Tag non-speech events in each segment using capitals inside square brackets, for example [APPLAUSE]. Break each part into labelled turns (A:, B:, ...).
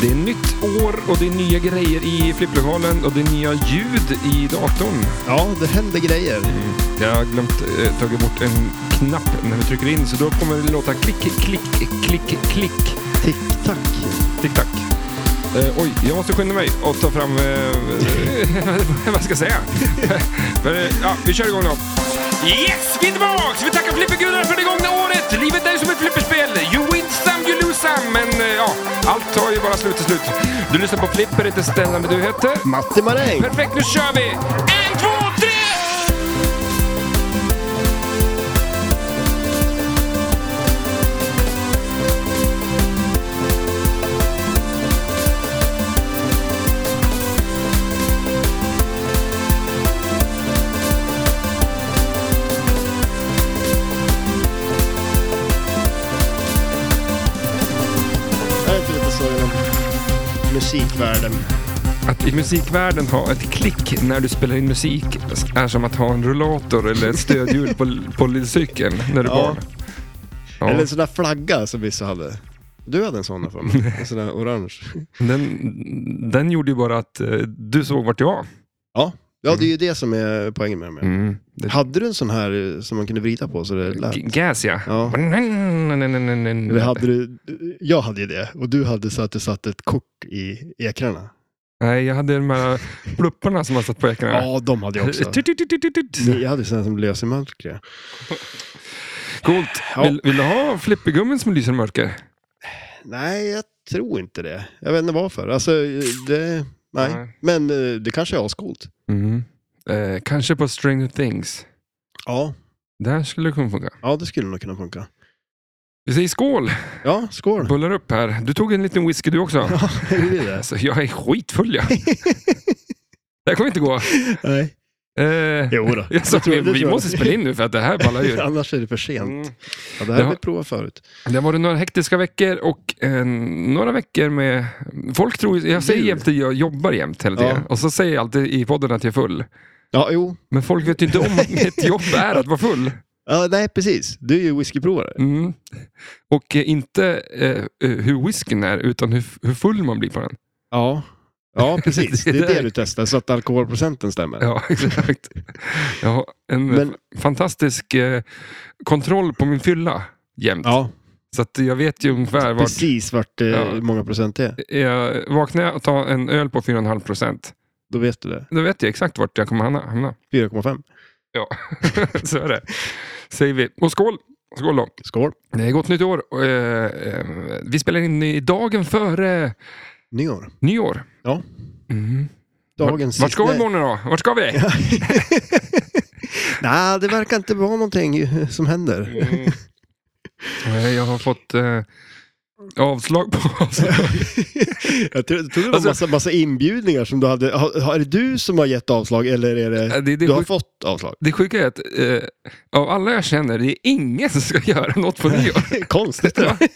A: Det är nytt år och det är nya grejer i flipplokalen och det är nya ljud i datorn.
B: Ja, det händer grejer.
A: Jag har glömt eh, tagit bort en knapp när vi trycker in så då kommer det låta klick, klick, klick, klick.
B: Tick-tack.
A: Tick tack. Eh, oj, jag måste skynda mig och ta fram... Eh, [LAUGHS] vad ska jag säga? Men, eh, ja, vi kör igång då. Yes, vi är tillbaks! Vi tackar flippergudarna för det gångna året! Livet är som ett flipperspel. You win some, you lose some. Men eh, ja, allt tar ju bara slut till slut. Du lyssnar på Flipper, inte Stellan, men du heter?
B: Matti Maräng.
A: Perfekt, nu kör vi! En, två, tre!
B: Är det inte lite så inom musikvärlden?
A: Att i musikvärlden ha ett klick när du spelar in musik är som att ha en rullator eller ett stödhjul på, på lillcykeln när du
B: Ja.
A: barn. Ja.
B: Eller en sån där flagga som vissa hade. Du hade en sån här
A: [LAUGHS]
B: för mig. En sån där orange.
A: Den, den gjorde ju bara att eh, du såg vart jag var.
B: Ja. Ja, det är ju det som är poängen med dem.
A: Mm. Det,
B: Hade du en sån här eh, som man kunde vrida på så det lät?
A: G- gas ja.
B: Ja. Eller hade du, jag hade ju det, och du hade så att du satte ett kort i ekrarna.
A: Nej, jag hade de här plupparna som man satt på ekrarna.
B: Ja, de hade
A: [LAUGHS]
B: jag också.
A: Tut, tut, tut, tut, tut.
B: Jag hade sådana som lös i mörkret.
A: Coolt.
B: Ja.
A: Vill, vill du ha flippergummen som lyser i mörker?
B: Nej, jag tror inte det. Jag vet inte varför. Alltså, det, nej.
A: Nej.
B: Men eh, det kanske är ascoolt.
A: Mm. Eh, kanske på Stranger Things.
B: Ja,
A: Där skulle det kunna funka.
B: ja, det skulle nog kunna funka.
A: Vi säger skål!
B: Ja, skål.
A: Bullar upp här. Du tog en liten whisky du också.
B: [LAUGHS] Ja, det är det.
A: Alltså, jag är skitfull
B: [LAUGHS]
A: jag. Det här kommer inte gå.
B: Nej.
A: Eh,
B: Jo då.
A: jag sa,
B: Det tror
A: vi,
B: jag- det
A: vi
B: tror jag.
A: måste
B: [LAUGHS]
A: spela in nu för att det här ballar ju.
B: Annars är det för sent.
A: Mm.
B: Ja, det här
A: Det
B: har
A: har-
B: vi provat förut.
A: Det har varit några hektiska veckor och eh, några veckor med... Folk tror ju- Jag säger
B: Jul.
A: jämt att jag jobbar jämt hela
B: Ja.
A: tiden. Och så säger jag alltid i podden att jag är full.
B: Ja, jo.
A: Men folk vet ju inte om att mitt jobb är att vara full.
B: Ja, nej, precis. Du är ju whiskyprovare.
A: Mm. Och eh, inte eh, eh, hur whiskyn är, utan hur, f- hur full man blir på den.
B: Ja. Ja, [LAUGHS] precis.
A: Det
B: Det
A: är
B: är
A: där.
B: det du testar, så att alkoholprocenten stämmer.
A: Ja, [LAUGHS] exakt. Jag har en eh,
B: Men-
A: fantastisk eh, kontroll på min fylla jämt.
B: Ja,
A: Så att jag vet ju ungefär vart...
B: precis vart eh,
A: Ja.
B: hur många procent det är.
A: Jag vaknar jag och tar en öl på 4,5 procent,
B: Då vet du det.
A: då vet jag exakt vart jag kommer hamna- hamna. [LAUGHS]
B: 4,5.
A: Så är det. Säger vi. Och skål! Skål då.
B: Skål.
A: Det är gott nytt år. Och, eh, eh, Vi spelar in i dagen före
B: Nyår.
A: nyår.
B: Ja.
A: Mm.
B: Dagens
A: Vart ska vi
B: sista-
A: imorgon då? Vart ska
B: [LAUGHS]
A: vi?
B: Nej, det verkar inte vara någonting som händer.
A: Mm. Eh, Jag har fått eh, avslag på [LAUGHS] avslag.
B: Jag tro- trodde det var
A: Alltså-
B: massa, massa inbjudningar som du hade. Ha- ha- Är det du som har gett avslag eller är det...
A: Det, det,
B: Du har
A: sjuk,
B: fått avslag? [LAUGHS]
A: det sjuka är att eh, av alla jag känner, det är ingen som ska [LAUGHS] göra något på nyår.
B: Konstigt. det där.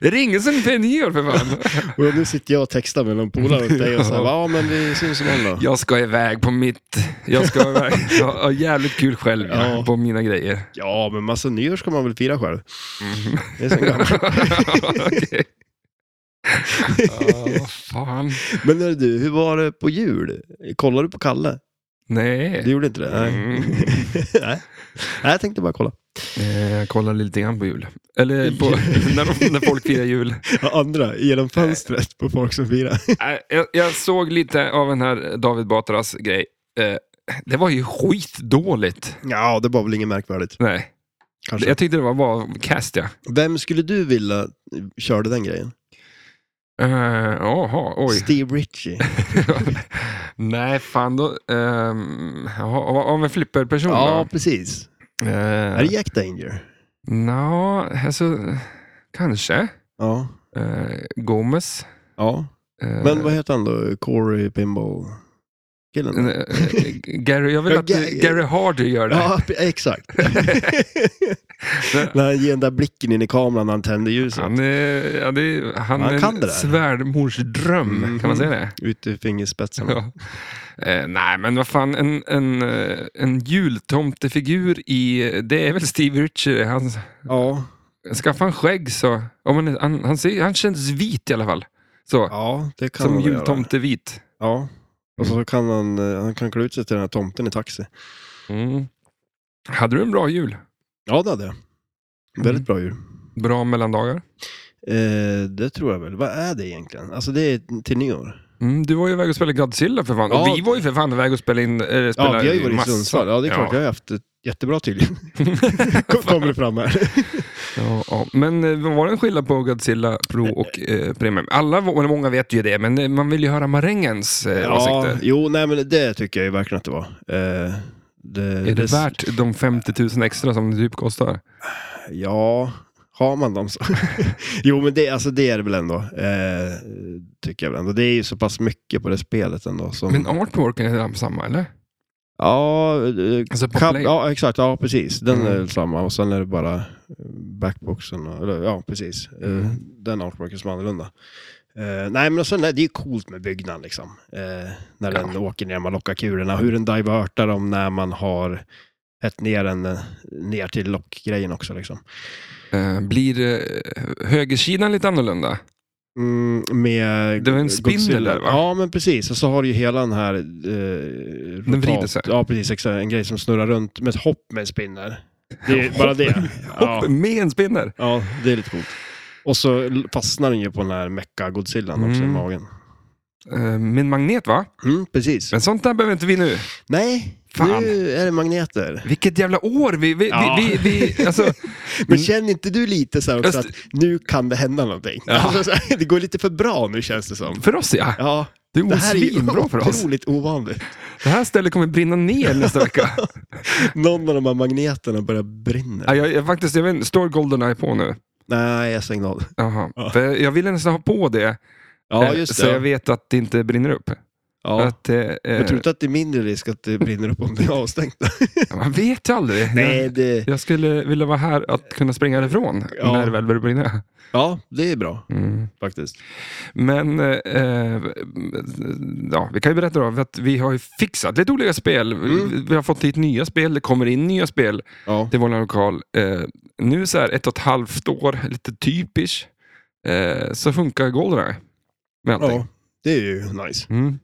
A: Det är ingen som är nyår för fan.
B: Och nu sitter jag och textar med någon polare åt dig och säger ja men vi syns imorgon då.
A: Jag ska iväg på mitt... Jag ska iväg. Jag har jävligt kul själv ja,
B: Ja.
A: på mina grejer. [LAUGHS]
B: Ja men massa nyår ska man väl fira själv. Det är så [LAUGHS] gammalt.
A: Okej. Ja, vad fan.
B: Men hörru du, hur var det på jul? Kollade du på Kalle? Du
A: Nej.
B: gjorde inte det? Nej.
A: Mm.
B: [LAUGHS] Nej, Nej, jag tänkte bara kolla.
A: Eh, Jag kollar lite grann på jul. Eller på, [LAUGHS] när, de- när folk firar jul.
B: Ja, Andra, genom fönstret på folk som firar.
A: [LAUGHS] Nej, Jag, jag såg lite av den här David Batras grej. Eh, Det var ju skitdåligt.
B: Ja, det var väl inget märkvärdigt.
A: Nej,
B: Kanske.
A: jag tyckte det var bara cast ja.
B: Vem skulle du vilja eh, körde den grejen?
A: Eh, Jaha, oj.
B: Steve Ritchie.
A: [LAUGHS] Nej, fan då. ehm, jaha, Av av en flipperperson
B: Ja,
A: då?
B: precis.
A: Eh,
B: Är det Jack Danger?
A: Nja, alltså kanske.
B: Ja.
A: Eh, Gomez.
B: ja.
A: Eh,
B: Men vad heter han då? Corey Pinball? Killen?
A: eh, eh, Gary, jag vill
B: Ja,
A: att
B: Ga-
A: Gary Hardy gör det.
B: Ja, p- exakt.
A: [LAUGHS]
B: när han ger den där blicken in i kameran när han tänder ljuset.
A: Han är, ja, det är, han
B: Han
A: är
B: kan
A: en
B: det där.
A: svärmorsdröm, kan man
B: Mhm.
A: säga det?
B: Ut i fingerspetsarna.
A: Ja. Eh, nej, men vad fan, en, en, eh, en jultomtefigur i... Det är väl Steve Ritchie, han,
B: Ja.
A: Skaffa en skägg så... Ja, men han, han, ser, han känns vit i alla fall. Så,
B: Ja, det kan
A: som
B: han väl göra.
A: jultomtevit.
B: Ja. Och så kan han, eh, han kan klä ut sig till den här tomten i taxi.
A: Mm. Hade du en bra jul?
B: Ja, det hade jag. Väldigt
A: Mm.
B: bra djur.
A: Bra mellandagar?
B: Eh, det tror jag väl. Vad är det egentligen? Alltså det är till nyår.
A: Mm, du var ju iväg och spelade Godzilla för fan.
B: Ja.
A: Och vi var ju för fan iväg och spelade in... Äh,
B: Ja, vi har ju varit i Sundsvall. Ja, det är klart. Jag har haft ett
A: [LAUGHS]
B: jättebra tydligen. Kom- Kommer det fram här.
A: Ja, ja. Men eh, vad var det en skillnad på Godzilla Pro och eh, Premium? Alla, eller många vet ju det, men eh, man vill ju höra marängens eh,
B: Ja,
A: åsikter.
B: jo, nej men det tycker jag ju verkligen att det var. Eh, det,
A: Är det värt de 50 000 extra som det typ kostar?
B: Ja, har
A: [LAUGHS]
B: man dem så. jo, men det, alltså, det är det väl ändå. Eh, tycker jag väl ändå. Det är ju så pass mycket på det spelet ändå. Som,
A: Men artworken är den samma, eller?
B: ja, eh,
A: Alltså på
B: Kap,
A: Play?
B: ja, exakt. Ja, precis. Den
A: Mm.
B: är väl samma. Och sen är det bara eh, backboxen. och- Eller, ja, precis. Eh,
A: Mm.
B: Den artworken som är annorlunda. Eh, nej, men och sen är det ju coolt med byggnaden liksom. Eh, när den åker ner, man lockar kulorna. Hur den divertar dem när man har ett ner den eh, ner till lockgrejen också liksom.
A: Eh, blir eh, högersidan lite annorlunda?
B: Mm, med
A: Det var en spindel
B: Godzilla.
A: där, va?
B: Ja, men precis. Och så har du ju hela den här... Eh,
A: Den
B: rotat-
A: vrider sig.
B: Ja, precis. Exakt. En grej som snurrar runt med ett hopp med en spindel. Det är ju bara det. Ja.
A: Hopp med en spinner!
B: Ja, det är lite coolt. Och så l- fastnar den ju på den här Mecka-Godzillan också i
A: Mm.
B: magen.
A: Eh, med en magnet, va?
B: Mm, precis.
A: Men sånt där behöver inte vi nu.
B: Nej,
A: Fan.
B: nu är det magneter.
A: Vilket jävla år vi... vi,
B: Ja.
A: vi, vi, vi alltså,
B: Men känner inte du lite så här också
A: Just-
B: att nu kan det hända någonting?
A: Ja.
B: Alltså, så här, det går lite för bra nu känns det som.
A: för oss ja.
B: Ja,
A: Det är
B: det här är ju
A: osvinbra för oss.
B: otroligt ovanligt.
A: Det här stället kommer brinna ner nästa
B: [LAUGHS]
A: vecka.
B: Någon av de här magneterna börjar brinna.
A: Ja, jag, jag, faktiskt, jag vet, inte, står Goldeneye på nu?
B: Nej, jag stängde av.
A: Jaha.
B: Ja.
A: För jag ville nästan ha på det,
B: Ja,
A: eh,
B: just
A: så jag
B: det.
A: vet att det inte brinner upp.
B: Ja.
A: Att, eh, eh,
B: Jag tror inte att det är mindre risk att det brinner upp om det är avstängt.
A: Man vet ju aldrig.
B: Nej,
A: Jag,
B: det...
A: jag skulle vilja vara här att kunna springa därifrån
B: Ja.
A: när det väl börjar brinna.
B: Ja, det är bra
A: Mm.
B: faktiskt.
A: Men eh, eh, ja, vi kan ju berätta då, för att vi har ju fixat lite olika spel. Vi-
B: Mm.
A: Vi har fått hit nya spel, det kommer in nya spel
B: Ja.
A: till vår lokal. Eh, nu så här ett och ett halvt år, lite typiskt, eh, så funkar Goldeneye med allting.
B: ja, det är ju nice.
A: Mm.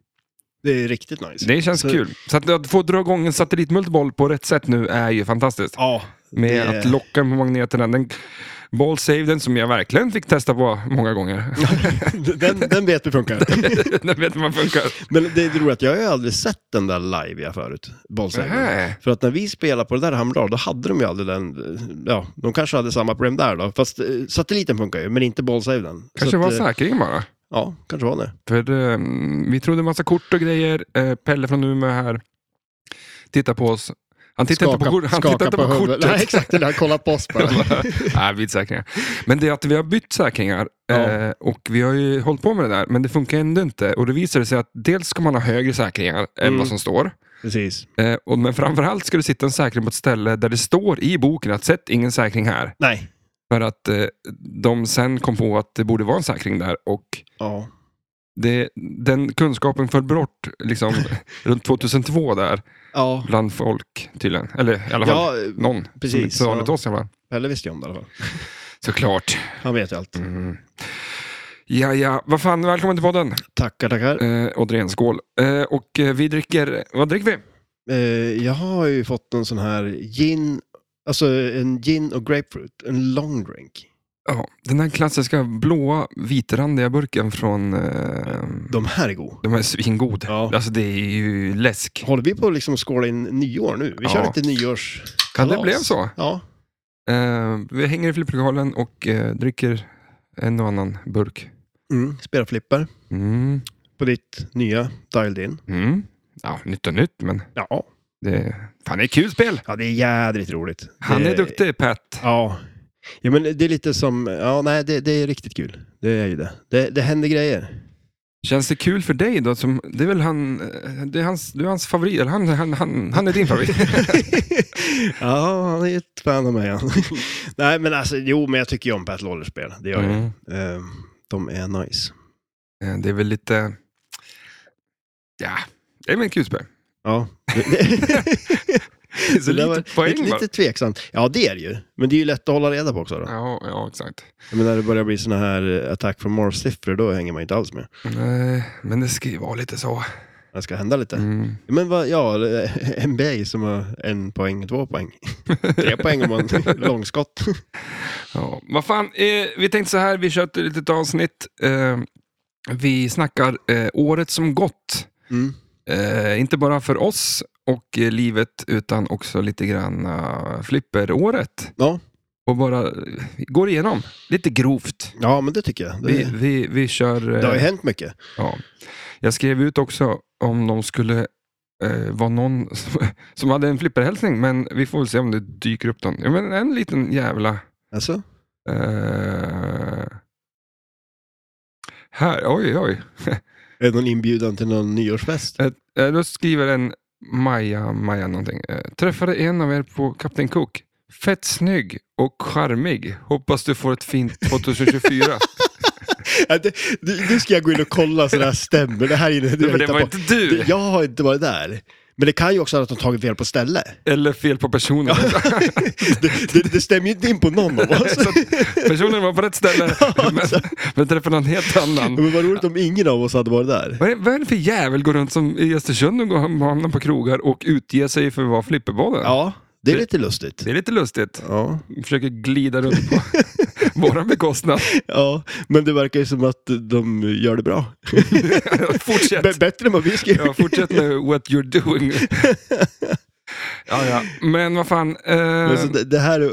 B: Det är riktigt nice.
A: Det känns
B: Så-
A: kul. Så att, att få dra igång en satellitmultiboll på rätt sätt nu är ju fantastiskt.
B: Ja,
A: Med
B: det-
A: att locka på magneterna. Den ball save, den som jag verkligen fick testa på många gånger.
B: [LAUGHS]
A: [LAUGHS]
B: den, den vet vi funkar. [LAUGHS]
A: den vet man funkar.
B: Men det är roligt, att jag har ju aldrig sett den där live jag förut, bollsavern.
A: Nej.
B: För att när vi spelade på det där Hamdal, då hade de ju aldrig den, eh, ja, de kanske hade samma problem där då. Fast eh, satelliten funkar ju, men inte bollsavern.
A: Kanske var
B: här.
A: säkringen bara.
B: eh, Ja, kanske var det.
A: För ehm, vi trodde massa kort och grejer. Eh, Pelle från Umeå här tittar på oss. Han tittar inte på, kort, han tittar inte på, kortet.
C: huvudet.
B: [LAUGHS]
C: Nej, exakt. Det där. Kolla på oss bara.
A: [LAUGHS] Nej, vi är inte säkringar. Men det är att vi har bytt säkringar
B: Ja.
A: eh, och vi har ju hållit på med det där, men det funkar ändå inte. Och det visar sig att dels ska man ha högre säkringar än
B: Mm.
A: vad som står,
B: Precis.
A: eh, och, men framförallt ska det sitta en säkring på ett ställe där det står i boken att sätt ingen säkring här.
B: Nej.
A: För att eh, de sen kom på att det borde vara en säkring där och
B: Ja.
A: det, den kunskapen föll bort
B: [LAUGHS]
A: liksom, runt 2002 där,
B: Ja.
A: bland folk tydligen. Eller i alla fall
B: Ja,
A: någon. som
B: precis,
A: inte sa det
B: ja.
A: till oss i alla fall.
B: Pelle visste ju om det i alla fall.
A: Såklart.
B: Han vet ju allt.
A: Mm. Ja, ja. Vad fan, välkommen till podden.
B: Tackar, tackar.
A: Eh, Återigen, skål. Eh, och eh, vi dricker, vad dricker vi?
B: Eh, jag har ju fått en sån här gin, alltså en gin och grapefruit, en long drink.
A: Ja, den här klassiska blåa vitrandiga burken från... Eh,
B: De här är goda.
A: de är svingod.
B: Ja.
A: Alltså det är ju läsk.
B: Håller vi på att liksom skåla in nyår nu? Vi
A: Ja.
B: kör lite nyårs...
A: Kan det blev så?
B: Ja,
A: Eh, vi hänger i flipplokalen och eh, dricker en och annan burk.
B: mm. spela flipper
A: Mm.
B: på ditt nya dialed in.
A: Mm. Ja, nytt och nytt, men
B: Ja.
A: det, fan, det är kul spel.
B: ja, det är jädrigt roligt.
A: Han
B: det...
A: är duktig, Pat.
B: Ja. ja, men det är lite som... Ja, nej, det, det är riktigt kul. Det är ju det. Det, det händer grejer.
A: Känns det kul för dig då? Som, det är väl han, eh, det är hans, du är hans favorit, eller han, han, han, han är din favorit.
B: [LAUGHS] ja, han är ett fan av mig. han. nej, men alltså, jo, men jag tycker ju om Pat Lawlers spel. Det gör jag.
A: Mm.
B: Eh, de är nice.
A: Eh, Det är väl lite...
B: [LAUGHS]
A: Ja, det är väl ett kul spel.
B: Ja.
A: Så
B: det
A: lite
B: var
A: poäng
B: lite,
A: bara.
B: lite tveksamt. Ja, det är det ju. Men det är ju lätt att hålla reda på också. Då.
A: Ja, ja, exakt.
B: Men när det börjar bli såna här eh, attack from Mars-siffror, då hänger man inte alls med.
A: Nej, men det ska ju vara lite så.
B: Det ska hända lite.
A: Mm.
B: Men vad, ja, eh, [LAUGHS] NBA som har en poäng,
A: [LAUGHS]
B: två poäng. Tre poäng om man långskott.
A: Ja. Vad fan, eh, vi tänkte så här, vi kör ett litet avsnitt. Eh, vi snackar eh, året som gått.
B: Mm.
A: Eh, inte bara för oss och eh, livet, utan också lite grann eh, flipperåret.
B: Ja.
A: Och bara eh, går igenom, lite grovt.
B: Ja, men det tycker jag. Det,
A: Vi, vi, vi kör... eh,
B: det har ju hänt mycket.
A: Ja. Jag skrev ut också om de skulle eh, vara någon [LAUGHS] som, som hade en flipperhälsning, men vi får väl se om det dyker upp någon. Ja, men en liten jävla...
B: Alltså?
A: Eh, här, oj, oj.
B: Är det någon inbjudan till
A: [LAUGHS]
B: någon nyårsfest?
A: Eh, då skriver en Maja, Maja någonting. Eh, träffade en av er på Kapten Cook. Fett snygg och charmig. Hoppas du får ett
B: [LAUGHS]
A: fint 2024.
B: Ja, det, det, nu ska jag gå in och kolla så det här stämmer. Det här är det jag
A: Nej, men det
B: hittar
A: var
B: på.
A: inte du!
B: Det- Jag har inte varit där. Men det kan ju också vara att de tagit fel på ställe.
A: Eller fel på personen.
B: Det, det, det stämmer ju inte in på någon av oss.
A: Så att personen var på rätt
B: [LAUGHS]
A: ställe, men, men träffade någon helt annan.
B: Men vad roligt om ingen av oss hade varit där.
A: Vad är, vad är det för jävel går runt som i Östersund och går och hamnar på krogar och utger sig för att vara flipperbåden?
B: Ja, det är lite lustigt.
A: Det är lite lustigt.
B: Ja.
A: Försöker glida runt
B: [LAUGHS]
A: på våran bekostnad. [LAUGHS]
B: ja, men det verkar ju som att de gör det bra.
A: Fortsätt.
B: B- bättre än vad vi ska
A: Ja,
B: göra.
A: fortsätt med what you're
B: [LAUGHS]
A: doing. ja, ja. Men vad fan. Eh,
B: Men så det, det här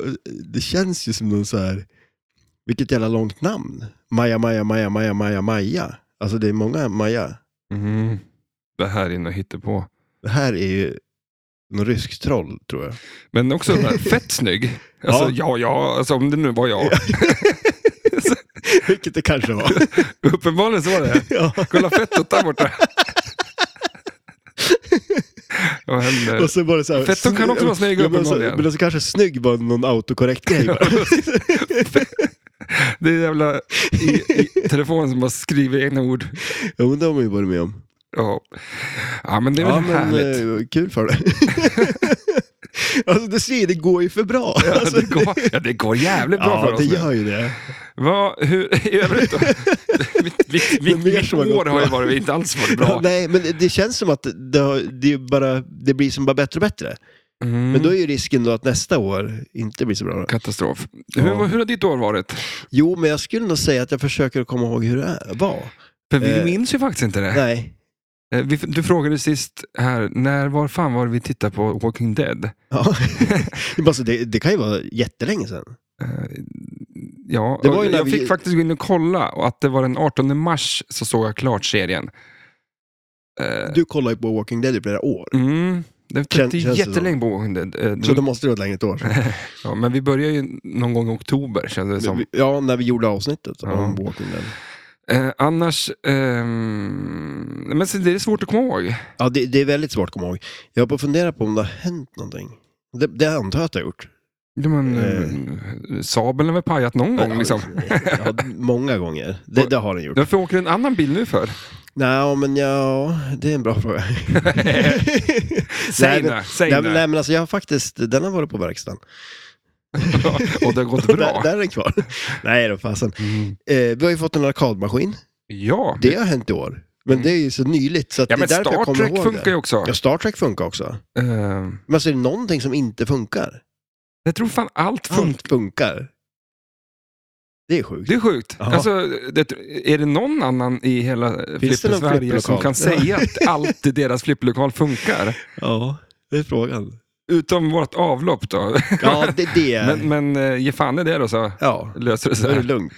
B: det känns ju som någon så här... Vilket jävla långt namn. Maja, Maja, Maja, Maja, Maja, Maja. Alltså det är många Maja.
A: mm, det här är något på.
B: Det här är ju någon rysk troll, tror jag. [LAUGHS]
A: Men också den här, fett snygg. Alltså, ja, ja, alltså, om det nu var jag.
B: Vilket det kanske var.
A: [LAUGHS] Uppenbarligen så var det.
B: ja.
A: Kolla fettot där
B: [LAUGHS]
A: borta. Vad händer?
B: Och så var det så här,
A: Fetton kan också vara snygg
B: ja, men, så,
A: uppenbarligen.
B: men alltså kanske snygg var någon autokorrekt
A: [LAUGHS]
B: grej. bara.
A: Det är jävla i, i telefonen som bara skriver egna ord.
B: Jo, men det har man ju varit med om.
A: Ja, ja men det är väl
B: ja, men
A: härligt.
B: eh, kul för dig. [LAUGHS] alltså du ser, det går ju för bra.
A: Ja,
B: alltså,
A: det, går, ja, det går jävligt bra för
B: ja,
A: oss
B: det
A: nu.
B: gör ju det.
A: Vad, hur, [LAUGHS] i övrigt då? mitt
B: [LAUGHS]
A: mitt, mitt,
B: mer
A: mitt
B: som har gått
A: år har ju
B: bra.
A: varit, inte alls varit
B: Ja,
A: bra.
B: [LAUGHS] nej, men det- det känns som att det, har, det, är bara, det blir som bara bättre och bättre.
A: Mm.
B: Men då är ju risken då att nästa år inte blir så bra.
A: Katastrof.
B: Ja.
A: Hur, hur har ditt år varit?
B: Jo, men jag skulle nog säga att jag försöker att komma ihåg hur det är- var.
A: För vi
B: Eh,
A: minns ju faktiskt inte det.
B: Nej.
A: Eh, Vi, du frågade sist här, när var fan var det vi tittade på Walking Dead? [LAUGHS]
B: Ja. [LAUGHS] Det är bara så, det, det kan ju vara jättelänge sedan.
A: Eh, Ja,
B: Det var ju
A: och
B: när
A: jag
B: vi-
A: fick faktiskt gå in och kolla och att det var den 18 mars så såg jag klart serien. Eh,
B: Du kollar ju på Walking Dead i flera år.
A: Mm, det
B: Kän-
A: känns ju
B: känns det
A: jättelänge på Walking Dead. Eh,
B: Så då måste det vara ett
A: [LAUGHS]
B: längre år. sedan.
A: ja, men vi började ju någon gång i oktober kändes det som.
B: Ja, när vi gjorde avsnittet
A: Ja.
B: om Walking Dead.
A: Eh, annars, ehm, men så det är svårt att komma ihåg.
B: Ja, det, det är väldigt svårt att komma ihåg. Jag har på att fundera på om det har hänt någonting. Det, det antar jag att jag har gjort.
A: Ja, Men,
B: Eh.
A: eh, sabeln har väl pajat någon gång liksom.
B: [LAUGHS] Ja, många gånger. Det, det har den gjort.
A: Varför åker en annan bil nu för?
B: Nej, men ja, det är en
A: [LAUGHS]
B: bra fråga.
A: Säg
B: men-
A: det, säg
B: Nej, men-
A: det.
B: nej, men alltså jag har faktiskt, den har varit på verkstaden.
A: [LAUGHS] Och det har
B: [LAUGHS]
A: gått
B: Där,
A: bra.
B: där är den kvar. Nej då, fasen.
A: Mm.
B: Eh, vi har ju fått en arkadmaskin.
A: Ja,
B: Det har hänt i år. Men
A: Mm.
B: det är ju så nyligt så att
A: ja
B: det
A: men
B: är därför jag
A: Star
B: kommer
A: Trek
B: ihåg
A: funkar
B: det.
A: ju också.
B: Ja, Star Trek funkar också.
A: Eh,
B: Men alltså är det någonting som inte funkar?
A: jag tror fan allt funkar.
B: Allt funkar. Det är sjukt.
A: Det är sjukt.
B: Ja.
A: Alltså, det, är det någon annan i hela
B: någon
A: Flipper-Sverige som
B: flipperlokal?
A: kan säga att allt i deras flipperlokal funkar?
B: Ja, det är frågan.
A: Utom vårt avlopp då.
B: Ja, det, det är...
A: Men, men eh, ge fan i det då så
B: ja,
A: löser det
B: då
A: sig.
B: är det lugnt.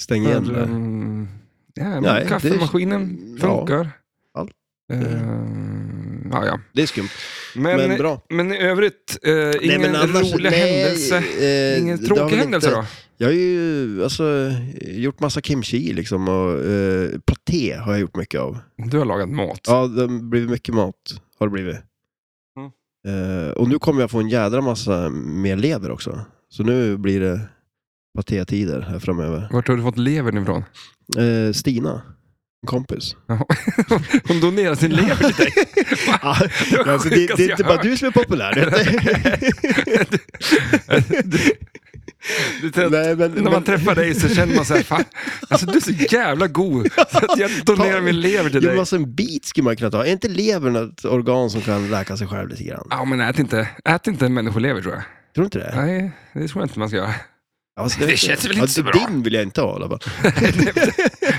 B: Stäng igen det där.
A: Mm, ja, men
B: Nej,
A: kaffemaskinen
B: det-
A: funkar.
B: ja, allt.
A: Ehm, ja, ja.
B: Det är skumt,
A: Men,
B: men,
A: men,
B: bra.
A: i övrigt, eh, ingen
B: men annars-
A: rolig
B: nej,
A: händelse.
B: eh,
A: ingen
B: det har
A: tråkig
B: väl
A: händelse
B: inte-
A: då?
B: Jag har ju alltså, gjort massa kimchi liksom och eh, paté har jag gjort mycket av.
A: Du har lagat mat.
B: Ja, det har blivit mycket mat. Har det blivit.
A: Mm.
B: Eh, och nu kommer jag få en jädra massa mer lever också. Så nu blir det patétider här framöver.
A: Vart har du fått levern ifrån?
B: Eh, Stina,
A: [LAUGHS]
B: En kompis.
A: Hon donerar sin lever
B: [LAUGHS]
A: till dig.
D: Ja, alltså, det, det är inte bara du som är populär.
A: [LAUGHS]
B: [LAUGHS]
A: Du vet,
D: Nej, men,
A: När man
D: men,
B: [LAUGHS]
A: träffar dig så känner man så här, fan, alltså du är så jävla god så att jag donerar min lever till
D: Jo, men
A: dig.
D: alltså,
B: Alltså en bit skulle man kunna ta. Är inte levern ett organ som kan läka sig själv lite grann?
A: Ja, men ät inte, ät inte en människolever tror jag.
B: Tror du
A: [LAUGHS]
B: inte det?
A: Nej, det tror jag inte man ska göra.
B: Alltså,
A: Det
B: vet
A: känns
B: jag.
A: väl inte så
B: ja,
A: bra.
B: Din vill jag inte ha i
A: [LAUGHS]
B: alla fall.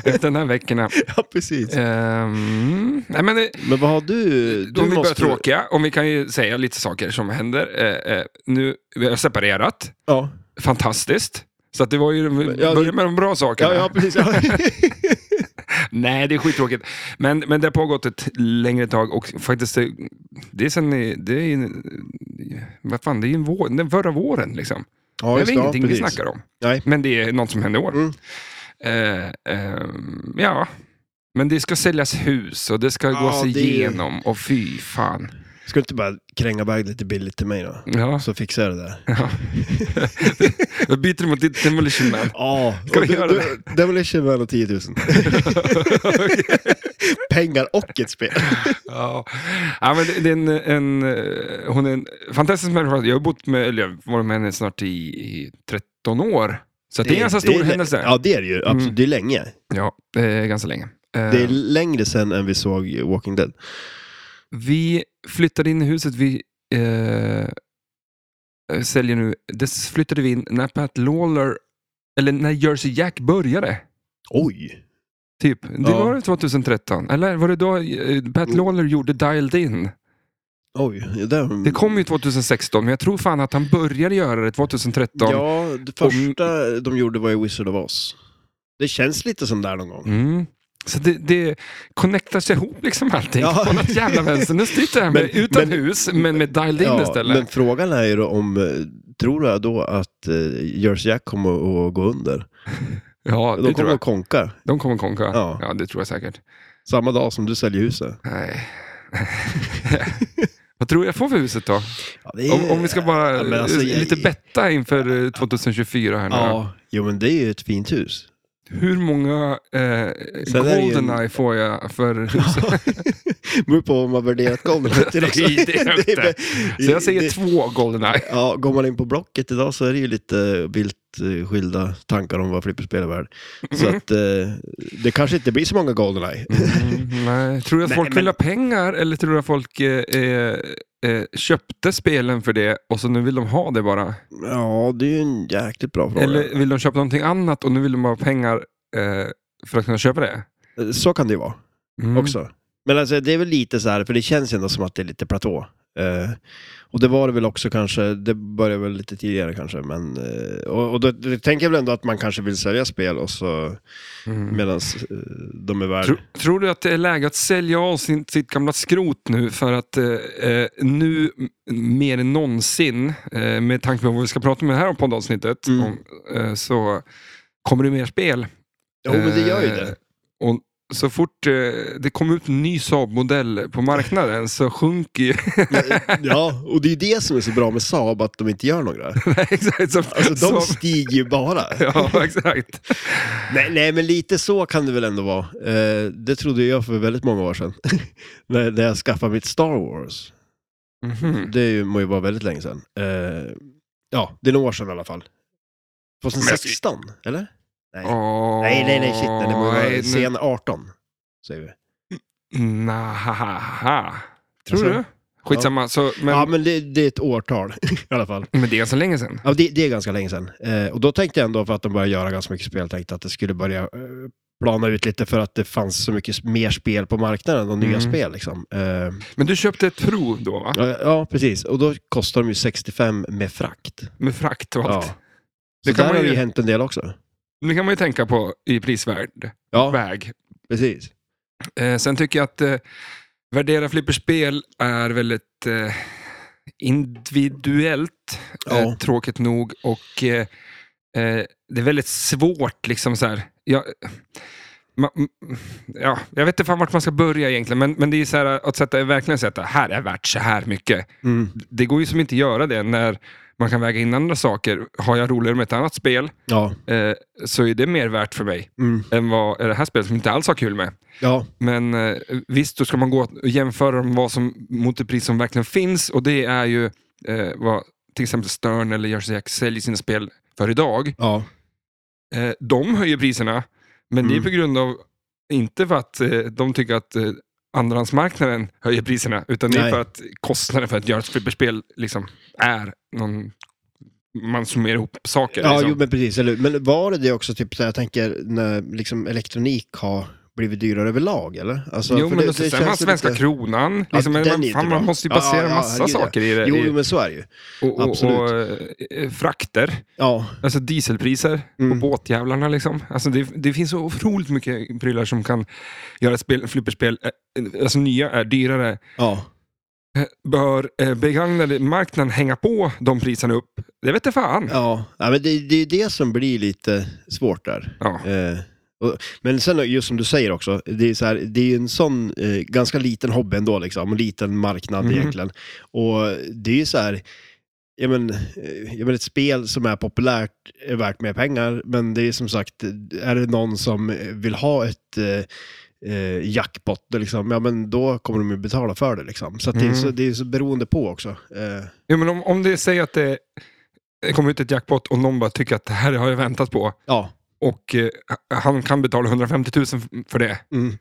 A: Efter [LAUGHS] den här veckorna.
B: Ja,
A: Eh,
B: precis.
A: Ehm, nej, men, eh,
B: Men vad har du? Du
A: om vi börjar
B: måste-
A: tråkiga, om vi kan ju säga lite saker som händer. Eh, eh, nu, vi har separerat,
B: Ja,
A: fantastiskt. Så att det var ju, vi
B: Ja,
A: börjar med de bra sakerna.
B: ja, ja
A: [LAUGHS]
B: precis. Ja.
A: Nej, det är skittråkigt. Men, men det har pågått ett längre tag och faktiskt, det, det är sen, i- det är, i- vad fan, det är ju en vår, den förra våren liksom.
B: ja,
A: det
B: just
A: är väl
B: det, ja,
A: ingenting vi
B: precis.
A: snackar om.
B: Nej.
A: Men det är något som hände i år.
B: Mm.
A: Eh, ehm, ja, men det ska säljas hus och det ska
B: Ja,
A: gås
B: det är-
A: igenom och fy fan.
B: Ska du inte bara kränga iväg lite billigt till mig då? [LAUGHS]
A: Ja,
B: Så fixar jag det där.
A: [LAUGHS] ja. Jag byter mot ditt Demolition
B: [LAUGHS]
A: Man.
B: Ja,
A: Ska vi
B: och du-
A: göra
B: du- Demolition Man och 10 000. Pengar och
A: [LAUGHS]
B: ett spel.
A: Ja. ja, men det, det är en, en, eh, hon är en fantastisk människa. Jag har bott med, eller jag har varit med henne snart i, i 13 år. Så det, är en ganska stor
B: det
A: händelse.
B: Ja, det är det ju. Absolut.
A: Mm.
B: Det är länge.
A: Ja, det är ganska länge. Eh,
B: Det är längre sen än vi såg Walking Dead.
A: Vi flyttade in i huset. Vi eh, säljer nu. Det flyttade vi in när Pat Lawler, eller när Jersey Jack började.
B: Oj!
A: Typ. Det
B: Ja.
A: var 2013. Eller var det då eh, Pat
B: Mm.
A: Lawler gjorde Dialed In?
B: Oj, det, där-
A: Det kom ju 2016, men jag tror fan att han började göra det 2013.
B: Ja, det första de gjorde var ju Wizard of Oz. Det känns lite som där någon gång.
A: Mm. Så det, det connectar sig ihop liksom allting
B: Ja.
A: på något jävla vänster. Nu sitter jag här med,
B: Men-
A: utan
B: men-
A: hus, men med dialed in
B: Ja,
A: istället.
B: men frågan är ju då om, eh, tror jag då att eh, Jersey Jack kommer att gå under?
A: ja, det
B: De
A: tror
B: kommer
A: jag.
B: att konka
A: De kommer konka. Ja.
B: Ja.
A: det tror jag säkert.
B: samma dag som du säljer huset.
A: Nej. [LAUGHS] Vad tror jag får för huset då?
B: Ja, det är-
A: Om, om vi ska bara
B: Eh,
A: eh,
B: Ja, men alltså, jag-
A: lite betta inför eh, 2024 här nu.
B: Ja, jo men det är ju ett fint hus.
A: Hur många eh,
B: Sen är det ju en-
A: Goldeneye får jag för
B: [LAUGHS]
A: huset?
B: Beror på om man
A: [LAUGHS]
B: värderat golvet.
A: Det
B: [LAUGHS]
A: är- det är högt där. Så jag säger
B: det-
A: två
B: [LAUGHS]
A: Goldeneye.
B: Ja, går man in på Blocket idag så är det ju lite vilt eh, skilda tankar om vad flipperspel är värd. Så att eh, det kanske inte blir så många Goldeneye.
A: Mm, nej. Tror du att
B: Nej,
A: folk vill
B: men-
A: ha pengar eller tror du att folk eh, eh, eh, köpte spelen för det och så nu vill de ha det bara?
B: Ja, det är ju en jäkligt bra fråga.
A: Eller vill de köpa någonting annat och nu vill de ha pengar eh, för att kunna köpa det?
B: Eh, Så kan det ju vara
A: Mm.
B: också. Men alltså, det är väl lite så här, för det känns ändå som att det är lite platå. Eh, och det var det väl också kanske, det började väl lite tidigare kanske, men eh, och, och då, då tänker jag väl ändå att man kanske vill sälja spel och så
A: Mm.
B: medan eh, de är värda.
A: Tro, tror du att det är läge att sälja av sin, sitt gamla skrot nu för att eh, eh, nu m- mer än någonsin, eh, med tanke på vad vi ska prata om i det här poddavsnittet,
B: Mm.
A: om, eh, så kommer det mer spel.
B: Jo, men det gör ju
A: Eh,
B: det.
A: Och så fort eh, det kom ut en ny Saab-modell på marknaden så sjunker ju... [LAUGHS]
B: Ja, och det är ju det som är så bra med Saab, att de inte gör några.
A: Nej, exakt. Som,
B: Alltså de
A: som,
B: stiger ju bara.
A: [LAUGHS] ja, exakt.
B: Nej, nej, men lite så kan det väl ändå vara. Eh, det trodde jag för väldigt många år sedan. [LAUGHS] när, när jag skaffade mitt Star Wars.
A: Mhm.
B: Det är ju, må ju vara väldigt länge sedan. Eh, ja, det är några år sedan i alla fall. 2016, eller?
A: Åh,
B: Nej, nej, nej, shit. Nej, det må ju
A: nej,
B: vara
A: nu-
B: sen 18, säger vi.
A: Nahaha. Tror
B: Alltså,
A: du? Skitsamma. Så, men,
B: Ja,
A: men...
B: men det, det är ett årtal [LAUGHS] i alla fall.
A: det är så länge sedan.
B: Ja, det, det är ganska länge sedan. Eh, och då tänkte jag ändå, för att de började göra ganska mycket spel, tänkte att det skulle börja eh, plana ut lite för att det fanns så mycket s- mer spel på marknaden och nya
A: Mm.
B: spel. Liksom. Eh,
A: Men du köpte ett prov då, va?
B: Ja, ja, precis. Och då kostar de ju 65 med frakt.
A: Med frakt och
B: Ja.
A: allt.
B: Så
A: Det kan
B: där
A: man
B: har det
A: ju-
B: ju hänt en del också.
A: Det kan man ju tänka på i prisvärd
B: Ja,
A: väg.
B: precis.
A: Eh, sen tycker jag att eh, värdera flipperspel är väldigt eh, individuellt, eh,
B: Ja.
A: tråkigt nog. Och eh, eh, det är väldigt svårt, liksom så här. Jag, ma- m- ja, jag vet inte fan vart man ska börja egentligen, men, men det är ju så här att sätta, verkligen sätta, här är värt så här mycket.
B: Mm.
A: Det går ju som inte göra det när man kan väga in andra saker. Har jag roligare med ett annat spel
B: Ja.
A: eh, så är det mer värt för mig
B: Mm.
A: än vad är det här spelet som jag inte alls har kul med.
B: Ja.
A: Men eh, visst, då ska man gå och jämföra dem vad som, mot det pris som verkligen finns och det är ju eh, vad till exempel Stern eller Jersey Jack säljer sina spel för idag.
B: Ja.
A: Eh, de höjer priserna, men det är
B: Mm.
A: på grund av, inte för att eh, de tycker att eh, andrahandsmarknaden höjer priserna, utan det är
B: Nej.
A: för att kostnaden för att göra ett flipperspel liksom, är någon... Man summerar ihop saker.
B: Ja,
A: liksom.
B: jo, men precis. Eller, hur? men var det det också, typ, så här, jag tänker, när liksom, elektronik har blivit dyrare överlag, eller? Alltså,
A: jo,
B: för
A: men det, sen har man
B: känns ju
A: svenska
B: lite-
A: kronan.
B: Ja,
A: Liksom, men
B: den
A: man,
B: är ju
A: fan,
B: inte bra.
A: man måste ju
B: Ja,
A: basera
B: ja,
A: massa
B: herregud, ja.
A: saker i det.
B: Jo,
A: i-
B: jo, men så är det ju.
A: och, och,
B: absolut.
A: och eh, eh, frakter,
B: Ja,
A: alltså dieselpriser och
B: Mm.
A: båtjävlarna. Liksom. Alltså det, det finns så otroligt mycket prylar som kan göra ett spel, flipperspel, eh, alltså nya är dyrare
B: ja.
A: bör eh, begagnade marknaden hänga på de priserna upp? Det vet jag fan.
B: Ja, ja men det, det är ju det som blir lite svårt där.
A: Ja.
B: Eh, och, men sen just som du säger också, det är, så här, det är ju en sån eh, ganska liten hobby ändå, liksom, en liten marknad
A: Mhm.
B: egentligen. Och det är ju så här, ja men, eh, ja men ett spel som är populärt är värt mer pengar, men det är som sagt, är det någon som vill ha ett eh, eh, jackpot, då liksom, ja men då kommer de ju betala för det. Liksom. Så, att det, är
A: Mm.
B: så det är så beroende på också. Eh,
A: Jo, men om, om det säger att det det kommer ut ett jackpot och någon bara tycker att det här har jag väntat på
B: ja.
A: och eh, han kan betala 150 000 f- för det.
B: Mm.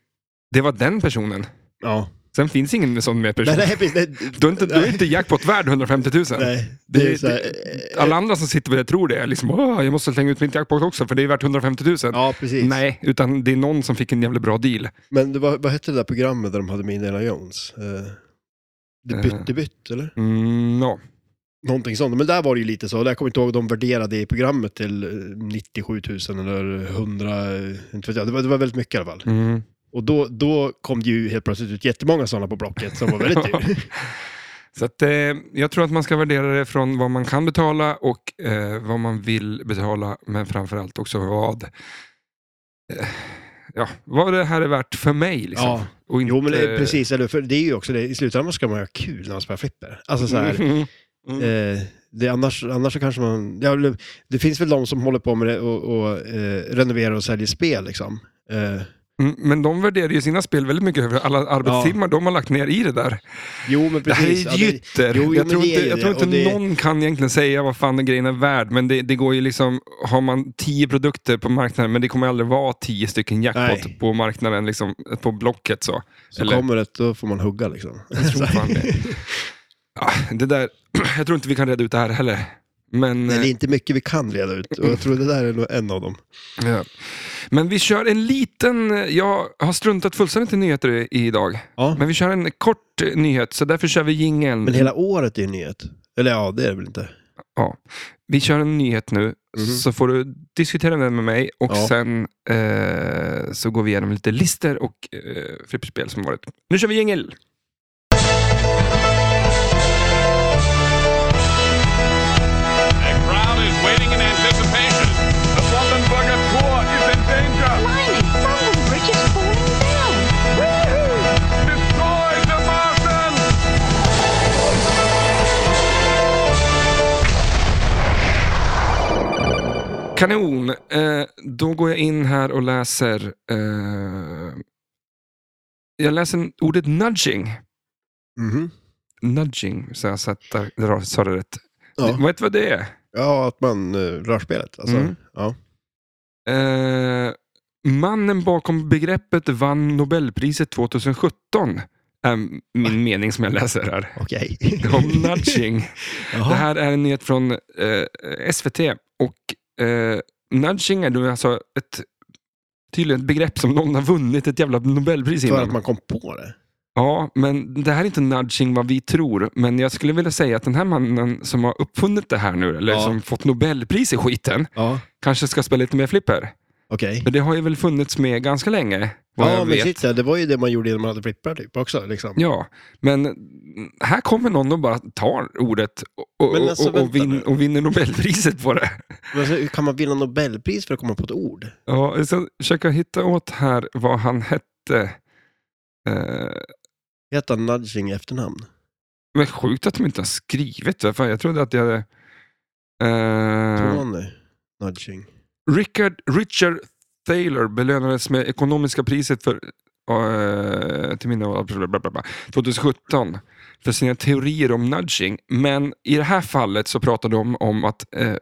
A: Det var den personen.
B: Ja.
A: Sen finns ingen sån mer person.
B: Nej, nej,
A: [LAUGHS]
B: precis, nej,
A: Då är inte, då är inte jackpot värd 150 000.
B: Nej,
A: Det
B: det,
A: är
B: är så här,
A: det- Alla andra som sitter med det tror det. Liksom, Åh, jag måste slänga ut mitt jackpot också för det är värt 150 000.
B: Ja, precis.
A: Nej, utan det är någon som fick en jävla bra deal.
B: Men det var, vad hette det där programmet där de hade med Indiana Jones? Eh, det
A: Eh.
B: bytte bytt, eller?
A: Mm, ja.
B: Någonting sånt. Men där var det ju lite så. Där kommer jag inte ihåg, de värderade i programmet till eh, 97 000 eller 100, eh, inte vet jag. Det var, det var väldigt mycket i alla fall.
A: mm.
B: Och då, då kom det ju helt plötsligt ut jättemånga sådana på Blocket som
A: [LAUGHS]
B: var väldigt dyr.
A: Så att, eh, jag tror att man ska värdera det från vad man kan betala och eh, vad man vill betala, men framförallt också vad, eh, ja, vad det här är värt för mig. Liksom.
B: Ja.
A: Och
B: Jo, men det,
A: inte-
B: precis. Eller, för det är ju också det, i slutändan ska man ha kul när man spelar flipper. Alltså så här,
A: Mm. Mm.
B: Eh, det, annars, annars så kanske man... Ja, eller, det finns väl de som håller på med det och, och eh, renoverar och säljer spel liksom. Eh,
A: Mm, Men de värderar ju sina spel väldigt mycket över alla arbetstimmar de har lagt ner i det där.
B: jo, men
A: Det här är
B: precis.
A: ju gytter.
B: jo, jo,
A: jag
B: men
A: tror
B: det är
A: inte,
B: ju
A: jag
B: det.
A: tror inte
B: Och det-
A: någon kan egentligen säga vad fan den grejen är värd, men det, det går ju liksom, har man tio produkter på marknaden, men det kommer aldrig vara tio stycken jackpot
B: Nej.
A: på marknaden, liksom, på blocket så.
B: så
A: eller-
B: kommer det, då får man hugga liksom.
A: Jag
B: [LAUGHS]
A: tror fan det. Ja, det där, jag tror inte vi kan reda ut det här heller. Men,
B: Nej, det är inte mycket vi kan reda ut och jag tror det där är nog en av dem.
A: eh, ja. men vi kör en liten, eh, jag har struntat fullständigt i nyheter i- idag.
B: Ja.
A: Men vi kör en kort eh, nyhet, så därför kör vi jingeln.
B: Men hela året är ju en nyhet. Eller ja, det är det väl inte.
A: Vi kör en nyhet nu,
B: Mhm.
A: så får du diskutera den med mig och
B: Ja.
A: sen eh, så går vi igenom lite lister och eh, flipperspel som varit. Nu kör vi jingel!
E: The crowd is waiting in anticipation. The Brandenburger Tor is in danger.
F: Blimey, Brandon Bridge is falling down.
E: Destroy the Martian!
A: Kanon! Eh, då går jag in här och läser. Eh, jag läser ordet nudging.
B: Mhm.
A: Nudging, så jag satte, dra- sa det rätt.
B: Ja.
A: Det- Vet du vad det är?
B: Ja, att man uh, rör spelet. Alltså,
A: Mm.
B: ja.
A: Eh, mannen bakom begreppet vann Nobelpriset 2017. Är min mening som jag läser här.
B: Okej. [LAUGHS]
A: Om nudging. Det
B: Jaha.
A: här är en nyhet från eh, SVT. Och eh, nudging är då alltså ett, tydligen ett begrepp som någon har vunnit ett jävla Nobelpris
B: För
A: innan.
B: att man kom på det.
A: Ja, men det här är inte nudging vad vi tror. Men jag skulle vilja säga att den här mannen som har uppfunnit det här nu, eller
B: Ja.
A: som fått Nobelpris i skiten,
B: Ja,
A: kanske ska spela lite mer flipper.
B: okej.
A: Men det har ju väl funnits med ganska länge. Vad
G: ja,
A: jag
G: men
A: vet.
G: shit, så här, det var ju det man gjorde innan man hade flipprar typ också. Liksom.
A: Ja, men här kommer någon och bara tar ordet och, och,
B: Men alltså,
A: och, och,
B: vänta
A: vin,
B: nu.
A: och vinner Nobelpriset på det.
B: Men alltså, hur kan man vinna Nobelpris för att komma på ett ord?
A: Ja, jag ska försöka hitta åt här vad han hette. Eh,
B: Heter han nudging i efternamn?
A: men sjukt att de inte har skrivit det. Fan, jag trodde att jag hade...
B: Tror
A: Eh,
B: han det? Nudging.
A: Richard, Richard Thaler belönades med ekonomiska priset för, eh, till minne av- blablabla, 2017 för sina teorier om nudging. Men i det här fallet så pratar de om att eh,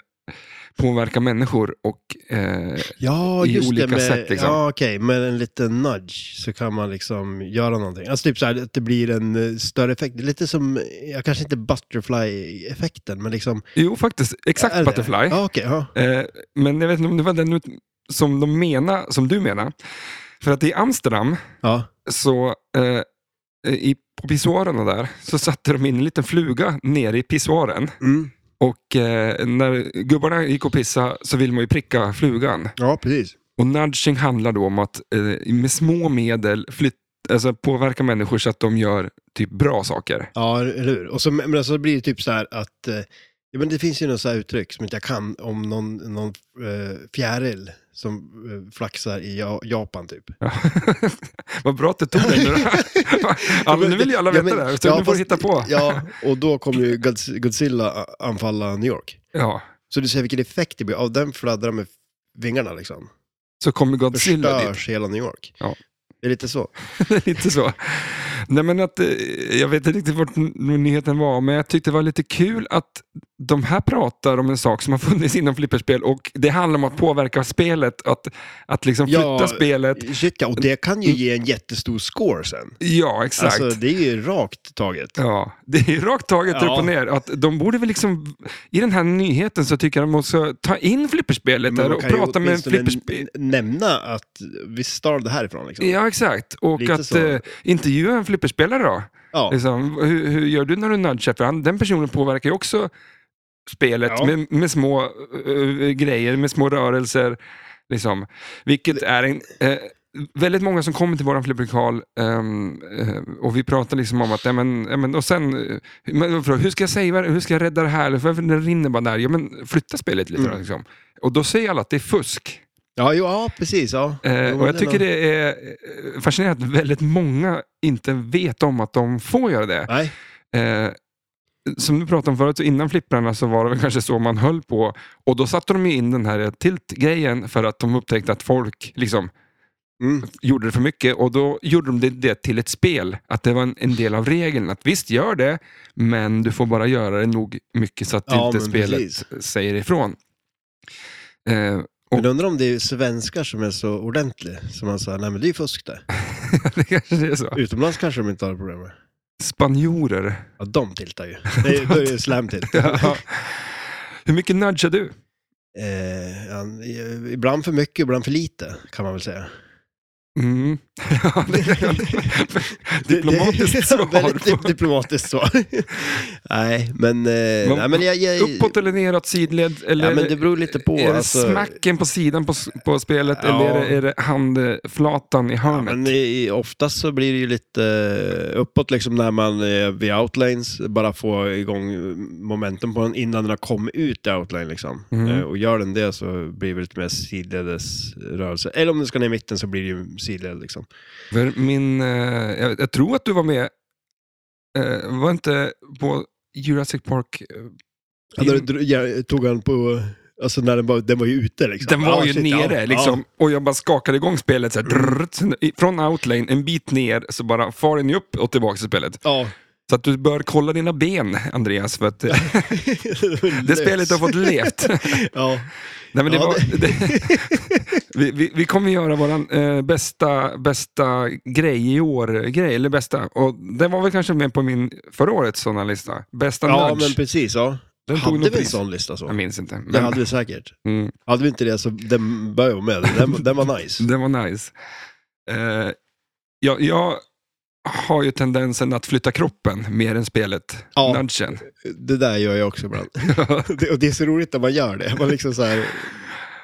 A: påverka människor och eh,
B: Ja,
A: I
B: just
A: olika
B: det. Med,
A: sätt, liksom.
B: Ja, okej. Med en liten nudge så kan man liksom göra någonting. Alltså typ så här att det blir en eh, större effekt. Det är Lite som, eh, ja, kanske inte butterfly-effekten, men liksom...
A: Jo, faktiskt. Exakt
B: är det?
A: Butterfly.
B: Ja, okej. ja.
A: Eh, men jag vet inte om det var den ut- som, de menar, som du menar. För att i Amsterdam,
B: ja.
A: så, eh, i, på pissoarerna där, så satte de in en liten fluga nere i pissoaren.
B: Mm.
A: Och eh, när gubbarna gick och pissade så ville man ju pricka flugan.
B: ja, precis.
A: Och nudging handlar då om att eh, med små medel flyt, alltså påverka människor så att de gör typ bra saker.
B: Ja, eller hur? Och så, men alltså, det blir det typ så här att... eh, Ja, men det finns ju något så här uttryck som inte jag kan om någon, någon eh, fjäril som eh, flaxar i ja, Japan typ.
A: Ja. [LAUGHS] Vad bra att du tog den nu
B: [LAUGHS]
A: då. ja, men Nu vill ju alla veta
B: men-
A: det här, så nu får du
B: fast-
A: hitta på.
B: Ja, och då kommer ju Gods- Godzilla a- anfalla New York.
A: Ja.
B: Så du ser vilken effekt det blir av den fladdrar med vingarna liksom.
A: Så kommer Godzilla dit.
B: Förstörs hela New York.
A: Ja.
B: Det är lite så.
A: Det är [LAUGHS] lite så. Nej, men att, eh, jag vet inte riktigt vart n- nyheten var, men jag tyckte det var lite kul att de här pratar om en sak som har funnits inom flipperspel och det handlar om att påverka spelet, att, att liksom flytta
B: Ja.
A: spelet.
B: Shit, ja, och det kan ju ge en jättestor score sen.
A: Ja, Mm. exakt.
B: Alltså det är ju rakt taget.
A: Ja, det är rakt taget
B: Ja.
A: upp och ner. Att de borde väl liksom, I den här nyheten så tycker jag de måste ta in flipperspelet
B: Men
A: där
B: de
A: och
B: kan ju
A: prata med en
B: åtminstone
A: flipperspel.
B: n- Nämna att vi stal det härifrån liksom.
A: Ja, exakt. Och
B: Lite
A: att
B: så.
A: eh, intervjua en flipperspelare då.
B: Ja.
A: Liksom, hur, hur gör du när du nudgar? För han, den personen påverkar ju också spelet
B: Ja.
A: med, med små eh, grejer, med små rörelser. Liksom. Vilket är en... eh, Väldigt många som kommer till vår flipperkal ehm, eh, och vi pratar liksom om att, ja, men, ja, men, och sen, eh, men, jag frågar, hur ska jag säga, hur ska jag rädda det här? Eller Varför den rinner bara där? Ja, men flytta spelet lite då,
B: Mm.
A: liksom. Och då säger alla att det är fusk.
B: Ja, jo, ja, precis. Ja.
A: Eh,
B: Jo,
A: och jag
B: men
A: tycker det är eh, fascinerande att väldigt många inte vet om att de får göra det.
B: Nej,
A: Eh, som du pratade om förut, så innan flipprarna så var det väl kanske så man höll på. Och då satte de ju in den här tilt-grejen för att de upptäckte att folk liksom
B: Mm.
A: gjorde det för mycket. Och då gjorde de det, det till ett spel. Att det var en, en del av regeln. Att visst, gör det, men du får bara göra det nog mycket så att
B: Ja,
A: inte
B: men
A: spelet
B: precis.
A: säger ifrån. Eh, [LAUGHS]
B: men undrar om det är svenskar som är så ordentliga. Som man säger, nej men det är ju
A: [LAUGHS]
B: fusk det.
A: det kanske är så.
B: Utomlands kanske de inte har problem med.
A: Spanjorer.
B: Ja, de tiltar ju. Det är, då är det slam
A: [LAUGHS]
B: tilt.
A: Ja. Hur mycket nudgar du?
B: Eh, ja, ibland för mycket, ibland för lite, kan man väl säga.
A: Mm. [LAUGHS] Ja, det
B: [LAUGHS]
A: är diplomatiskt
B: det, det, [LAUGHS] väldigt
A: svar.
B: dip-
A: på-
B: Diplomatiskt svar. [LAUGHS] nej, men... Eh,
A: Men
B: nej, men jag, jag,
A: Uppåt eller neråt, sidled? Eller
B: ja, men det beror lite på.
A: är det
B: alltså.
A: smacken på sidan på, s- på spelet
B: Ja.
A: eller är det, är det handflatan i
B: Ja,
A: hörnet?
B: men i, i- oftast så blir det ju lite eh, uppåt liksom när man eh, vid outlanes bara får igång eh, momentum på den innan den har kommit ut i outline liksom.
A: Mm.
B: Eh, Och gör den det så blir det lite mer sidledes rörelse. Eller om den ska ner i mitten så blir det ju sidled liksom.
A: För min, eh, jag, jag tror att du var med, eh, var inte på Jurassic Park? eh,
B: Ja, när du dro- ja, tog han på, alltså när den var, den var ju ute liksom.
A: Den var
B: Ja,
A: ju
B: shit,
A: nere
B: ja, Mm.
A: liksom, och jag bara skakade igång spelet så här, drrrt, sen i- från outlane en bit ner så bara far den ju upp och tillbaka till spelet.
B: Ja.
A: Så att du bör kolla dina ben, Andreas, för
B: [LAUGHS]
A: att eh, [LAUGHS] det spelet har fått levt.
B: Ja.
A: Nej, men det
B: Ja,
A: var, det, [LAUGHS] vi, vi, vi kommer göra vår eh, bästa, bästa grej i år, eh, grej, eller bästa. Och den var väl kanske med på min förra årets sådana lista. Bästa
B: ja,
A: nudge.
B: men precis. Ja.
A: Den tog nog
B: hade vi en
A: pris.
B: sån lista så?
A: Jag minns inte.
B: Det
A: Men,
B: hade vi säkert.
A: mm,
B: Hade vi inte det så den började jag med. Den, den var nice.
A: den var nice. Eh, jag, jag har ju tendensen att flytta kroppen mer än spelet.
B: Ja.
A: Nudgen. [LAUGHS]
B: Det där gör jag också ibland. Det, och det är så roligt när man gör det. Man liksom så här,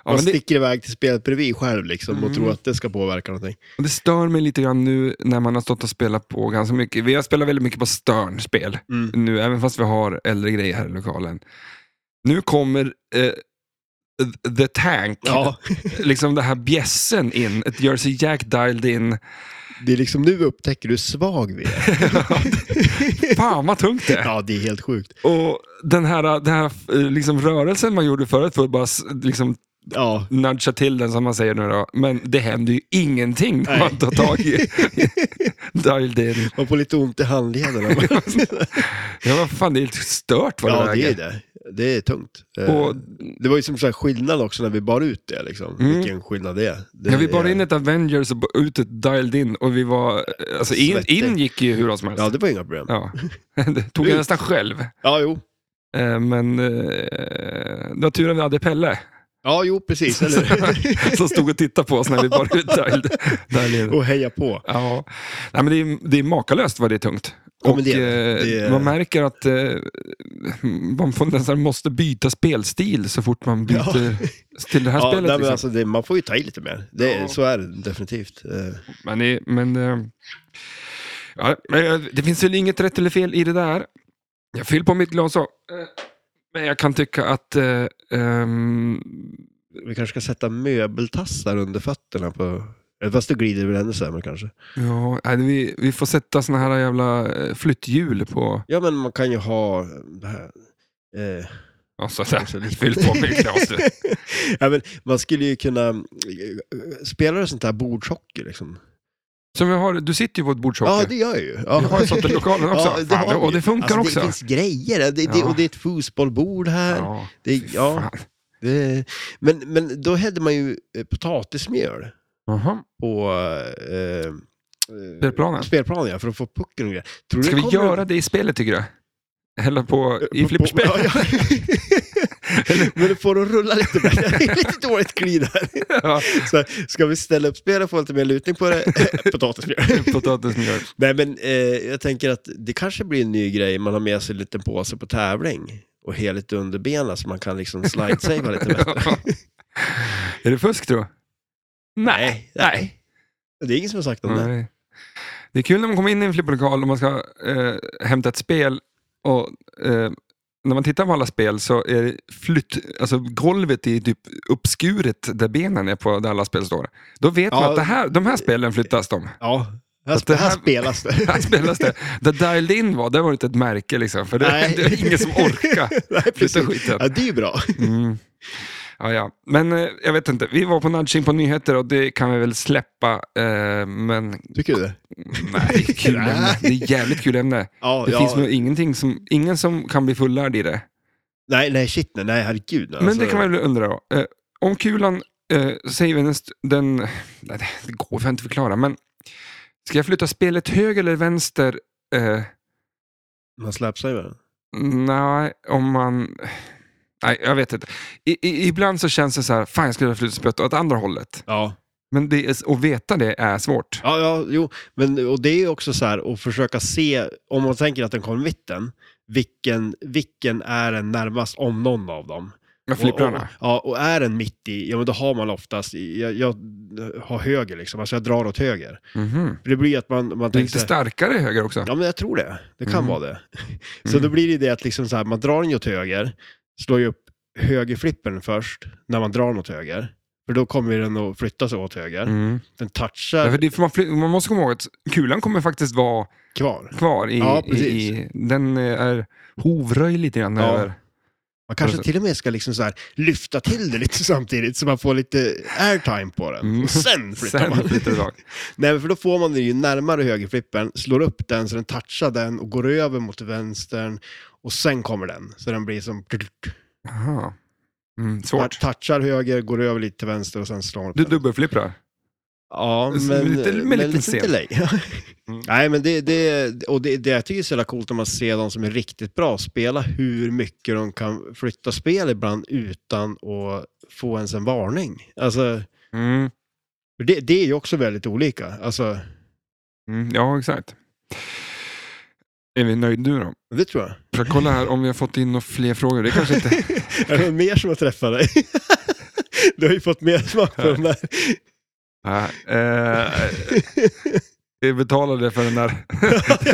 A: Ja,
B: man
A: men det,
B: sticker iväg till spelet bredvid själv liksom,
A: Mm.
B: och tror att det ska påverka någonting.
A: och det stör mig lite grann nu när man har stått och spelat på ganska mycket. Vi har spelat väldigt mycket på Stern-spel
B: Mm.
A: nu, även fast vi har äldre grejer här i lokalen. Nu kommer eh, The Tank,
B: Ja,
A: liksom den här bjässen in. Ett Jersey Jack dialed in.
B: det är liksom nu upptäcker du hur svag
A: [LAUGHS]
B: vi är.
A: Fan vad tungt det är.
B: Ja, det är helt sjukt.
A: Och den här, den här eh, liksom, rörelsen man gjorde förut för att bara s- liksom,
B: Ja,
A: nudga till den som man säger nu då. Men det händer ju ingenting när
B: Nej.
A: man tar tag i [LAUGHS] dialed in.
B: man får lite ont
A: [LAUGHS]
B: i handlederna.
A: Ja, vad fan, det är helt stört vad
B: ja,
A: det
B: det är
A: väger.
B: det. Det är tungt. Eh,
A: Och,
B: Det var ju som sagt skillnad också när vi bar ut det. Liksom.
A: Mm.
B: Vilken skillnad det är. Det
A: ja, vi bar
B: är-
A: in ett Avengers och b- ut ett dialed in och vi var... Alltså in,
B: Svettig.
A: in gick ju hur bra som helst.
B: Ja, det var inga problem. Ja,
A: Ja. [LAUGHS] Det tog jag
B: Ut.
A: nästan själv.
B: jo.
A: Eh, Men eh, det var tur att vi hade Pelle
B: Ja, jo, precis. Eller?
A: [LAUGHS]
B: hur?
A: som stod och tittade på oss när vi bar ut
B: [LAUGHS]
A: dialed, dialed in.
B: och heja på.
A: Ja, Nej, men det, är, det är makalöst vad det är tungt.
B: Ja,
A: och
B: men det är
A: eh,
B: Det är-
A: Man märker att eh, man får nästan måste byta spelstil så fort man
B: Ja.
A: byter till det här
B: [LAUGHS] Ja,
A: spelet.
B: nej, men
A: liksom.
B: alltså, det, man får ju ta i lite mer. Det,
A: Ja.
B: Så är det definitivt. Eh,
A: men det, men, eh, ja, men, eh, det finns väl inget rätt eller fel i det där. Jag fyller på mitt glas så. Eh, Men jag kan tycka att eh, ehm,
B: Vi kanske ska sätta möbeltassar under fötterna på... eh, Fast då glider det väl ännu sämre kanske.
A: ja, nej, vi, vi får sätta såna här jävla eh, flytthjul på...
B: Ja, men man kan ju ha det här... Eh,
A: Ja, så
B: [LAUGHS] Och så
A: där.
B: lite-
A: Fyll på mitt glas du.
B: ja, men man skulle ju kunna... eh, Spelar du sånt här bordshockey liksom?
A: [LAUGHS] Som vi har, du sitter ju på ett bordshockey.
B: Ja, det gör jag ju. Ja.
A: Vi har ju sånt i lokalen också.
B: [LAUGHS] Ja, det
A: Fan,
B: har vi.
A: och det funkar också.
B: alltså, Det finns grejer. Det, det,
A: Ja.
B: Och det är ett fotbollbord här.
A: ja,
B: det,
A: fy
B: ja,
A: fan.
B: det, men, men då hällde man ju eh, potatismjöl
A: Jaha.
B: på eh, eh,
A: Spelplanen.
B: spelplanen, ja, för att få pucken och grejer. Tror du
A: Ska
B: det
A: vi
B: kommer-
A: göra det i spelet tycker du? Eller på, i
B: på-
A: flipperspel?
B: Ja, [LAUGHS]
A: [LAUGHS]
B: ja. men du får det att rulla lite bättre. Det är lite dåligt glid här.
A: [LAUGHS] Ja.
B: Så ska vi ställa upp spelet och få lite mer lutning på det? [LAUGHS] Eh, Potatismjöl.
A: Potatismjöl.
B: Nej, men eh, jag tänker att det kanske blir en ny grej. Man har med sig en liten påse på tävling och heligt under benen så man kan liksom slide-savea
A: [LAUGHS]
B: lite bättre.
A: Är det fusk tror du? Nej. Nej.
B: Det är ingen som har sagt om det.
A: Nej. Det är kul när man kommer in i en flipperlokal och man ska eh, hämta ett spel. Och, eh, när man tittar på alla spel så är det flytt, alltså golvet är typ uppskuret där benen är på där alla spel står. Då vet man
B: Ja.
A: att det här, de här spelen flyttas de.
B: Ja, här,
A: Att det
B: sp- här
A: här-
B: spelas det.
A: Här spelas
B: [LAUGHS]
A: det. Där Dialed In var, där var det inte ett märke liksom. För det,
B: Nej.
A: det är ingen som orkar
B: [LAUGHS] Nej,
A: flytta
B: precis.
A: skiten.
B: Ja, det är ju bra.
A: Mm. Ja, ja. Men eh, jag vet inte, vi var på nudging på nyheter och det kan vi väl släppa. Eh, men
B: Tycker du det?
A: Nej,
B: [LAUGHS]
A: det är kul
B: Nej.
A: ämne. Det är jävligt kul ämne.
B: Ja,
A: Det
B: ja.
A: finns nog ingenting som, ingen som kan bli fullärd i det.
B: Nej, nej, shit, nej, nej herregud. Alltså,
A: Men det kan man väl undra då. Eh, om kulan, eh, säger vi den... st- den nej, det går för inte förklara, men ska jag flytta spelet höger eller vänster? Eh,
B: Man slapsar ju med den.
A: nej, om man... Nej, jag vet inte. I, i, ibland så känns det så här, fan jag skulle ha flyttat spelet åt andra hållet.
B: Ja.
A: Men det är, att veta det är svårt.
B: Ja, ja, jo, men och det är ju också så här att försöka se, om man tänker att den kommer i mitten, vilken, vilken är den närmast om någon av dem?
A: Med
B: Och, och,
A: flipprarna.
B: ja, och är den mitt i, ja men då har man oftast, i, jag, jag har höger liksom, alltså jag drar åt höger.
A: Mhm.
B: För det blir ju att man, man
A: Det är
B: tänker
A: lite
B: så här,
A: starkare höger också.
B: ja men jag tror det, det kan
A: Mm.
B: vara det. [LAUGHS] Så
A: Mm.
B: då blir det ju det att liksom så här, man drar den ju åt höger, slår ju upp högerflippen först när man drar den åt höger. För då kommer ju den att flytta sig åt höger.
A: Mm.
B: Den touchar
A: Därför det, för man, fly- man måste komma ihåg att kulan kommer faktiskt vara
B: kvar.
A: kvar. I,
B: Ja, precis.
A: i, i, den eh, är hovröj lite grann.
B: Ja.
A: Över.
B: Man kanske till och med ska liksom så här lyfta till det lite [LAUGHS] samtidigt så man får lite airtime på den.
A: Mm.
B: Och sen flyttar
A: Sen
B: man.
A: flyttar det idag.
B: [LAUGHS] Nej, men för då får man den ju närmare högerflippen, slår upp den så den touchar den och går över mot vänstern och sen kommer den. Så den blir som...
A: Aha. Mm, svårt.
B: Touchar höger, går över lite till vänster och sen slår man upp
A: Du
B: den.
A: dubbelflipprar.
B: Ja,
A: Så
B: men...
A: med lite- med
B: men
A: liten
B: lite
A: scen.
B: delay.
A: [LAUGHS] Mm.
B: Nej, men det, det, och det, det jag tycker är så jävla coolt när man ser de som är riktigt bra spela hur mycket de kan flytta spel ibland utan att få ens en varning. Alltså,
A: Mm.
B: för det, det är ju också väldigt olika. Alltså,
A: Mm. Ja, exakt. Är vi nöjda nu då?
B: det tror
A: [LAUGHS]
B: jag.
A: För
B: [LAUGHS]
A: att kolla här om vi har fått in några fler frågor. Det kanske inte...
B: Är det någon mer som har träffat dig? [LAUGHS] Du har ju fått mer smak på
A: [LAUGHS]
B: de där.
A: Ja, eh, vi betalade för den där.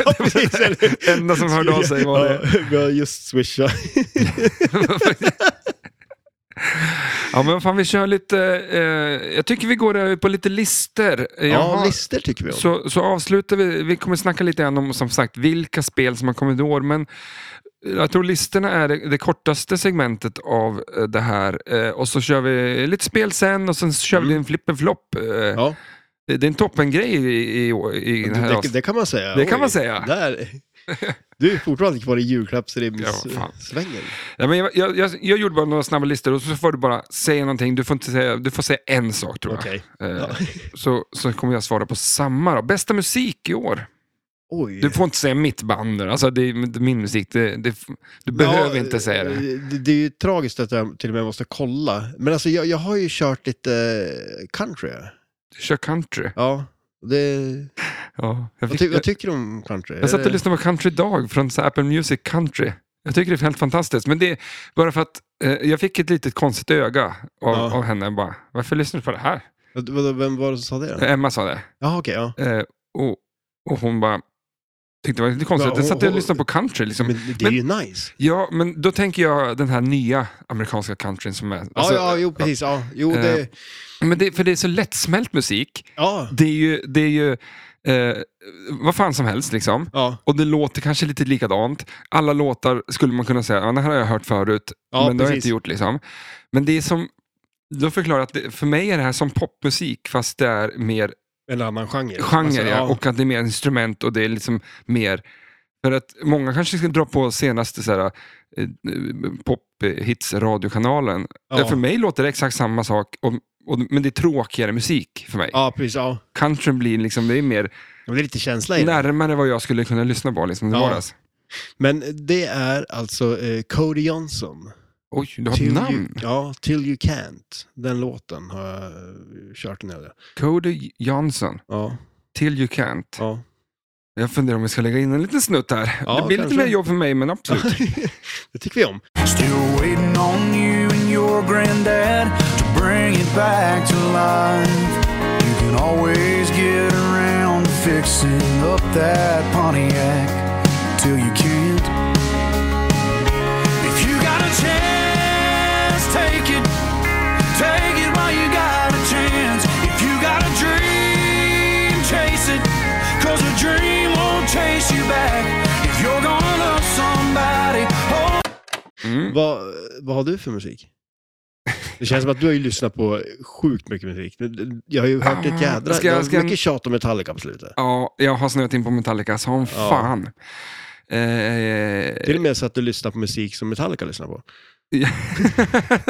B: ja, precis. eller-
A: enda som hörde av sig var det.
B: Ja, vi har just swishat.
A: Ja, men fan vi kör lite, eh, jag tycker vi går över på lite lister. Jag
B: Ja,
A: har-
B: lister tycker vi om.
A: Så, så avslutar vi, vi kommer snacka lite grann om som sagt vilka spel som har kommit i år, men eh, jag tror listorna är det, det kortaste segmentet av eh, det här. Eh, och så kör vi lite spel sen och sen kör vi en flippenflopp. Eh,
B: Mm. Ja.
A: det, det är en toppengrej i, i, i den här
B: Det, det,
A: avsnittet.
B: det kan man säga.
A: Det kan
B: Oj,
A: man säga.
B: Där.
A: [LAUGHS]
B: Du är fortfarande kvar i
A: Ja, fan.
B: julklappsrimssvängen.
A: Ja, men jag, jag, jag, jag gjorde bara några snabba listor och så får du bara säga någonting. Du får, inte säga, du får säga en sak tror jag.
B: Okej.
A: Eh,
B: Ja. [LAUGHS]
A: så, så kommer jag svara på samma då. Bästa musik i år?
B: Oj.
A: Du får inte säga mitt band nu. alltså det är min musik. Det, det, du behöver inte säga det.
B: eh, det. Det är ju tragiskt att jag till och med måste kolla. Men alltså jag, jag har ju kört lite eh, country.
A: Kör country.
B: Ja. Det,
A: Ja, jag,
B: vad,
A: fick,
B: ty, vad
A: jag,
B: tycker du om country? Eh,
A: jag satt och lyssnade på Country Dog från så här Apple Music Country. Jag tycker det är helt fantastiskt. Men det är bara för att eh, jag fick ett litet konstigt öga av,
B: Ja.
A: av henne. Bara, Varför lyssnar du på det här?
B: Vad- vad- Vem var det som sa det? då?
A: Emma sa det.
B: Ja, okej. Ja.
A: Eh, och, och hon bara tyckte det var lite konstigt.
B: Ja,
A: jag
B: hon-
A: satt och
B: hon-
A: lyssnade på country. Liksom.
B: Men det är ju nice.
A: Ja, men då tänker jag den här nya amerikanska countryn som är... alltså,
B: ja, ja, jo, precis. Ja, jo,
A: eh,
B: det,
A: Men det, för det är så lättsmält musik.
B: ja,
A: Det är ju, det är ju eh, vad fan som helst liksom.
B: ja,
A: Och det låter kanske lite likadant. Alla låtar skulle man kunna säga, ja, det här har jag hört förut,
B: Ja,
A: men det har jag
B: precis.
A: inte gjort. liksom. Men det är som, då förklarar jag att det, för mig är det här som popmusik fast det är mer
B: en annan genre.
A: genre
B: Alltså,
A: ja. och att det är mer instrument och det är liksom mer... För att många kanske ska dra på senaste så här, eh, pophits-radiokanalen.
B: Ja.
A: Eh, För mig låter det exakt samma sak, och, och, men det är tråkigare musik för mig.
B: Ja, precis. Ja.
A: Countryn blir liksom, det är mer
B: Men det är lite känsla i det.
A: närmare vad jag skulle kunna lyssna på liksom, i
B: Ja.
A: vardags.
B: Men det är alltså eh, Cody Johnson.
A: Oj, du har ett
B: Till
A: namn!
B: You, ja, Till You Can't. Den låten har jag eh, kört en hel del.
A: Cody Johnson,
B: Ja,
A: Till You Can't. [LAUGHS]
B: ja.
A: Jag funderar om vi ska lägga in en liten snutt här.
B: Ja,
A: det blir lite
B: kanske.
A: mer jobb för mig, men
B: [LAUGHS]
A: absolut.
B: det tycker vi om.
H: Still waiting on you and your granddad to bring it back to life. You can always get around to fixing up that Pontiac till you can't. If you got a chance, take it. Take it while you got a chance. If you got a dream, chase it. Cause a dream won't chase you back. If you're gonna love somebody, oh.
A: Mm.
B: Vad, vad har du för musik? Det känns som att du har ju lyssnat på sjukt mycket musik. Jag har ju hört ett jädra...
A: Ah, Ska jag-
B: det var
A: ska jag- Eh.
B: mycket tjat om Metallica på slutet.
A: Ja, jag har snöat in på Metallica som fan. Eh,
B: Till och med så att du lyssnar på musik som Metallica lyssnar på.
A: [LAUGHS]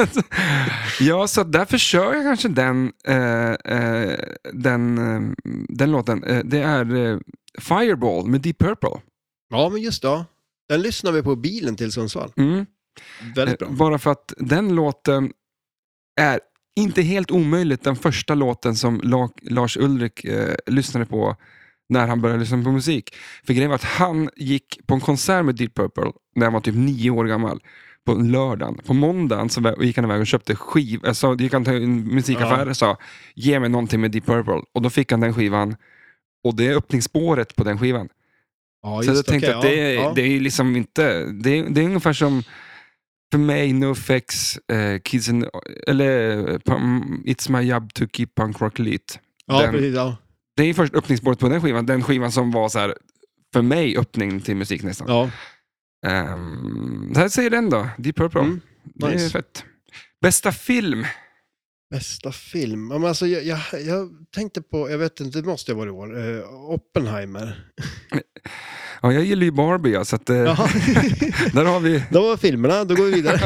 A: ja, så därför kör jag kanske den, eh, eh, den, eh, den låten. Eh, det är eh, Fireball med Deep Purple.
B: Ja, men just det. ja. Den lyssnar vi på i bilen till Sundsvall.
A: Mm.
B: Väldigt
A: Eh,
B: bra.
A: Bara för att den låten är inte helt omöjligt den första låten som La- Lars Ulrik eh, lyssnade på när han började lyssna på musik. För grejen var att han gick på en konsert med Deep Purple när han var typ nio år gammal. På lördagen. På måndagen så vä- gick han iväg och köpte skiv. Alltså, gick han till en musikaffär och sa ge mig någonting med Deep Purple. Och då fick han den skivan. Och det är öppningsspåret på den skivan.
B: Ja,
A: Så
B: just
A: jag tänkte
B: okej,
A: att det,
B: ja, ja.
A: det är ju liksom inte, det är, det är ungefär som för mig NoFX, eh, Kids in, eller eh, Pum- It's My Job to Keep Punk Rock Elite.
B: Ja,
A: den-
B: precis. Ja.
A: Det är ju först öppningsspåret på den skivan, den skivan som var så här, för mig öppning till musik nästan.
B: ja.
A: Ehm, så här säger den då, Deep Purple.
B: Mm,
A: Det är
B: nice.
A: fett. Bästa film?
B: Bästa film? Ja, men alltså, jag, jag, jag tänkte på, jag vet inte, det måste jag vara i år. Eh, Oppenheimer.
A: Ja, jag gillar ju Barbie, ja, så att, eh,
B: [LAUGHS] Jaha.
A: där har vi...
B: Då var filmerna, då går
A: [LAUGHS]
B: vi vidare.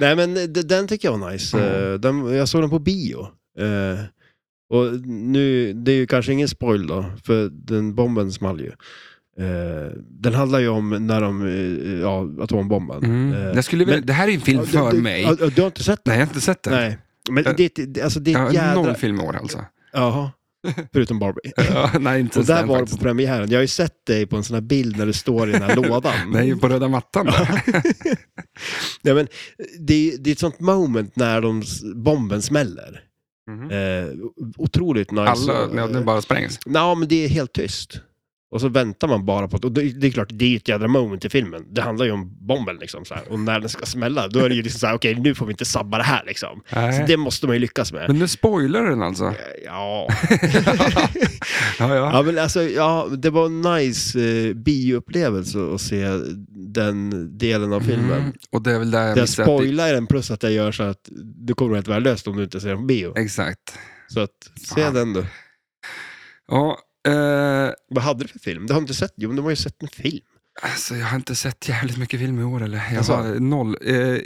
B: Nej men d- den tycker jag var nice. Eh, Den, jag såg den på bio. Eh, Och nu, det är ju kanske ingen spoil då, för den bomben small ju. Eh, Den handlar ju om när de, eh, ja, atombomben.
A: Mm.
B: Eh,
A: Jag skulle vilja,
B: men-
A: det här är en film
B: ja, du-
A: för
B: du,
A: mig.
B: ja, Du har inte sett den?
A: Nej, jag har inte sett den.
B: Nej. Men det är ett- det, alltså det är ett
A: jag har [LAUGHS]
B: jädra... [LAUGHS]
A: noll filmår alltså.
B: Jaha. Förutom Barbie.
A: Ja, nej, inte
B: Och
A: ens
B: där
A: den
B: var du
A: faktiskt.
B: på premiären. Jag har ju sett dig på en sån här bild när du står i
A: [LAUGHS]
B: den här lådan.
A: Nej, på röda mattan. [LAUGHS] där.
B: Ja, men det, är- det är ett sånt moment när de, s- bomben smäller.
A: Mhm.
B: Eh, otroligt nice.
A: Alla, ja, den bara sprängs.
B: Nej, men det är helt tyst. Och så väntar man bara på att, och det, det är klart, det är ju ett jädra moment i filmen. Det handlar ju om bomben liksom. Så här. Och när den ska smälla, då är det ju liksom så här, okej nu får vi inte sabba det här liksom. Så
A: Nej.
B: det måste man ju lyckas med.
A: Men nu spoilar den alltså.
B: Eh,
A: [LAUGHS]
B: Ja.
A: Ja, ja.
B: ja, men alltså, ja, det var en nice eh, bioupplevelse att se den delen av filmen.
A: Mm. Och det är väl där jag
B: Jag
A: missade. att det-
B: spoilar den plus att jag gör så att du kommer att vara helt värdelös om du inte ser den på bio.
A: Exakt.
B: Så att, se
A: Fan.
B: den du.
A: Ja, eh,
B: Vad hade du för film? Du har inte sett? Jo, men du har ju sett en film.
A: alltså, jag har inte sett jävligt mycket film i år. Eller? Jag
B: Jaså?
A: har noll. Eh,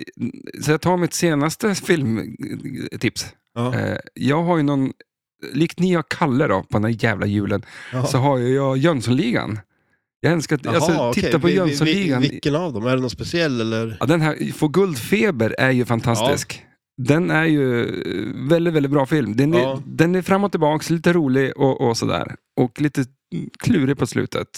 A: så jag tar mitt senaste filmtips.
B: Ja.
A: Eh, jag har ju någon, likt ni och Kalle då, på den här jävla julen, så har ju jag Jönssonligan. Jag älskar att alltså,
B: Jaha,
A: titta
B: okej.
A: på
B: Vi- vi- vi-
A: Jönssonligan.
B: Vilken av dem? Är det någon speciell eller?
A: Ja, den här, Få guldfeber är ju fantastisk. Den är ju eh, väldigt, väldigt bra film. Den är,
B: Ja.
A: den är fram och tillbaks, lite rolig och, och sådär. Och lite klurig på slutet.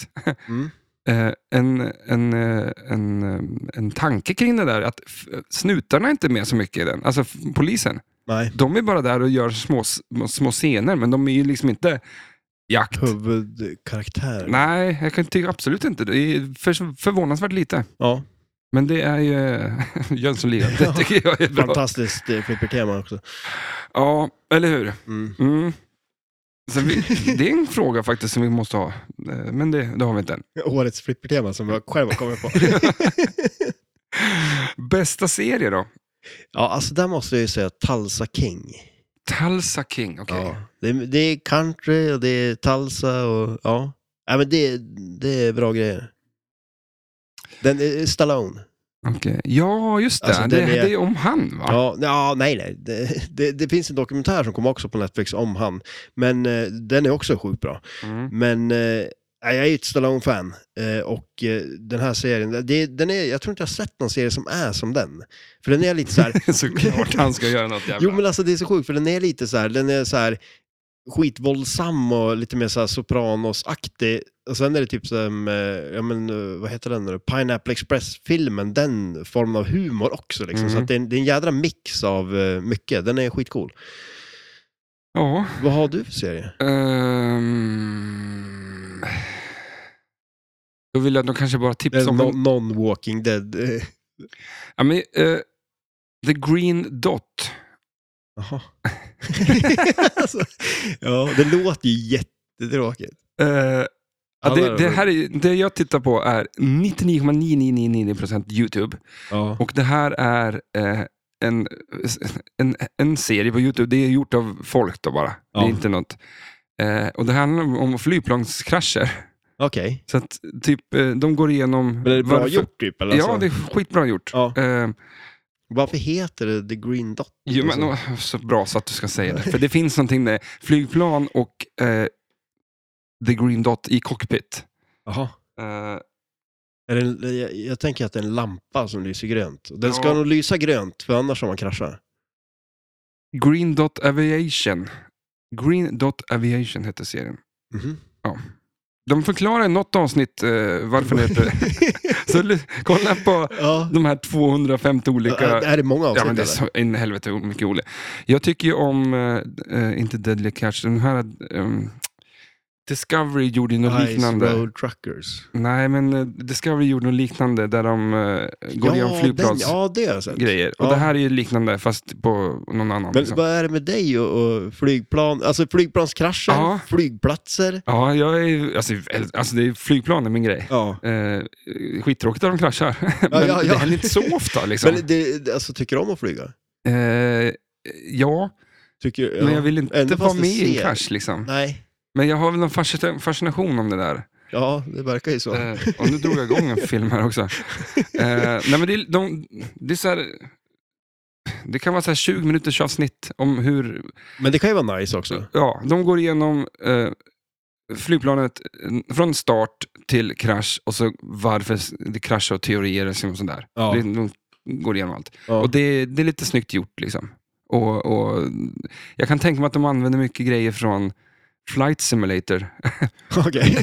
B: Mm.
A: Eh, en, en, eh, en, eh, en tanke kring det där, att f- snutarna är inte med så mycket i den. Alltså f- polisen.
B: Nej.
A: De är bara där och gör små, små- små scener, men de är ju liksom inte jakt.
B: Huvudkaraktär?
A: Nej, jag kan tycka absolut inte. Det är för, förvånansvärt lite.
B: Ja,
A: Men det är ju [LAUGHS] Jönssonligan. Det tycker jag är bra.
B: fantastiskt eh, flippertema också.
A: Ja, eller hur?
B: Mm.
A: Mm. Så vi,
B: [LAUGHS]
A: det är en fråga faktiskt som vi måste ha, Eh, men det, det har vi inte än.
B: Årets flippertema som jag själv har
A: [LAUGHS]
B: kommit på.
A: Bästa serie då?
B: ja, alltså där måste jag ju säga Talsa King.
A: Tulsa King, okej.
B: Ja. Det, är- det är country och det är Talsa och ja. ja men det, det är bra grejer. Den är Stallone.
A: Okej. Ja, just det.
B: Alltså,
A: det,
B: den är-
A: det är om han, va?
B: Ja, ja, nej, nej. Det, det, det finns en dokumentär som kom också på Netflix om han. Men eh, den är också sjukt bra.
A: Mm.
B: Men eh, jag är ju ett Stallone-fan. Eh, och eh, den här serien, det, den är, jag tror inte jag har sett någon serie som är som den. För den är lite så här...
A: Såklart han ska göra något jävla...
B: jo, men alltså det är så sjukt, för den är lite så här, den är så här skitvåldsam och lite mer så här Sopranos-aktig. Och sen är det typ som, eh, ja men eh, vad heter den nu? Pineapple Express-filmen, den formen av humor också liksom. Så
A: Mm.
B: att det, är en, det är en jädra mix av eh, mycket. Den är skitcool.
A: Ja.
B: Vad har du för serie?
A: Ehm... Då vill jag då kanske bara
B: Eh,
A: tipsa om...
B: no- Non-Walking Dead. [LAUGHS] eh,
A: Ja, men, eh, The Green Dot. [LAUGHS]
B: Jaha. alltså, ja, det låter ju jättetråkigt.
A: Eh, ja,
B: Alla
A: det,
B: är
A: det,
B: väl-
A: här är, det jag tittar på är 99,9999% YouTube.
B: Ja.
A: Och det här är eh, en, en, en serie på YouTube. Det är gjort av folk då bara. Det
B: Ja.
A: är inte något. Eh, och det handlar om- om flygplanskrascher.
B: Okej.
A: Så att typ, eh, de går igenom...
B: Men är det bra
A: varför-
B: gjort typ? Eller?
A: Ja,
B: alltså,
A: det är skitbra gjort.
B: Ja.
A: Eh,
B: Varför heter det The Green Dot?
A: Jo, men,
B: Alltså-
A: åh, så bra så att du ska säga det. För det finns någonting med flygplan och eh, the green dot i cockpit.
B: Jaha.
A: Eh,
B: Är det en, jag, jag tänker att det är en lampa som lyser grönt. Den ska
A: Ja.
B: nog lysa grönt, för annars har man kraschat.
A: green dot aviation. Green dot aviation hette serien. [LAUGHS]
B: Mhm.
A: De förklarar i något avsnitt eh, varför det heter Så l- kolla på
B: ja.
A: de här 250 olika...
B: Ä- Är det många avsnitt?
A: Ja, men det är
B: eller?
A: så in i helvete hur mycket Olle. Jag tycker ju om, eh, eh, inte Deadly Catch, den här... ehm, Discovery gjorde ju något
B: Ice
A: liknande.
B: Road Truckers.
A: Nej, men eh, Discovery gjorde något liknande där de eh, går igenom
B: den,
A: flygplansgrejer.
B: ja, det har jag sett.
A: Och
B: Ja.
A: det här är ju liknande fast på någon annan.
B: Men
A: liksom.
B: vad är det med dig och, och flygplan? Alltså flygplanskrascher,
A: Ja.
B: flygplatser.
A: Ja, jag är, alltså, äl- alltså det är flygplan är min grej.
B: Ja.
A: Eh, skittråkigt att de kraschar, [LAUGHS] men
B: ja, ja.
A: det händer inte så ofta. Liksom.
B: Men det, det- alltså, tycker du om att flyga?
A: eh, ja,
B: Tycker, ja.
A: men jag vill inte
B: Ändå
A: vara
B: fast
A: med
B: det
A: i en
B: ser-
A: krasch. Liksom.
B: Nej.
A: Men jag har väl någon fascin- fascination om det där.
B: Ja, det verkar ju så.
A: Eh, och nu drog jag igång en film här också. Eh, nej, men det, är- de, det, är så här, det kan vara så här 20 minuters avsnitt om hur
B: Men det kan ju vara nice också.
A: Ja, de går igenom eh, flygplanet eh, från start till krasch och så varför s- det kraschar och teorier och sånt där.
B: Ja.
A: Det- De går igenom allt.
B: Ja.
A: Och det, det är lite snyggt gjort liksom. Och, och jag kan tänka mig att de använder mycket grejer från Flight Simulator. [LAUGHS]
B: [LAUGHS] Okej,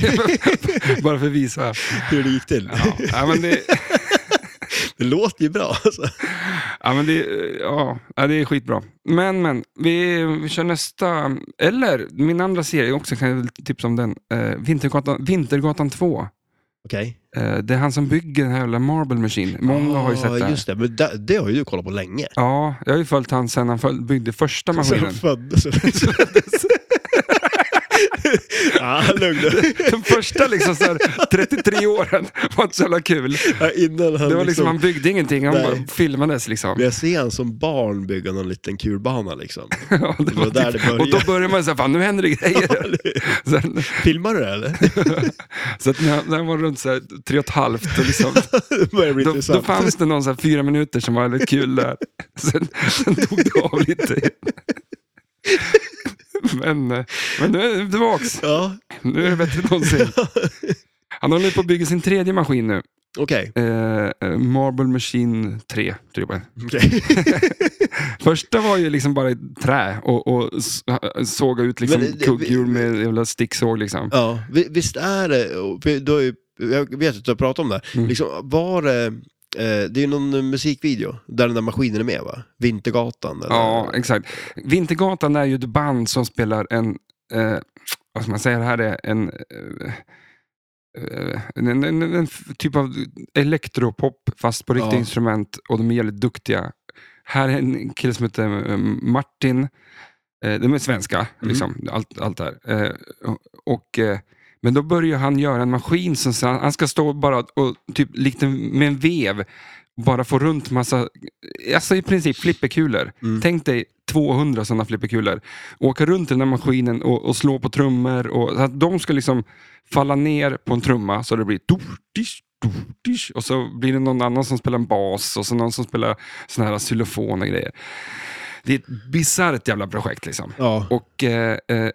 A: Bara för att visa.
B: hur det gick till.
A: Ja, ja, men det,
B: Det låter ju bra. Alltså.
A: ja, men det, ja, ja, det är skitbra. Men, men, vi, vi kör nästa. Eller, min andra serie också, kan jag väl tipsa om den. Eh, Vintergatan, Vintergatan 2.
B: Okej.
A: Eh, det är han som bygger den här jävla Marble Machine. Många har ju sett det.
B: Ja,
A: här.
B: Ah, Just det, men det, det har ju du kollat på länge.
A: Ja, jag har ju följt han sen han föl- byggde
B: [LAUGHS]
A: första
B: Sen
A: maskinen.
B: han föddes. [LAUGHS] ja, lugn nu.
A: Den första liksom så här, 33 åren var inte så jävla kul.
B: Ja, innan han
A: Det var liksom, han byggde ingenting, han
B: Nej.
A: bara filmades liksom.
B: Men jag ser han som barn bygga någon liten kulbana liksom.
A: [LAUGHS] Ja, det typ-
B: var där det började.
A: Och då började man säga, fan nu händer det grejer. Sen,
B: Filmar du det eller? [LAUGHS]
A: så att när, när han var runt så här, tre och ett halvt, och liksom,
B: [LAUGHS] Det börjar bli
A: då, då
B: intressant.
A: fanns det någon så här, fyra minuter som var väldigt kul där. Sen, sen tog det av lite. Men, eh, men nu är det tillbaks.
B: Ja, [LAUGHS]
A: Nu är det bättre än någonsin. Han håller på att bygga sin tredje maskin nu.
B: okej.
A: Eh, eh, Marble Machine 3, tror jag.
B: Okej.
A: [LAUGHS] Första var ju liksom bara i trä och, och s- såga ut liksom
B: Men det- det-
A: kugghjul med jävla sticksåg. Liksom.
B: Ja, vi- visst är det, och vi- du har ju, jag vet att du har pratat om det, här.
A: Mm.
B: liksom, var det, eh, det är ju någon eh, musikvideo där den där maskinen är med va? Vintergatan eller?
A: Ja, exakt. Vintergatan är ju ett band som spelar en, eh, vad ska man säga, det här är en, eh, eh, en, en, en, en f- typ av elektropop fast på riktiga
B: Ja.
A: instrument och de är jävligt duktiga. Här är en kille som heter eh, Martin, eh, de är svenska,
B: Mm.
A: liksom, allt, allt det här. Eh, och, eh, men då börjar han göra en maskin som så han, han ska stå bara och typ likt en, med en vev bara få runt massa, alltså i princip flipperkulor. Tänk dig 200 sådana flipperkulor. Åka runt i den här maskinen och, och slå på trummor. Och, så att de ska liksom falla ner på en trumma så det blir tortish, tortish. Och så blir det någon annan som spelar en bas och så någon som spelar såna här xylofon och grejer. Det är ett bisarrt jävla projekt liksom.
B: Ja,
A: Och eh, eh,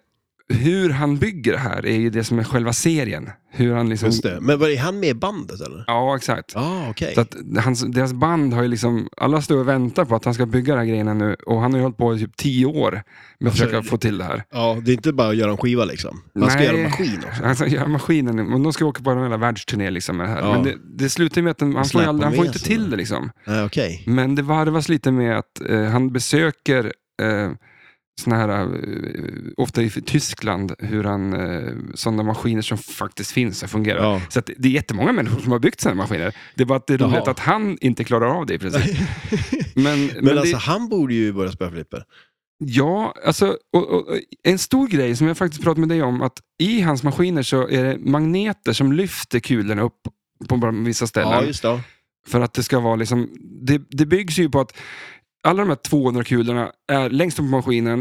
A: hur han bygger det här är ju det som är själva serien. Hur han liksom...
B: just det. Men var är han med i bandet eller?
A: Ja, exakt.
B: Ja, okej.
A: Så att hans, deras band har ju liksom, alla står och väntar på att han ska bygga de här grejerna nu och han har ju hållit på i typ tio år med att
B: Alltså,
A: försöka få till det här.
B: Ja, det är inte bara att göra en skiva liksom. Man ska
A: Nej.
B: göra en maskin också.
A: Han ska göra Alltså, maskinen, nu, och de ska åka på en jävla världsturné liksom med det här.
B: Ja.
A: Men det, det slutar ju med att den, han, får ju
B: släpar
A: aldrig, han
B: med
A: får ju inte
B: sig.
A: till det liksom.
B: Nej, okej.
A: Men det varvas lite med att eh, han besöker eh, såna här, eh, ofta i Tyskland, hur han, eh, sådana maskiner som faktiskt finns och fungerar.
B: Ja.
A: Så att det är jättemånga människor som har byggt sådana maskiner. Det är bara att det är roligt
B: Jaha.
A: att han inte klarar av det i princip. Mm.
B: [LAUGHS]
A: Men,
B: Men, alltså han borde ju börja spela flipper.
A: Ja, alltså, och, och, och en stor grej som jag faktiskt pratade med dig om, att i hans maskiner så är det magneter som lyfter kulorna upp på bara vissa ställen.
B: Ja, just det.
A: För att det ska vara liksom, det, det byggs ju på att alla de här 200 kulorna är längst upp på maskinen,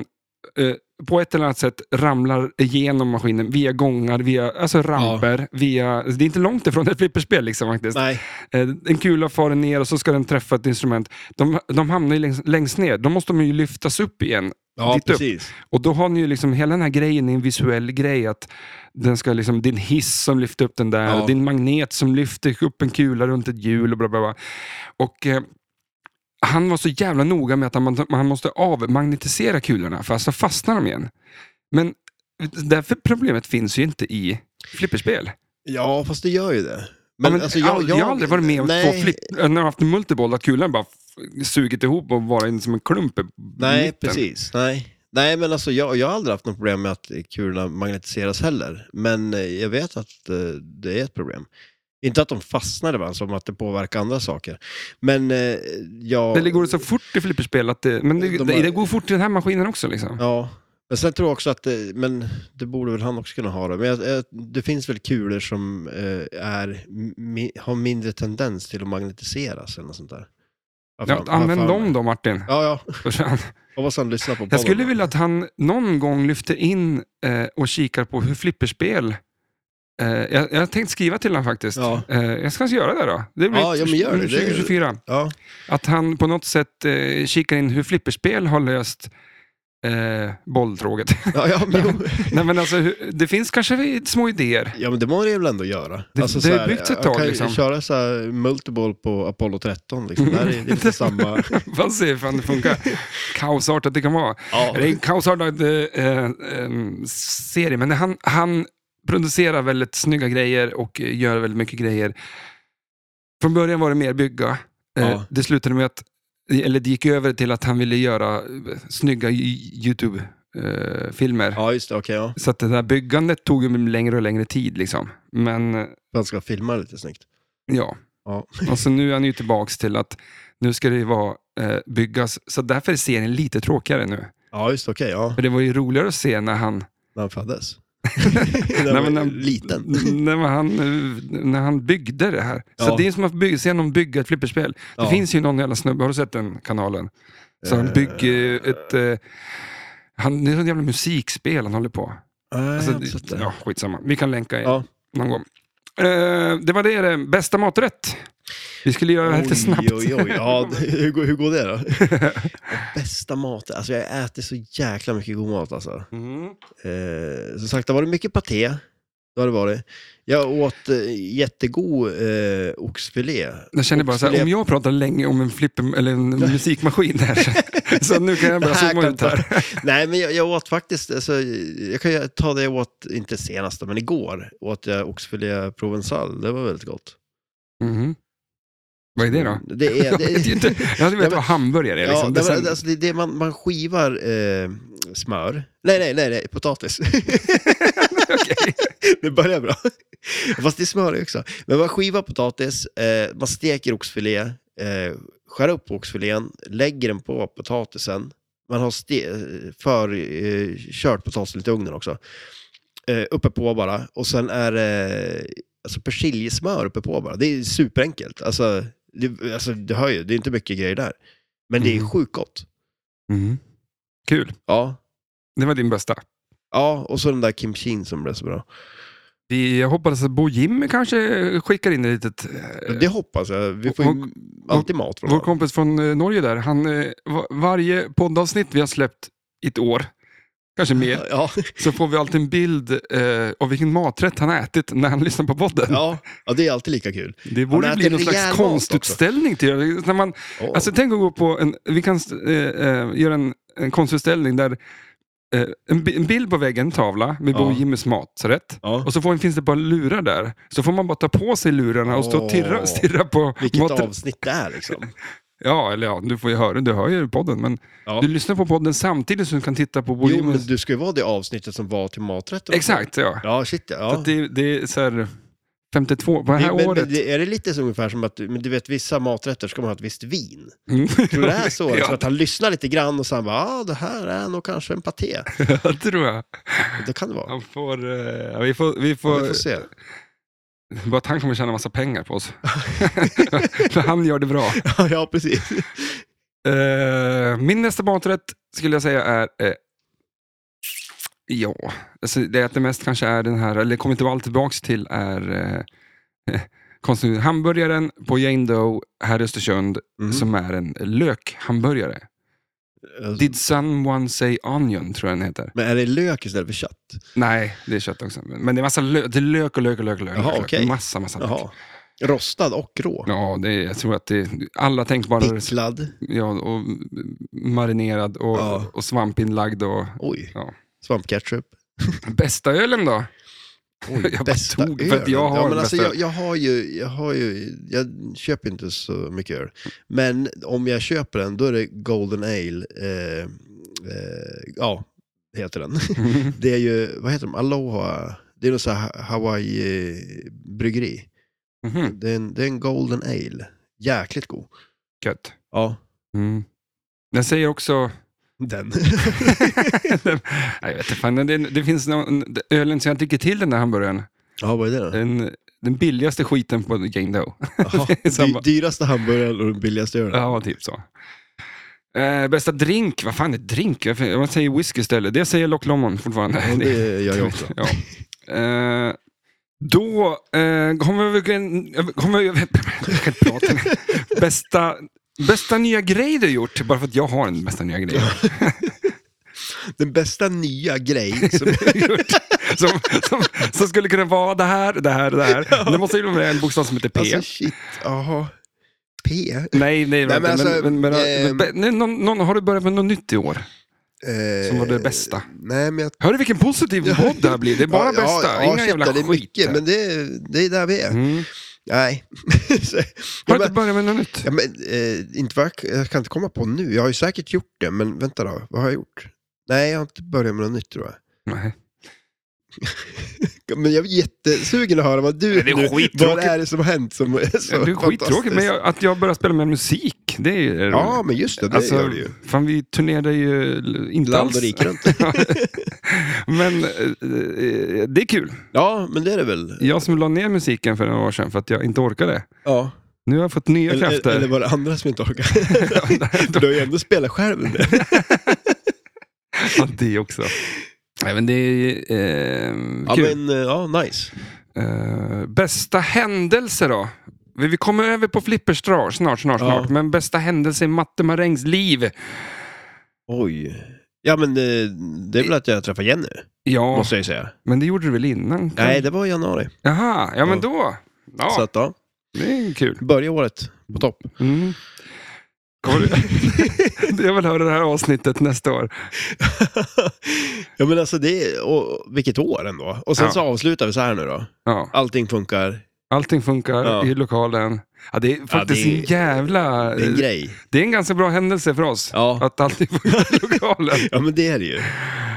A: eh, på ett eller annat sätt ramlar igenom maskinen via gångar, via alltså ramper, via... Det är inte långt ifrån ett flipperspel liksom faktiskt.
B: Nej,
A: Eh, En kula far ner och så ska den träffa ett instrument. De, de hamnar ju längst, längst ner, då måste de ju lyftas upp igen.
B: ja
A: dit upp.
B: precis.
A: Och då har ni ju liksom hela den här grejen i en visuell grej. att den ska liksom, Din hiss som lyfter upp den där,
B: Ja.
A: din magnet som lyfter upp en kula runt ett hjul och bla bla bla. Och, eh, han var så jävla noga med att han, han måste avmagnetisera kulorna, för alltså fastnar de igen. Men därför problemet finns ju inte i flipperspel.
B: Ja, fast det gör ju det. alltså,
A: Men, ja, men, jag, jag, har aldrig varit med om två
B: nej,
A: flipp, när jag har haft en multiboll, att kulan bara f- sugit ihop och varit en- som en klump i
B: Nej,
A: mitten.
B: precis. Nej. Nej, men alltså jag, jag har aldrig haft något problem med att kulorna magnetiseras heller. Men eh, jag vet att eh, det är ett problem. Inte att de fastnar ibland, som att det påverkar andra saker. Men eh, jag...
A: Eller går det så fort i flipperspel? Att det, men det,
B: De
A: det,
B: har-
A: det går fort i den här maskinen också. Liksom.
B: Ja, men sen tror jag också att det, men det borde väl han också kunna ha det. Men jag, jag, det finns väl kulor som eh, är, mi, har mindre tendens till att magnetiseras eller något sånt där. Vad
A: Ja,
B: fan- vad
A: använd
B: fan-
A: dem då
B: [LAUGHS]
A: Martin.
B: Ja, ja.
A: För fan.
B: Hoppas han lyssnar på podden.
A: Jag skulle vilja att han någon gång lyfter in eh, och kikar på hur flipperspel... Eh, jag, jag har tänkt skriva till honom faktiskt.
B: Ja.
A: Eh, jag ska göra det då. Det
B: Ja, ja, men gör det. Det är-
A: 2024.
B: Ja,
A: Att han på något sätt eh, kikar in hur flipperspel har löst Eh, bolltråget. [LAUGHS]
B: Ja, ja, men, jo.
A: Nej, men alltså, hur- det finns kanske små idéer.
B: ja, men det må det väl ändå göra. Alltså,
A: Det- det
B: så
A: har
B: här,
A: byggts ett
B: jag
A: tag,
B: kan ju
A: liksom.
B: köra så här multiball på Apollo 13 liksom. Där är det
A: [LAUGHS]
B: lite samma...
A: Vad ser fan det
B: [LAUGHS]
A: funkar. Kaosartat det kan vara.
B: Ja.
A: Det är en kaosartad eh, eh, eh, serie, men han, han producerar väldigt snygga grejer och eh, gör väldigt mycket grejer. Från början var det mer bygga. Eh,
B: Ja.
A: Det slutade med att, eller det gick över till att han ville göra eh, snygga YouTube-filmer.
B: Ja, just det. Okej, ja.
A: Så att det där byggandet tog ju längre och längre tid. Liksom. Men eh,
B: Man ska filma lite snyggt.
A: ja,
B: Ja.
A: och så nu är han ju tillbaka till att nu ska det ju vara eh, byggas. Så därför är serien lite tråkigare nu.
B: Ja, just det, okej. ja.
A: För det var ju roligare att se när han...
B: När
A: [LAUGHS]
B: han föddes. när han
A: um,
B: var liten.
A: när, han eh, när han byggde det här. Så
B: Ja.
A: det är som att by- se någon bygga ett flipperspel. Det
B: Ja.
A: finns ju någon jävla snubbe, har du sett den kanalen? Så han
B: Eh.
A: bygger ju ett... Eh, han, det är ett jävla musikspel han håller på.
B: Nej, jag
A: Alltså,
B: har inte sett
A: det,
B: det.
A: ja, skitsamma. Vi kan länka i
B: Ja.
A: någon gång. Eh, det var det, det bästa maträtt. Vi skulle göra det här lite snabbt.
B: Oj, oj, oj. Ja, det- hur, går- hur går det då? Bästa maten. Alltså jag äter så jäkla mycket god mat alltså.
A: [LAUGHS] Mm.
B: Eh, som sagt, det var det mycket paté. Det har det varit. Jag åt eh, jättegod eh, oxfilé.
A: Jag känner bara så här, om jag pratar länge om en flipper, eller
B: [LAUGHS]
A: en musikmaskin här, så- så nu kan jag bara
B: Det här
A: zooma
B: kan
A: ut här. [LAUGHS]
B: Nej, men jag, jag åt faktiskt, alltså, jag kan ju ta det jag åt, inte senaste, men igår åt jag oxfilé provençal. Det var väldigt gott. Mm,
A: Mhm. Vad är det då?
B: Det är,
A: [LAUGHS] Jag
B: det
A: vet ju inte. Jag hade
B: Nej,
A: velat
B: men-
A: vad hamburgare är.
B: Ja,
A: Liksom. Det
B: nej, men,
A: sen-
B: alltså, det är det man, man skivar eh, smör. Nej, nej, nej, nej potatis. [LAUGHS]
A: Okej.
B: det börjar bra. Fast det är smör också. Men man skivar potatis, eh, man steker oxfilé, eh, skär upp oxfilén, lägger den på potatisen. Man har ste- för, eh, kört potatisen lite i ugnen också. Eh, uppe på bara. Och sen är det eh, alltså persiljesmör uppe på bara. Det är superenkelt. Alltså, det, alltså, du hör ju, det är inte mycket grejer där. Men det är
A: Mm.
B: sjukt gott.
A: Mhm. Kul.
B: Ja.
A: Det var din bästa.
B: Ja, och så den där kimchin som blev så bra.
A: Vi, jag hoppades att Bo Jimmy kanske skickar in ett litet... eh,
B: Det hoppas jag. Vi får
A: och-
B: ju alltid mat från
A: Vår
B: honom.
A: kompis från eh, Norge där, han, eh, va- varje poddavsnitt vi har släppt i ett år, kanske
B: [LAUGHS]
A: mer,
B: Ja,
A: så får vi alltid en bild eh, av vilken maträtt han har ätit när han lyssnar på podden.
B: ja, ja, det är alltid lika kul.
A: Det borde
B: Han
A: bli
B: äter
A: någon slags
B: rejäl mat
A: konstutställning till det. när man,
B: Åh.
A: Alltså tänk att gå på en, vi kan eh, eh, göra en, en konstutställning där eh, en, bi- en bild på väggen, en tavla, med Bo
B: Ja.
A: och Jimmys maträtt.
B: ja.
A: Och så får, finns det bara lurar där. Så får man bara ta på sig lurarna och stå och tirra,
B: Åh.
A: stirra på
B: Vilket
A: maträtt.
B: avsnitt det är liksom.
A: Ja, eller ja, du får ju höra, du hör ju podden, men
B: Ja.
A: du lyssnar på podden samtidigt som du kan titta på Bo
B: Jo, men
A: Jimmys...
B: du ska ju vara det avsnittet som var till maträtten.
A: Exakt, ja.
B: Ja, shit ja.
A: Så
B: ja.
A: att det, det är så här 52, på det här
B: men,
A: året.
B: Men, det- är det lite så ungefär som att du- men du vet, vissa maträtter ska man ha ett visst vin?
A: Mm. [LAUGHS]
B: Tror du det är så?
A: Ja.
B: Så att han lyssnar lite grann och sen bara, ah, det här är nog kanske en paté.
A: det tror jag.
B: Det kan
A: [LAUGHS]
B: det vara.
A: Han får, eh, vi får, vi
B: Ja,
A: får,
B: vi får se. [LAUGHS]
A: [LAUGHS] Bara att han kommer tjäna massa pengar på oss. [LAUGHS] För han gör det bra.
B: ja, precis.
A: [LAUGHS] Eh, min nästa maträtt skulle jag säga är... eh, ja, alltså det jag äter mest kanske är den här, eller det kommer inte allt tillbaka till, är eh, [LAUGHS] eh, konstigt, hamburgaren på Jane Doe här i Östersund
B: Mm.
A: som är en lökhamburgare. Did someone say onion, tror jag den heter.
B: Alltså, Men är det lök istället för kött?
A: Nej, det är kött också. Men det är, massa lö- det är lök och lök och lök. och lök,
B: Jaha,
A: lök.
B: okej.
A: Massa, massa lök.
B: Jaha. Rostad och rå.
A: Ja, det är, jag tror att det är alla tänkbara
B: Picklad.
A: Ja, och mm, marinerad och,
B: Ja.
A: och svampinlagd. Och,
B: Oj.
A: Ja.
B: Svampketchup.
A: bästa ölen då?
B: Oj,
A: [LAUGHS] Jag bara
B: bästa
A: tog för att jag
B: ölen.
A: har
B: ja,
A: den
B: men alltså,
A: bästa.
B: jag, jag har ju, jag har ju, jag köper inte så mycket öl. Men om jag köper den, då är det Golden Ale, eh, eh, ja, heter den.
A: Mm.
B: [LAUGHS] Det är ju, vad heter de, Aloha, det är något så här Hawaii-bryggeri.
A: Mhm,
B: Det, är en- det är en Golden Ale. Jäkligt god.
A: gött.
B: Ja,
A: Mm. Jag säger också... [LAUGHS]
B: den. [LAUGHS]
A: Nej, jag vet inte fan, men det, det finns någon, ölen som jag dricker till den där hamburgaren.
B: ja, vad är det då?
A: [LAUGHS] Den, den billigaste skiten på Game Dough.
B: Jaha,
A: det är samma.
B: dy, dyraste hamburgaren och den billigaste ölen.
A: Ja, typ så. Eh, bästa drink? Vad fan är drink? Jag jag säger whisky istället. Det säger Loch Lomond fortfarande. [LAUGHS]
B: Ja, det gör jag också.
A: Ja. Eh, då eh, kommer vi... Kommer vi jag kan inte prata. bästa, bästa nya grej du gjort, bara för att jag har en bästa nya grej.
B: Den bästa nya grej som
A: gjort. Som, som, som skulle kunna vara det här, det här, det här. Det måste ju vara en bokstav som heter P.
B: Alltså shit, jaha. P? Eh,
A: nej, nej, nej
B: Nej, men
A: men,
B: alltså,
A: men, men,
B: ehm,
A: men, nej, någon, någon, Har du börjat med något nytt i år? Som var det bästa?
B: Nej, men jag...
A: Hör du vilken positiv podd det här blir? Det är bara bästa, inga
B: shit,
A: jävla
B: det är
A: skit.
B: mycket, men det är, det är där vi är.
A: mm.
B: Nej. [LAUGHS] Så-
A: Har
B: jag,
A: du inte
B: bara,
A: börjat med något nytt?
B: ja, men, eh, inte vad jag, jag kan inte komma på nu. Jag har ju säkert gjort det, men vänta då. Vad har jag gjort? Nej, jag har inte börjat med något nytt tror jag.
A: Nej.
B: Men jag är jättesugen att höra vad du...
A: Men det är
B: nu- vad
A: skittråkigt.
B: är det som har hänt som är så
A: Ja, det är skittråkigt,
B: fantastiskt?
A: men jag, att jag börjar spela med musik, det är ju roligt.
B: Ja, men just det, det
A: Alltså,
B: gör du ju.
A: fan, vi turnerade ju l- inte
B: Land
A: alls.
B: och rike runt.
A: [LAUGHS] Men eh, eh, det är kul.
B: Ja, men det är det väl.
A: Jag som la ner musiken för några år sedan för att jag inte orkade.
B: Ja.
A: Nu har jag fått nya
B: Eller,
A: krafter.
B: eller var det andra som inte orkade? du har ju ändå spelat själv nu.
A: [LAUGHS] Ja, det också. Nej, men det är eh,
B: Ja,
A: kul.
B: men eh, ja, nice.
A: Eh, bästa händelse då? Vi, vi kommer över på flippers snart, snart, snart.
B: Ja.
A: snart. Men bästa händelse i Matte Marängs liv?
B: Oj. Ja, men det, det är väl att jag träffar Jenny,
A: Ja,
B: måste jag ju säga.
A: men det gjorde du väl innan? kan-
B: Nej, det var i januari.
A: Jaha, ja men
B: Ja.
A: då. Ja,
B: Så att, ja,
A: det är kul.
B: börja året
A: [LAUGHS]
B: på topp.
A: Mm. Kommer du? [LAUGHS] jag vill höra det här avsnittet nästa år.
B: ja, men alltså det, och, vilket år ändå. Och sen
A: Ja.
B: så avslutar vi så här nu då.
A: Ja.
B: Allting funkar,
A: Allting funkar
B: Ja.
A: i lokalen. Ja, det är faktiskt
B: det är-
A: en jävla...
B: det är en grej.
A: det är en ganska bra händelse för oss.
B: Ja,
A: Eh, Att allting [LAUGHS] funkar i
B: [LAUGHS]
A: lokalen.
B: ja men det är det ju.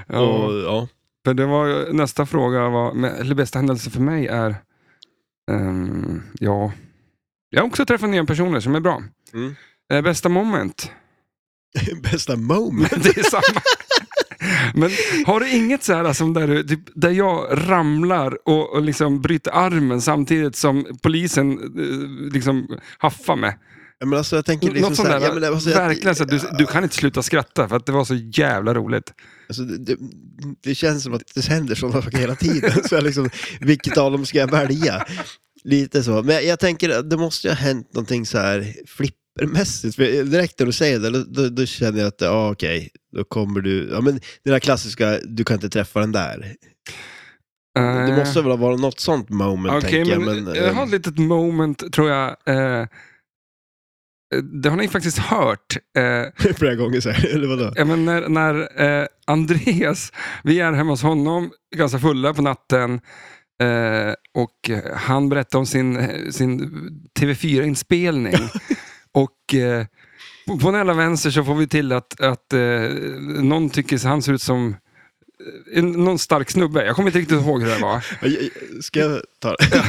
A: Ja.
B: Och, ja. [LAUGHS]
A: För det var, ju- nästa fråga var, men- eller bästa händelse för mig är, ehm, ja, jag har också träffat nya personer som är bra.
B: Mm.
A: Eh, bästa moment,
B: Bästa
A: [LAUGHS]
B: moment.
A: det är samma. Men har du inget så här som där, du, typ, där jag ramlar och, och liksom bryter armen samtidigt som polisen eh, liksom haffar mig?
B: Ja, men alltså jag tänker liksom
A: Något sånt
B: så här,
A: där,
B: ja, men alltså, jag-
A: verkligen så att du, du kan inte sluta skratta för att det var så jävla roligt.
B: Alltså, det, det, det känns som att det händer sådana saker hela tiden. [LAUGHS] Så jag liksom, vilket av dem ska jag välja? Lite så. Men jag, jag tänker att det måste ju ha hänt någonting så här flippermässigt. För direkt när du säger det, då, då, då känner jag att ja, okej, då kommer du... Ja, men den där klassiska, du kan inte träffa den där. Det
A: Eh.
B: måste väl ha varit något sånt moment,
A: Okej,
B: tänker jag.
A: men,
B: Men,
A: jag
B: eh,
A: har ett litet moment, tror jag. Eh, det har ni faktiskt hört. Eh,
B: [LAUGHS] flera gånger så här,
A: [LAUGHS]
B: eller vadå?
A: ja, men när när eh, Andreas, vi är hemma hos honom, ganska fulla på natten. Eh, och eh, han berättar om sin, eh, sin TV4-inspelning. [LAUGHS] och eh, på- på en jävla vänster så får vi till att, att eh, någon tycker så han ser ut som eh, en- någon stark snubbe. Jag kommer inte riktigt ihåg hur det var.
B: Ska jag ta det?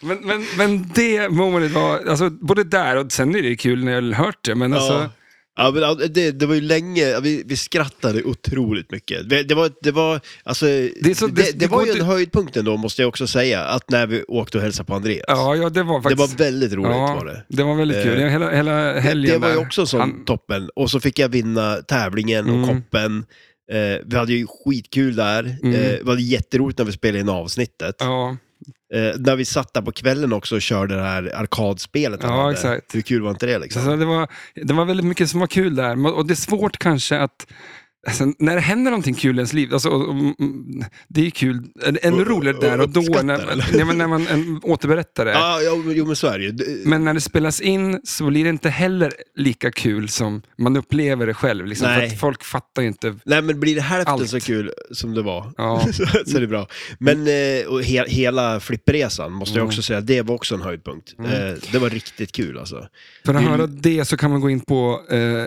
A: Men, men, men det momentet var, alltså, både där och sen är det kul när jag har hört det, men alltså,
B: Ja. Ja, men ja, det, det var ju länge, vi, vi skrattade otroligt mycket. Det, det var, det var, alltså, det,
A: är så-
B: det,
A: det-
B: det,
A: det
B: var
A: går
B: ju
A: inte-
B: en höjdpunkt ändå, måste jag också säga, att när vi åkte och hälsade på Andreas.
A: ja, ja det var
B: det
A: faktiskt...
B: var väldigt roligt
A: ja,
B: var det.
A: det var väldigt kul.
B: Eh,
A: Hela, hela
B: Det,
A: helgen
B: det var ju
A: där.
B: också sån
A: Han-
B: toppen. Och så fick jag vinna tävlingen och
A: Mm.
B: koppen. Eh, vi hade ju skitkul där.
A: Mm.
B: Eh, det var jätteroligt när vi spelade in avsnittet.
A: Ja,
B: Eh, när vi satt där på kvällen också och körde det här arkadspelet han
A: Ja,
B: hade.
A: exakt.
B: Hur kul var inte det liksom?
A: så, så det, var, det var väldigt mycket som var kul där. Och det är svårt kanske att... Alltså, när det händer någonting kul i ens liv, alltså, och, och, mm, det är kul, ännu
B: Och-
A: roligare
B: och
A: där och då
B: uppskattar,
A: när,
B: eller?
A: [LAUGHS] nej, men när man en, återberättar det.
B: Ja, jo, jo, men så är det ju. Det-
A: Men när det spelas in så blir det inte heller lika kul som man upplever det själv. Liksom, för
B: Nej.
A: att folk fattar ju inte
B: Nej, men blir det hälften
A: Allt.
B: så kul som det var
A: Ja.
B: så, [LAUGHS] så är det bra. Men eh, och he, hela flippresan måste jag
A: Mm.
B: också säga, det var också en höjdpunkt.
A: Mm.
B: Eh, det var riktigt kul alltså.
A: För att
B: Det är ju-
A: höra det så kan man gå in på eh,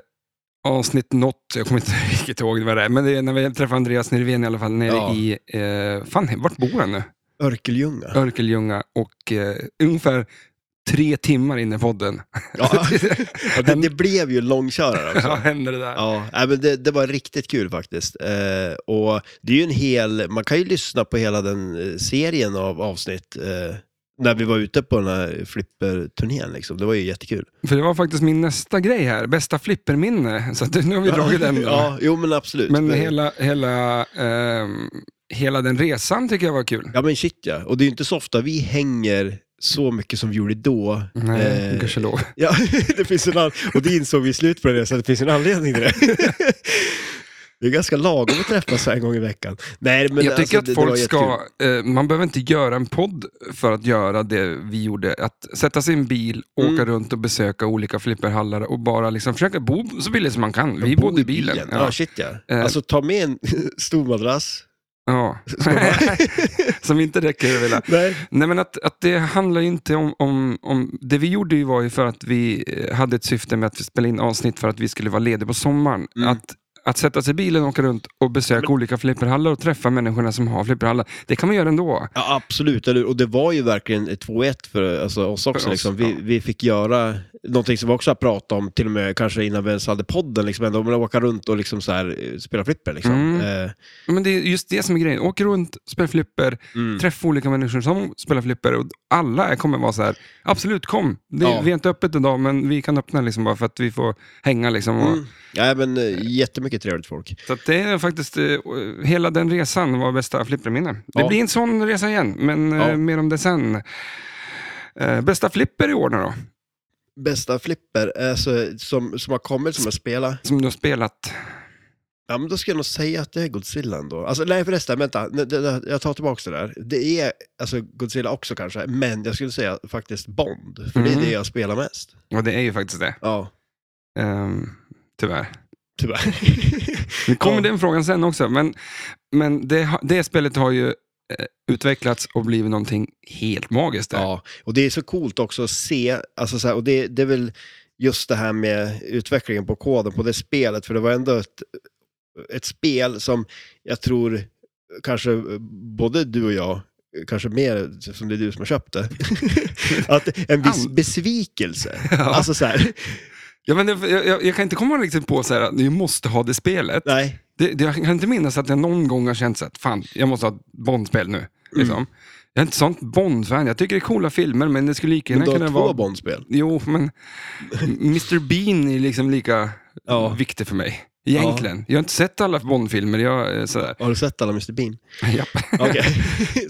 A: avsnitt något, jag kommer inte [LAUGHS] riktigt ihåg vad det är, men det är när vi träffar Andreas Nirven i alla fall, nere
B: Ja.
A: i, eh, fan vart bor han nu?
B: Örkeljunga.
A: Örkeljunga och eh, ungefär tre timmar in i podden.
B: [LAUGHS]
A: [LAUGHS]
B: Ja. Ja, det,
A: Hem-
B: det blev ju en långkörare
A: ja,
B: också.
A: händer det där.
B: Ja, nej, men det, det var riktigt kul faktiskt. Eh, och det är ju en hel, man kan ju lyssna på hela den eh, serien av avsnitt eh, när vi var ute på den här flipperturnén liksom. Det var ju jättekul.
A: För det var faktiskt min nästa grej här, bästa flipperminne, så att, nu har vi dragit den. då.
B: [LAUGHS] Ja, jo men absolut. Eh,
A: men
B: Det-
A: hela, hela, ehm, hela den resan tycker jag var kul.
B: Ja men shit ja, och det är ju inte så ofta vi hänger så mycket som vi gjorde då.
A: Nej,
B: Eh, [LAUGHS]
A: gudskelov.
B: ja, det finns en an- och det insåg vi i slutet på den resan, att det finns en anledning till det. [LAUGHS] Det är ganska lagom att träffas en gång i veckan. Nej, men
A: jag tycker
B: alltså, det-
A: att
B: det var
A: folk
B: jättekul.
A: ska, eh, man behöver inte göra en podd för att göra det vi gjorde. Att sätta sig i en bil,
B: Mm.
A: åka runt och besöka olika flipperhallar och bara liksom försöka bo så billigt som man kan. Vi bodde i bilen.
B: Ja,
A: Ja.
B: shit ja.
A: Eh.
B: Alltså ta med en [LAUGHS] stor madrass. [LAUGHS]
A: Ja. [LAUGHS] som inte räcker över hela.
B: Nej.
A: Nej, men att, att det handlar ju inte om, om, om... Det vi gjorde ju var ju för att vi eh, hade ett syfte med att spela in avsnitt för att vi skulle vara lediga på sommaren.
B: Mm.
A: Att, att sätta sig i bilen och åka runt och besöka olika flipperhallar och träffa människorna som har flipperhallar, det kan man göra ändå.
B: Ja, absolut. Eller, och det var ju verkligen ett 2-1 för alltså, oss också.
A: För oss,
B: liksom. vi,
A: ja.
B: vi fick göra någonting som vi också har pratat om, till och med kanske innan vi ens hade podden, liksom, ändå, men åka runt och liksom, så här, eh, spela flipper. Liksom.
A: Mm.
B: Eh,
A: Men det är just det som är grejen. Åk runt, spela flipper,
B: Mm.
A: träffa olika människor som spelar flipper. Och alla kommer vara så här, absolut kom. Det,
B: Ja.
A: Vi är inte öppet idag, men vi kan öppna liksom bara för att vi får hänga. Liksom och,
B: mm. ja, men, eh, jättemycket trevligt folk.
A: Så att det är faktiskt, eh, hela den resan var bästa flipperminne. Det
B: Ja.
A: blir en sån resa igen, men eh,
B: Ja.
A: mer om det sen. Eh, Bästa flipper i år nu då,
B: Bästa flipper alltså, som, som har kommit, som har spelat.
A: som du har spelat?
B: Ja, men då ska jag nog säga att det är Godzilla ändå. Alltså, nej förresten, vänta. Nej, det- det- Jag tar tillbaka det där. Det är alltså, Godzilla också kanske, men jag skulle säga faktiskt Bond. För det
A: Mm.
B: är det jag spelar mest.
A: Ja, det är ju faktiskt det.
B: Ja,
A: Ehm, tyvärr. [LAUGHS]
B: tyvärr.
A: Nu kommer
B: Ja.
A: den frågan sen också, men, men det, ha- det spelet har ju eh, utvecklats och blivit någonting helt magiskt. [LAUGHS] Där.
B: Ja, och det är så coolt också att se, alltså så här, och det, det är väl just det här med utvecklingen på koden på det spelet, för det var ändå ett, ett spel som jag tror kanske både du och jag, kanske mer som det är du som har köpt
A: [LAUGHS]
B: det, att en viss
A: Au.
B: besvikelse. Alltså så här,
A: Ja, men det, jag, jag, jag kan inte komma riktigt på så här, att ni måste ha det spelet.
B: nej,
A: Det, det, jag kan inte minnas att jag någon gång har känt så att fan, jag måste ha ett Bond-spel
B: Mm.
A: nu. Liksom. Jag är inte sånt Bond-fan. Jag tycker det är coola filmer, men det skulle lika
B: men
A: gärna
B: du har
A: kunna
B: två
A: vara...
B: Bondspel.
A: Jo, men Mr Bean är liksom lika
B: Ja.
A: viktig för mig. Egentligen. Jag har inte sett alla Bond-filmer. Jag, eh, sådär.
B: Har du sett alla Mr Bean?
A: Japp.
B: Okej,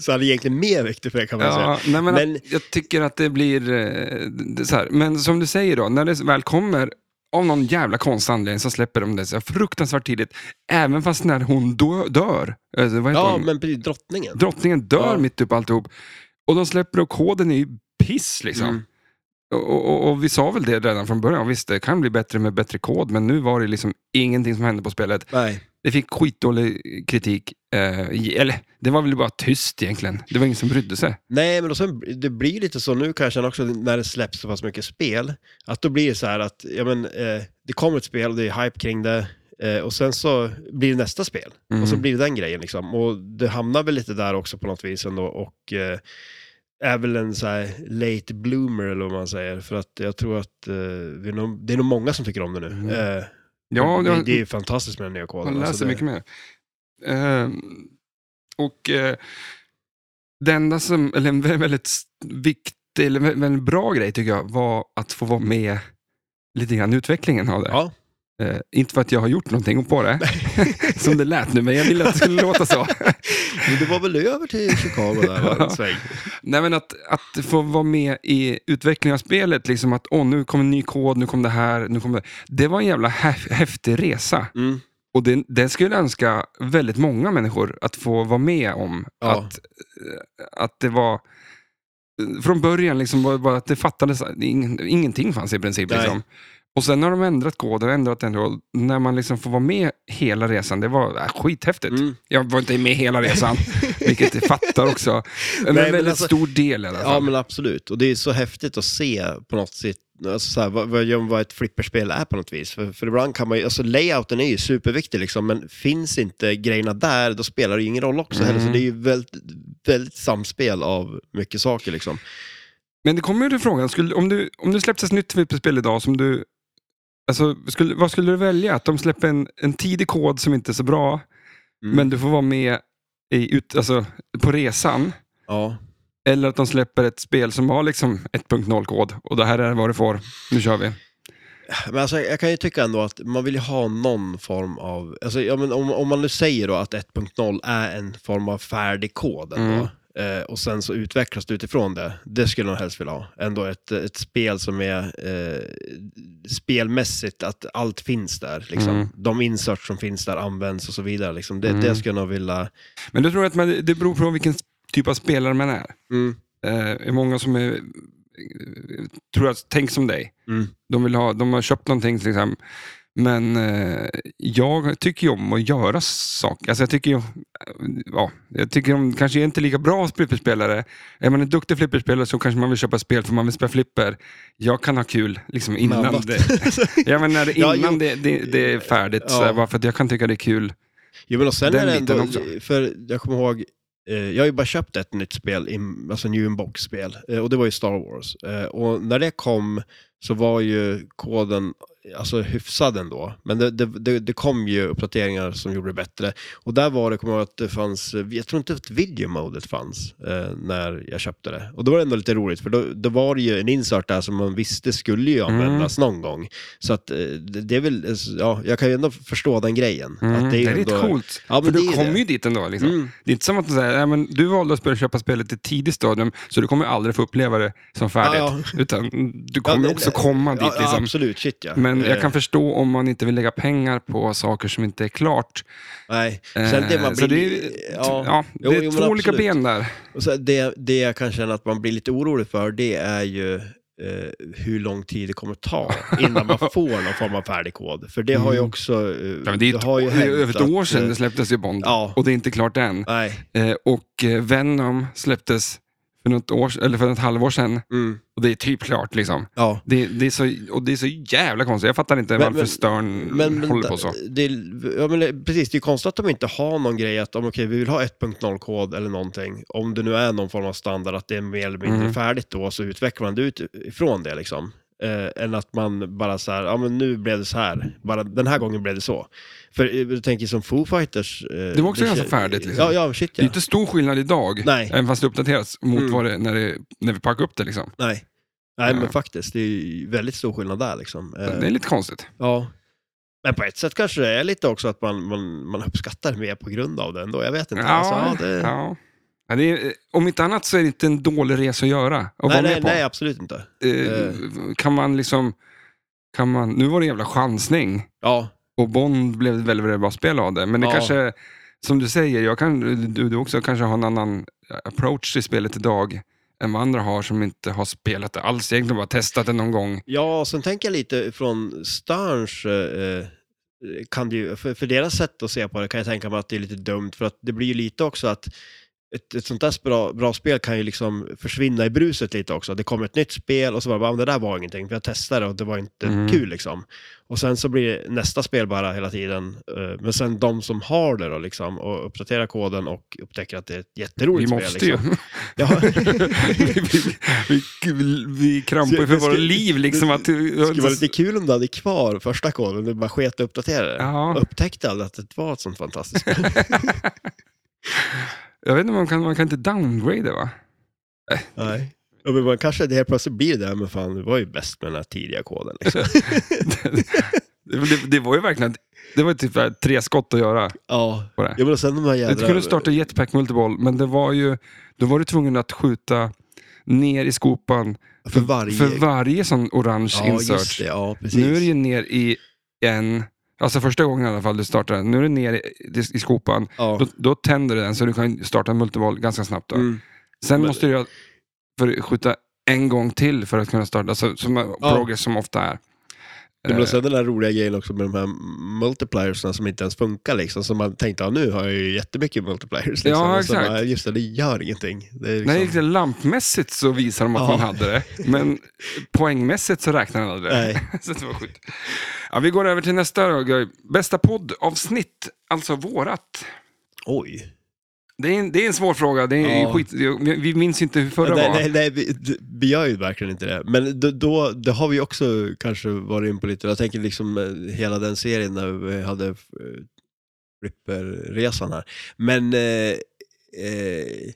A: [LAUGHS]
B: så han är egentligen mer viktig för det kan man säga.
A: Ja, nej, men
B: Men-
A: att, jag tycker att det blir eh, det, så här. Men som du säger då, när det väl kommer av någon jävla konstig anledning så släpper de det så fruktansvärt tidigt. Även fast när hon dö, dör, alltså, vad heter
B: Ja,
A: hon?
B: men precis, drottningen.
A: Drottningen dör
B: Ja.
A: mitt upp alltihop. Och de släpper och koden är ju piss liksom.
B: Mm.
A: Och, och, och vi sa väl det redan från början, visst det kan bli bättre med bättre kod, men nu var det liksom ingenting som hände på spelet.
B: Nej.
A: Det fick skitdålig kritik. Eh, i- eller, det var väl bara tyst egentligen. Det var ingen som brydde sig.
B: Nej, men och sen, det blir lite så nu kanske också när det släpps så pass mycket spel. Att då blir det så här att ja, men, eh, det kommer ett spel och det är hype kring det. Eh, och sen så blir det nästa spel.
A: Mm.
B: Och så blir det den grejen liksom. Och det hamnar väl lite där också på något vis ändå. Och eh, är väl en så här late bloomer eller vad man säger. För att jag tror att eh, vi är nog, det är nog många som tycker om det nu.
A: Mm.
B: Eh,
A: Ja,
B: det,
A: jag,
B: det är ju fantastiskt med den nya koden.
A: man läser
B: alltså, det,
A: mycket mer. Eh, och eh, det enda som, eller en vä- väldigt s- viktig, eller vä- väldigt bra grej tycker jag, var att få vara med lite grann i utvecklingen av det.
B: Ja, [LAUGHS]
A: Eh, inte för att jag har gjort någonting på det, som det lät nu, men jag ville att det skulle låta
B: [LAUGHS]
A: så.
B: men det var väl över till Chicago där, va?
A: [LAUGHS] Ja.
B: En sväng.
A: Nej, men att, att få vara med i utvecklingen av spelet, liksom att åh, nu kommer en ny kod, nu kommer det här, nu kommer det. Det var en jävla häf- häftig resa.
B: Mm.
A: Och det, det skulle jag önska väldigt många människor att få vara med om.
B: Ja.
A: Att, eh, att det var... Från början liksom var, var att det fattades, ingen, ingenting fanns i princip.
B: Nej.
A: Liksom. Och sen har de ändrat koden och ändrat den. Och när man liksom får vara med hela resan, det var äh, skithäftigt.
B: Mm.
A: Jag var inte med hela resan, vilket jag fattar
B: [LAUGHS]
A: också. Men
B: men
A: en väldigt
B: alltså-
A: stor del i alla fall.
B: Ja, men absolut. Och det är så häftigt att se på något sätt alltså, så här, vad, vad, vad ett flipperspel är på något vis. För, för ibland kan man ju, alltså layouten är ju superviktig liksom, men finns inte grejerna där, då spelar det ju ingen roll också heller. Så det är ju väldigt, väldigt samspel av mycket saker liksom.
A: Men det kommer ju till frågan, skulle, om, du, om du släpptes ett nytt flipperspel idag som du... Alltså, skulle, vad skulle du välja? Att de släpper en, en tidig kod som inte är så bra,
B: Mm.
A: men du får vara med i, ut, alltså, på resan.
B: Ja.
A: Eller att de släpper ett spel som har liksom 1.0-kod och det här är vad du får, nu kör vi.
B: Men alltså, jag kan ju tycka ändå att man vill ju ha någon form av... Alltså, ja, men om, om man nu säger då att 1.0 är en form av färdig kod ändå,
A: Mm.
B: eh, och sen så utvecklas det utifrån det. Det skulle jag nog helst vilja ha. Ändå ett, ett spel som är eh, spelmässigt, att allt finns där. Liksom.
A: Mm.
B: De inserts som finns där används och så vidare. Liksom. Det,
A: Mm.
B: det skulle jag nog vilja...
A: Men du tror att man, det beror på vilken typ av spelare man är.
B: Mm,
A: Eh, det är många som är, eh, tror att, tänk som dig.
B: mm,
A: De, vill ha, de har köpt någonting till exempel. Men eh, jag tycker ju om att göra saker. Alltså jag tycker ju, eh, ja, jag tycker de kanske är inte lika bra flipperspelare. Är man en duktig flipperspelare så kanske man vill köpa spel för man vill spela flipper. Jag kan ha kul liksom
B: Med
A: innan,
B: annat.
A: det,
B: [LAUGHS]
A: [LAUGHS] ja, men när det,
B: Ja,
A: innan
B: jo.
A: det, det, det är färdigt. Så
B: Ja.
A: här, bara för att jag kan tycka det är kul.
B: Jo men och sen
A: Den
B: är det
A: biten
B: ändå,
A: också.
B: för jag kommer ihåg, eh, jag har ju bara köpt ett nytt spel, i, alltså new inbox spel eh, och det var ju Star Wars. Eh, och när det kom så var ju koden alltså hyfsad ändå, men det, det, det, det kom ju uppdateringar som gjorde det bättre. Och där var det, kommer jag ihåg att det fanns, eh, jag tror inte att videomodet fanns eh, när jag köpte det. Och då var det ändå lite roligt, för då, då var det ju en insert där som man visste skulle ju
A: Mm.
B: användas någon gång. Så att eh, det, det är väl, eh, ja, jag kan ju ändå förstå den grejen.
A: Mm.
B: Att
A: det,
B: ju
A: är lite
B: ändå-
A: coolt.
B: Ja, men
A: för
B: det är
A: du
B: ju
A: kommer
B: det.
A: ju dit ändå. Liksom.
B: Mm.
A: Det är inte som att man säger, "Nej, men du valde att spela, köpa spelet i ett tidigt stadium, så du kommer aldrig få uppleva det som färdigt.
B: Ja,
A: [LAUGHS] Utan du kommer
B: det-
A: också komma dit.
B: Ja, ja,
A: liksom.
B: absolut, shit ja.
A: Men
B: Eh,
A: jag kan förstå om man inte vill lägga pengar på saker som inte är klart.
B: Nej, sen det
A: Eh,
B: man
A: så
B: blir...
A: det är,
B: ja.
A: ja, det
B: Jo,
A: är
B: jo, men
A: två olika
B: absolut.
A: ben där.
B: Och så det, det jag kan känna att man blir lite orolig för, det är ju eh, hur lång tid det kommer ta
A: [LAUGHS]
B: innan man får någon form av färdig kod. För det har ju
A: Mm.
B: också... eh,
A: Ja, men det är, ett,
B: har ju
A: det är
B: hänt
A: över ett
B: att,
A: år sedan
B: eh,
A: det släpptes i Bond
B: ja.
A: och det är inte klart än.
B: Nej,
A: Eh, och eh, Venom släpptes för något, år, eller för något halvår sedan
B: mm,
A: och det är typ klart. Liksom.
B: ja.
A: Det, det, är så, och det är så jävla konstigt. Jag fattar inte
B: Men-
A: varför
B: men-
A: Stern
B: Men, men,
A: Mm, håller på så.
B: Det, ja, men det- precis, det är konstigt att de inte har någon grej att om, okej, vi vill ha 1.0-kod eller någonting. Om det nu är någon form av standard att det är mer eller mindre
A: Mm.
B: färdigt då så utvecklar man det utifrån det liksom. Eh, än att man bara så här, ja men nu blev det så här, bara den här gången blev det så. För eh, jag tänker som Foo Fighters. eh,
A: Det var också ganska färdigt, liksom.
B: Ja, ja, shit
A: Det
B: ja.
A: är inte stor skillnad idag,
B: Nej.
A: även fast det uppdateras, mot
B: Mm.
A: vad det, när, det, när vi packar upp det. Liksom.
B: Nej. Nej, men
A: Ja.
B: faktiskt, det är ju väldigt stor skillnad där liksom. Eh,
A: Det är lite konstigt.
B: Ja. Men på ett sätt kanske det är lite också att man, man, man uppskattar mer på grund av det ändå. Jag vet inte. alltså, ja, det...
A: ja. Ja, det är, om inte annat så är det inte en dålig resa att göra. Att vara
B: nej,
A: med
B: nej,
A: på.
B: nej, absolut inte.
A: Eh, Kan man liksom... Kan man, nu var det en jävla chansning
B: Ja,
A: och Bond blev ett väldigt, väldigt bra spel av det. Men det
B: Ja.
A: kanske, som du säger, jag kan, du, du också kanske har en annan eh, approach till spelet idag än vad andra har som inte har spelat det alls. Egentligen bara testat det någon gång.
B: ja och sen tänker jag lite från Sterns, eh, kan det ju, för, för deras sätt att se på det kan jag tänka mig att det är lite dumt, för att det blir ju lite också att ett, ett sånt där bra, bra spel kan ju liksom försvinna i bruset lite också. Det kommer ett nytt spel och så bara, "Ah, men det där var ingenting, för jag testade och det var inte
A: Mm.
B: kul liksom. Och sen så blir nästa spel bara hela tiden, eh, men sen de som har det då liksom och uppdaterar koden och upptäcker att det är ett
A: Vi
B: jätteroligt spel.
A: måste ju.
B: liksom. Ja.
A: [LAUGHS]
B: [LAUGHS]
A: vi, vi, vi, vi krampar ju för
B: Det ska-
A: våra liv liksom. Att,
B: Det skulle vara lite kul om du hade kvar första koden, du bara sket och uppdaterade det.
A: ja.
B: Och Upptäckte aldrig att det var ett sånt
A: [LAUGHS]
B: fantastiskt spel.
A: Jag vet inte, man kan, man kan inte downgrade va? [LAUGHS]
B: Nej. Ja, men man kanske det helt plötsligt blir det, här, men fan, det var ju bäst med den här tidiga koden.
A: [LAUGHS]
B: Liksom.
A: Det, det, det var ju verkligen det var typ så här tre skott att göra
B: ja.
A: på det.
B: ja, men och sen de här jädra...
A: Du kunde starta jetpack multiball, men det var ju, då var du tvungen att skjuta ner i skopan
B: För varje...
A: för varje sån orange
B: ja, just
A: insert.
B: det. Ja, precis.
A: nu är det ju ner i en, alltså första gången i alla fall du startar den, nu är det ner i, i skopan.
B: ja.
A: Då, då tänder du den så du kan starta en multiball ganska snabbt. Då.
B: Mm.
A: Sen
B: Men-
A: måste du göra- för skjuta en gång till för att kunna starta, alltså, som
B: Ja.
A: progress som ofta är.
B: Det
A: Eh,
B: blev sen den där roliga grejen också med de här multipliersna som inte ens funkar liksom. Så man tänkte, ja, nu har jag ju jättemycket multipliers. Liksom.
A: Ja,
B: Och så
A: exakt.
B: Bara, just det, det gör ingenting. Det är liksom...
A: Nej, liksom lampmässigt så visar de att
B: Ja.
A: man hade det,
B: [LAUGHS]
A: men poängmässigt så räknar han aldrig det.
B: Nej.
A: [LAUGHS] så det var skit. Ja, vi går över till nästa då, Guy. Bästa poddavsnitt, alltså vårat.
B: Oj.
A: Det är, en, det är en svår fråga, det är
B: Ja.
A: skit, vi vi minns inte hur förra
B: nej,
A: var.
B: nej, nej, vi, d- vi gör ju verkligen inte det. Men då, då, det har vi också kanske varit in på lite. Jag tänker liksom eh, hela den serien när vi hade eh, flipperresan här. Men eh, eh,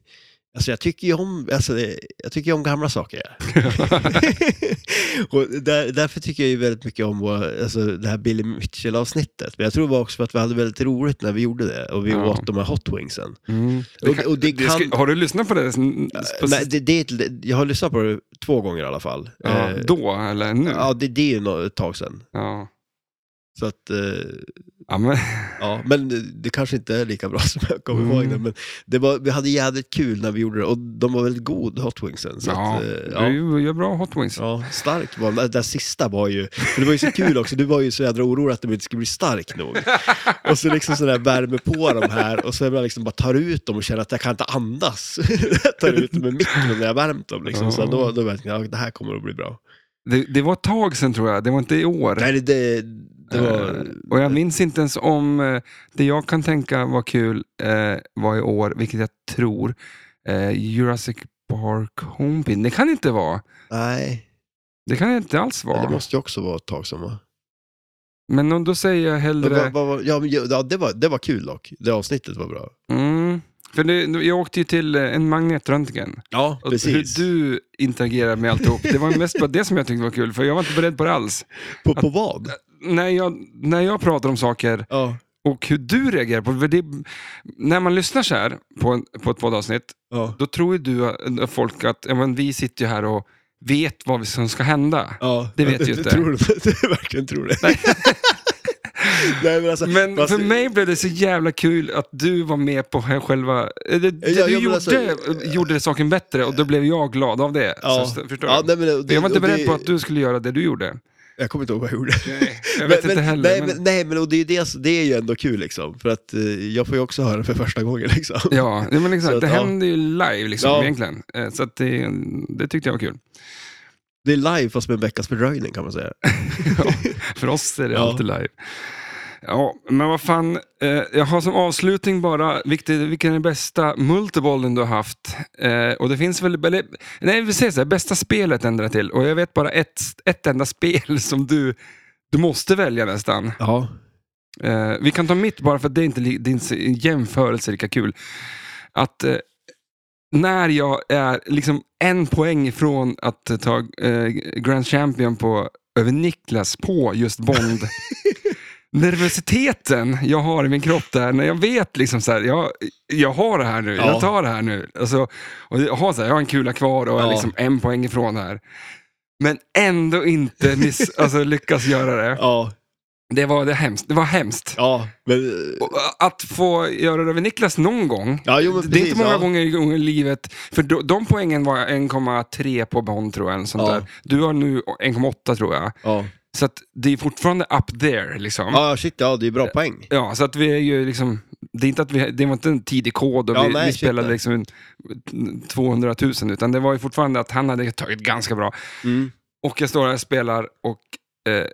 B: Alltså jag tycker ju om, alltså, det- jag tycker ju om gamla saker. [LAUGHS] och där, därför tycker jag ju väldigt mycket om vår, alltså, det här Billy Mitchell-avsnittet. Men jag tror det var också för att vi hade väldigt roligt när vi gjorde det och vi
A: Ja.
B: åt de här hot wingsen.
A: Mm.
B: Och, och det
A: Det
B: kan,
A: ska, har du lyssnat på det? sen- På,
B: nej, det, det, är ett- jag har lyssnat på det två gånger i alla fall.
A: ja,
B: Eh,
A: då eller nu?
B: ja, det, det är ju nå- ett tag sedan.
A: Ja.
B: Så att, eh,
A: Ja, men,
B: ja, men det kanske inte är lika bra [LAUGHS] som jag kommer
A: Mm.
B: ihåg det. Men det var, vi hade jävligt kul när vi gjorde det och de var väldigt god hot wingsen. Så
A: ja,
B: att, eh, ja.
A: du gör bra hot wings.
B: Ja, stark var den. Det där sista var ju, för det var ju så kul också, du var ju så jädra orolig att de inte skulle bli stark nog. Och så liksom sådär värmer på de här och så är man liksom bara tar ut dem och känner att jag kan inte andas. [LAUGHS] Jag tar ut dem med mikron när jag värmt dem liksom. Så då, då vet jag, ja, det här kommer att bli bra.
A: Det, det var ett tag sedan tror jag, det var inte i år.
B: Nej, det, det, det
A: Eh,
B: var...
A: och jag minns inte ens om eh, det jag kan tänka var kul eh, var i år, vilket jag tror, eh, Jurassic Park Homepin. Det kan inte vara.
B: Nej,
A: Det kan det inte alls
B: men
A: vara.
B: det måste ju också vara ett tag sedan va?
A: Men om, då säger jag
B: Men
A: hellre...
B: vad- vad var- Ja, men ja, det var, det var kul dock. Det avsnittet var bra.
A: Mm, för det, jag åkte ju till eh, en magnetröntgen.
B: Ja,
A: Och
B: precis.
A: hur du interagerar med alltihop. Det var mest bara det som jag tyckte var kul, för jag var inte beredd på det alls.
B: På, på vad?
A: När jag, när jag pratar om saker
B: Ja,
A: och hur du reagerar på för det. När man lyssnar så här på, en, på ett poddavsnitt,
B: ja,
A: då tror ju du eh, folk att ja, men vi sitter ju här och vet vad vi- som ska hända.
B: ja.
A: Det vet ju inte.
B: Tror [LAUGHS] du, du verkligen tror det? [LAUGHS] Nej. men alltså,
A: Men
B: fast-
A: för mig blev det så jävla kul att du var med på här själva... eh, Det, det
B: Ja, ja,
A: du
B: men
A: gjorde,
B: alltså, eh,
A: eh, gjorde saken bättre och då blev jag glad av det.
B: Ja.
A: Så, förstår
B: Ja,
A: du?
B: nej, men, det-
A: jag var inte
B: och det-
A: beredd på att du skulle göra det du
B: [LAUGHS]
A: gjorde.
B: Jag kommer inte ihåg vad jag gjorde. [LAUGHS]
A: Jag vet
B: Men-
A: inte
B: men,
A: heller.
B: Nej,
A: men,
B: men, nej, men och det, är ju det, det är ju ändå kul liksom. För att eh, jag får ju också höra det för första gången [LAUGHS] liksom.
A: Ja, ja, men
B: Så
A: exakt.
B: att,
A: Det
B: ja.
A: händer ju live liksom,
B: Ja.
A: egentligen. Eh, Så att det, det tyckte jag var kul.
B: Det är live fast med en veckas fördröjning kan man säga.
A: Ja, [LAUGHS] för oss är det
B: Ja.
A: alltid live. Ja, men vad fan. Eh, jag har som avslutning bara, vilken, vilken är den bästa multibollen du har haft? Eh, och det finns väl, eller, nej vi säger så här, bästa spelet ändrar jag till. Och jag vet bara ett, ett enda spel [LAUGHS] som du, du måste välja nästan.
B: Ja.
A: Eh, vi kan ta mitt bara för att det är inte li- din s- jämförelse lika kul. Att eh, när jag är liksom en poäng ifrån att eh, ta eh, Grand Champion på, över Niklas på just
B: [LAUGHS]
A: Bond. Nervositeten jag har i min kropp där, när jag vet liksom så här, jag, jag har det här nu,
B: Ja.
A: jag tar det här nu. Alltså, och jag, har så här, jag har en kula kvar och är
B: Ja.
A: liksom en poäng ifrån här. Men ändå inte miss,
B: [LAUGHS]
A: alltså, lyckas göra det.
B: Ja,
A: Det var, det hemskt. Det var hemskt.
B: ja, men...
A: Och, äh, Att få göra det över Niklas någon gång,
B: Ja, jo, men
A: det
B: precis,
A: är inte många
B: ja.
A: gånger i gånger i livet. För då, de poängen var 1,3 på Bond tror jag. eller Sånt
B: Ja.
A: där. Du har nu 1,8 tror jag.
B: Ja.
A: Så att det är fortfarande up there. Liksom. Ja.
B: ja, shit, ja, det är bra poäng.
A: så att vi är ju liksom... Det, är inte att vi, det var inte en tidig kod och
B: Ja,
A: vi,
B: nej,
A: vi
B: shit,
A: spelade
B: nej.
A: liksom en- 200 000, utan det var ju fortfarande att han hade tagit ganska bra.
B: Mm.
A: Och jag står här och spelar och eh,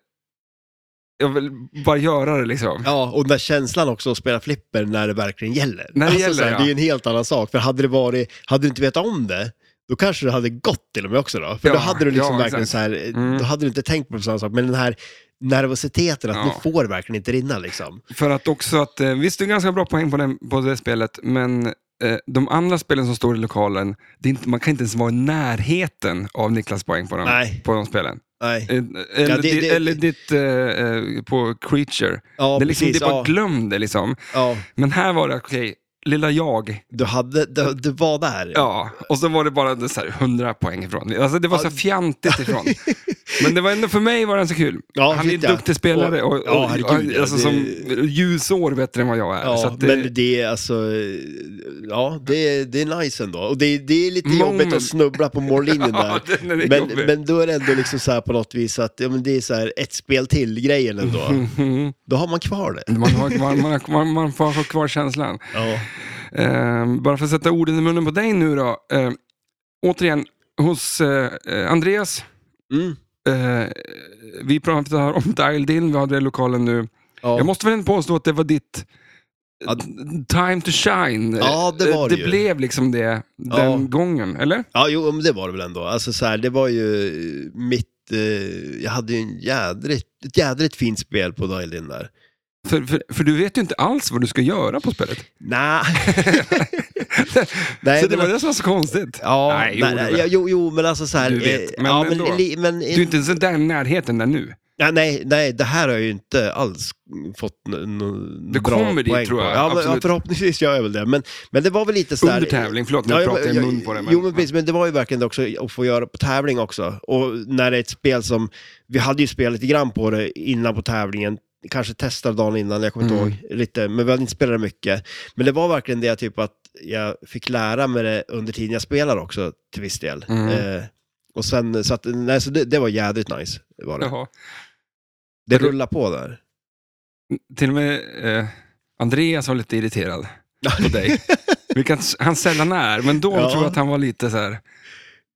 A: jag vill bara göra det liksom.
B: Ja, och den där känslan också att spela flipper när det verkligen gäller. Alltså,
A: När det gäller,
B: så här,
A: ja.
B: Det är ju en helt annan sak, för hade det varit, hade du inte vetat om det, då kanske det hade gått till och med också då. För
A: Ja,
B: då hade du liksom
A: ja,
B: verkligen
A: exakt.
B: så här,
A: Mm.
B: då hade du inte tänkt på samma sak, men den här nervositeten att
A: Ja.
B: nu får det verkligen inte rinna liksom.
A: För att också att, eh, visst det är ganska bra poäng på, den, på det spelet, men eh, de andra spelen som står i lokalen, det är inte, man kan inte ens vara i närheten av Niklas poäng på, dem,
B: Nej.
A: på de spelen.
B: Nej.
A: Eh, Eller,
B: Ja, det-
A: di-
B: det-
A: eller ditt eh, eh, på Creature.
B: Ja,
A: det är liksom,
B: precis.
A: det är bara
B: ja.
A: glöm det liksom.
B: ja.
A: Men här var det, okej, lilla jag,
B: Du, hade, du, du var där.
A: ja. Och så var det bara det så här, 100 poäng ifrån. Alltså det var så här fjantigt
B: [LAUGHS]
A: ifrån. Men det var ändå, för mig var den så kul.
B: Ja,
A: Han är en
B: shit, ja.
A: duktig spelare och, och,
B: ja, herregud, ja,
A: alltså,
B: det-
A: som ljusår bättre än vad jag är.
B: Ja,
A: så att det-
B: men det är alltså, eh, ja, det är, det är nice ändå. Och det är, det är lite
A: Moment.
B: jobbigt att snubbla på mållinjen
A: [LAUGHS] Ja,
B: där.
A: den är
B: Men,
A: jobbig.
B: men då är det ändå liksom så här på något vis att ja, men det är så här ett spel till-grejen ändå.
A: Mhm.
B: Då har man kvar det.
A: Man, har, man, man, har, man, man får ha kvar känslan.
B: Ja,
A: Ehm, bara för att sätta orden i munnen på dig nu då. Ehm, återigen, hos eh, eh, Andreas.
B: Mm.
A: Eh, vi pratar om Dial Din, vi hade det i lokalen nu. Jag
B: ja.
A: måste väl inte påstå att det var ditt
B: Ja.
A: time to shine.
B: Ja, det var det
A: Det
B: ju.
A: blev liksom det den
B: Ja.
A: gången, eller?
B: ja jo, men det var det väl ändå. Alltså så här, det var ju mitt, eh, jag hade ju en jädrigt, ett jädrigt fint spel på Dial-In där.
A: För, för, för du vet ju inte alls vad du ska göra på
B: [LAUGHS]
A: spelet. [LAUGHS]
B: Nej. Nej,
A: så det
B: men-
A: var det som var så konstigt.
B: Ja,
A: Nej,
B: nej,
A: jo,
B: jo,
A: det
B: nej,
A: vet
B: ja, jo, jo, men alltså så här...
A: Du vet,
B: eh,
A: men
B: ja,
A: ändå.
B: men, li, men,
A: Du är inte ens i den närheten där nu.
B: ja, nej, nej, det här har jag ju inte alls fått någon
A: Du
B: bra
A: kommer dit,
B: poäng
A: tror jag,
B: på. Ja, men, ja,
A: absolut.
B: förhoppningsvis gör jag väl det. Men, men det var väl lite så här...
A: Under tävling, förlåt nu pratar jag i mun på det.
B: Men, jo, men precis, men det var ju verkligen också att få göra på tävling också. Och när det är ett spel som... Vi hade ju spelat lite grann på det innan på tävlingen. Kanske testade dagen innan, jag kommer inte
A: Mm.
B: ihåg lite. Men vi hade inte spelat mycket. Men det var verkligen det typ att jag fick lära mig det under tiden jag spelar också, till viss del.
A: Mm.
B: Eh, och sen, så att, nej, så det, det var jädrigt nice. det Var det.
A: Jaha.
B: det
A: Men du-
B: rullar på där. [LAUGHS]
A: Till och med eh, Andreas var lite irriterad på dig. Vilket han sällan är, men då
B: Ja.
A: tror jag att han var lite så här.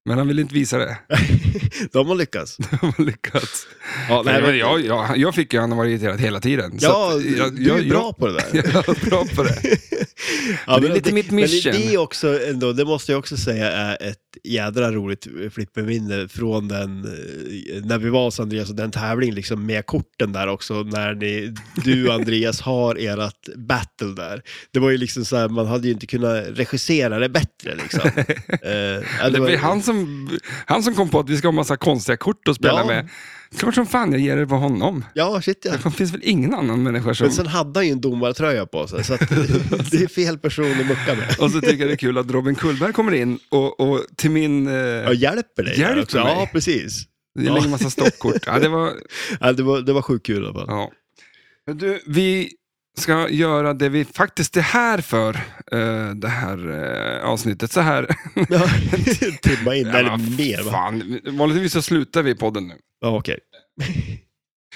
A: Men han ville inte visa det. [LAUGHS]
B: De har lyckats.
A: Han har lyckats.
B: Ja,
A: Nej, men jag, jag, jag fick ju han varit irriterad hela tiden. Så
B: ja
A: att jag,
B: du är
A: jag-
B: bra på det där.
A: Jag, [LAUGHS] jag är bra på det.
B: Ja,
A: det är lite mitt mission.
B: Men det, är också ändå, det måste jag också säga är ett jädra roligt flipperminne från den, eh, när vi var hos Andreas och den tävlingen liksom med korten där också, när ni, du och Andreas har ert battle där. Det var ju liksom så här, man hade ju inte kunnat regissera det bättre
A: [LAUGHS]
B: liksom. Eh, ja,
A: Det
B: var-
A: var han som, han som kom på att vi ska ha massa konstiga kort att spela
B: Ja.
A: med. Klart som fan jag ger det på honom.
B: Ja, shit ja.
A: Det finns väl ingen annan människa som...
B: Men sen hade han ju en domartröja på sig, så att [LAUGHS] det är fel person att mucka med.
A: Och så tycker jag det är kul att Robin Kullberg kommer in och, och till min... Eh,
B: Ja, hjälper dig. där
A: Hjälper
B: också.
A: mig.
B: Ja, precis.
A: jag lägger en massa stoppkort. Ja, det var,
B: Ja, det, var, det var sjukt kul i alla fall.
A: ja. Men Du, vi ska göra det vi faktiskt är här för, eh, det här eh, avsnittet. Så här. [LAUGHS]
B: Ja, [LAUGHS] en timme in, eller
A: Ja, men
B: mer va?
A: Fan. Vanligtvis så slutar vi podden nu.
B: Ja, okej.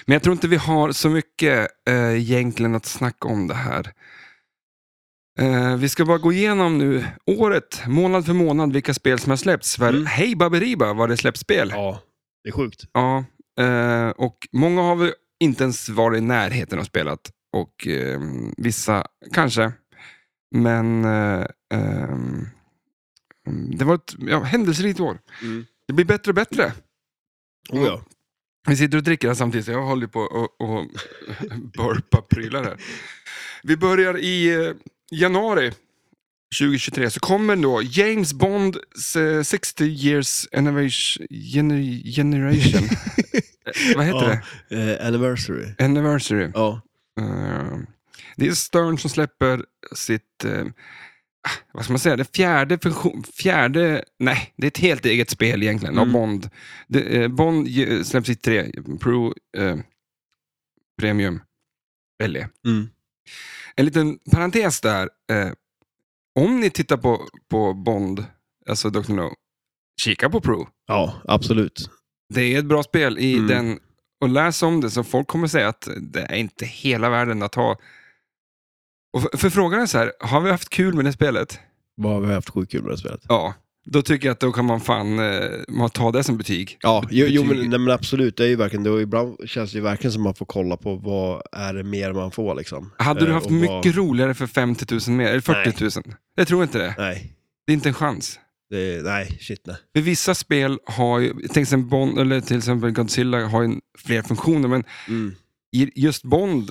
A: Men jag tror inte vi har så mycket eh, egentligen att snacka om det här. Eh, vi ska bara gå igenom nu året, månad för månad, vilka spel som har släppts. För
B: Mm.
A: hej Baberiba vad det släpps spel.
B: Ja, det är sjukt.
A: Ja, eh, och många har väl inte ens varit i närheten och spelat. Och eh, vissa kanske. Men eh, ehm, det var ett ja, händelserikt år.
B: Mm.
A: Det blir bättre och bättre.
B: Oh, ja.
A: Vi sitter och dricker här samtidigt, så jag håller på och, och [LAUGHS] burpa prylar här. Vi börjar i eh, januari 2023 så kommer då James Bonds eh, 60 years anniversary, gener, generation. Eh, Vad heter
B: Ja.
A: det?
B: Eh, anniversary.
A: Anniversary.
B: Ja.
A: Eh, det är Stern som släpper sitt, eh, ah, vad ska man säga, det fjärde funktion, fjärde, nej, det är ett helt eget spel egentligen av
B: Mm.
A: Bond. Det, eh, Bond ge- släpps i tre, Pro, eh, Premium, LE.
B: Mm.
A: En liten parentes där, eh, om ni tittar på, på Bond, alltså Dr. No, kika på Pro.
B: ja, absolut.
A: Det är ett bra spel i
B: Mm.
A: den, och läs om det så folk kommer säga att det är inte hela världen att ha. Och för, för frågan är så här, har vi haft kul med det spelet?
B: Vad har vi haft sjukt kul med det spelet?
A: Ja. Då tycker jag att då kan man fan eh, man ta det som betyg.
B: Ja, jo, jo men,
A: Betyg.
B: nej, men absolut. Det är ju verkligen, det och ibland känns det ju verkligen som att man får kolla på vad är det mer man får liksom.
A: Hade du
B: Eh,
A: haft
B: och vad-
A: mycket roligare för 50 000 mer, eller 40 000? Jag tror inte det.
B: Nej,
A: Det är inte en chans.
B: det är, nej, shit nej.
A: För vissa spel har ju, till exempel, Bond, eller till exempel Godzilla har ju en- fler funktioner, men
B: Mm.
A: i- just Bond,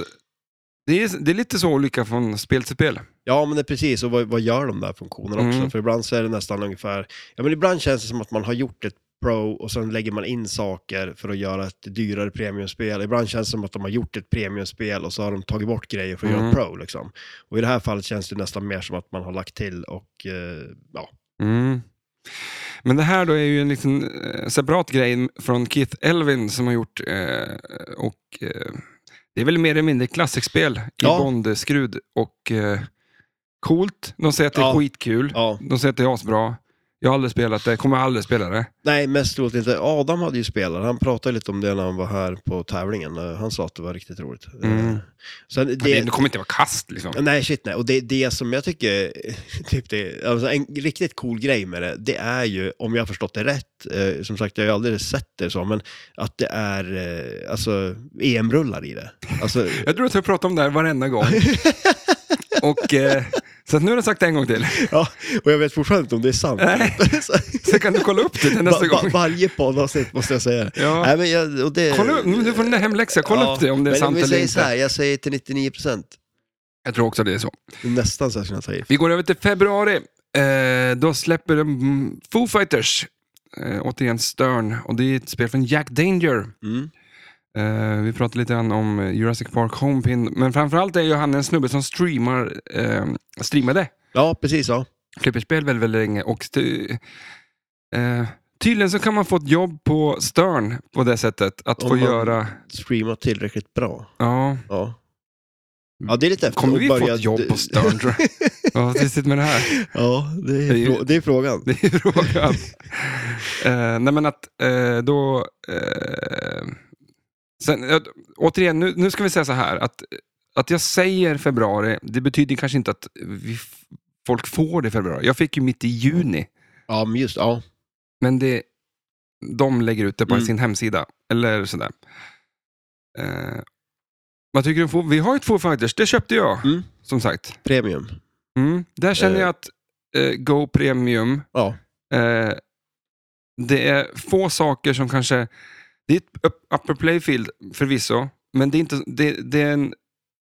A: det är, det är lite så olika från spel till spel.
B: Ja, men det är precis. Och vad, vad gör de där funktionerna också?
A: Mm.
B: För ibland så är det nästan ungefär... Ja, men ibland känns det som att man har gjort ett Pro och sen lägger man in saker för att göra ett dyrare premiumspel. Ibland känns det som att de har gjort ett premiumspel och så har de tagit bort grejer för att
A: Mm.
B: göra ett Pro. Liksom. Och i det här fallet känns det nästan mer som att man har lagt till och... Eh, ja.
A: Mm. Men det här då är ju en liten eh, separat grej från Keith Elvin som har gjort eh, och eh, det är väl mer eller mindre klassikspel i
B: Ja.
A: Bond-skrud och eh, coolt. De säger att det är
B: Ja.
A: skitkul.
B: ja.
A: De säger att det är asbra. Jag har aldrig spelat det, kommer aldrig spela det.
B: Nej, mest troligt inte. Adam hade ju spelat. Han pratade lite om det när han var här på tävlingen. Eh, Han sa att det var riktigt roligt. Eh,
A: Mm.
B: Sen,
A: Det, det kommer inte vara kast liksom.
B: Nej, shit nej. Och det, det som jag tycker, [LAUGHS] typ det, alltså en riktigt cool grej med det, det är ju, om jag har förstått det rätt, eh, som sagt jag har ju aldrig sett det så, men att det är eh, alltså
A: [LAUGHS]
B: EM-rullar i det. Alltså, [LAUGHS]
A: Jag tror att jag pratar om det här varenda gång. och eh, Så att nu har jag sagt det en gång till. [LAUGHS]
B: Och jag vet fortfarande inte om det är sant. [LAUGHS]
A: Nej.
B: Så-
A: Så kan du kolla upp det till nästa
B: va- va-
A: gång.
B: varje poddavsnitt måste jag säga.
A: Ja.
B: Nej, men jag, och det,
A: Kolla upp, nu du får den där hemläxan. Kolla
B: Ja,
A: upp det om det är
B: men
A: sant
B: vi
A: eller
B: säger så
A: inte.
B: här, jag säger till 99 procent.
A: Jag tror också det är så.
B: Nästan så jag skulle ta i.
A: Vi går över till februari. Eh, då släpper de mm, Foo Fighters. Eh, återigen Stern. Och det är ett spel från Jack Danger.
B: Mm.
A: Eh, vi pratade lite grann om eh, Jurassic Park Homepin. Men framförallt är ju han en snubbe som streamar, eh, streamade
B: Ja, precis. Ja.
A: flipperspel väldigt, väldigt länge. Och ty, eh, tydligen så kan man få ett jobb på Stern på det sättet. Att
B: Om
A: få
B: man-
A: göra...
B: Streama tillräckligt bra.
A: Ja.
B: Ja. Ja, det är lite efter.
A: Kommer
B: att
A: vi få
B: börja-
A: ett jobb på Stern tror jag? Vad trist med det här.
B: [LAUGHS] Ja, det är,
A: Det är ju-
B: frå- det är frågan.
A: [LAUGHS] Det är frågan. eh, nej men att eh, då... Eh, sen, eh, återigen, nu, nu ska vi säga så här. Att, att jag säger februari, det betyder kanske inte att vi, f- folk får det i februari. Jag fick ju mitt i juni.
B: Ja, men just ja.
A: Men det, de lägger ut det på
B: Mm.
A: sin hemsida. Eller sådär. Eh, vad tycker du? om Foo- Vi har ju ett Foo Fighters, det köpte jag.
B: Mm.
A: Som sagt.
B: Premium.
A: Mm. Där känner
B: Eh.
A: jag att eh, Go Premium,
B: Ja.
A: eh, det är få saker som kanske... Det är ett up- upper playfield förvisso, men det är, inte, det, det är en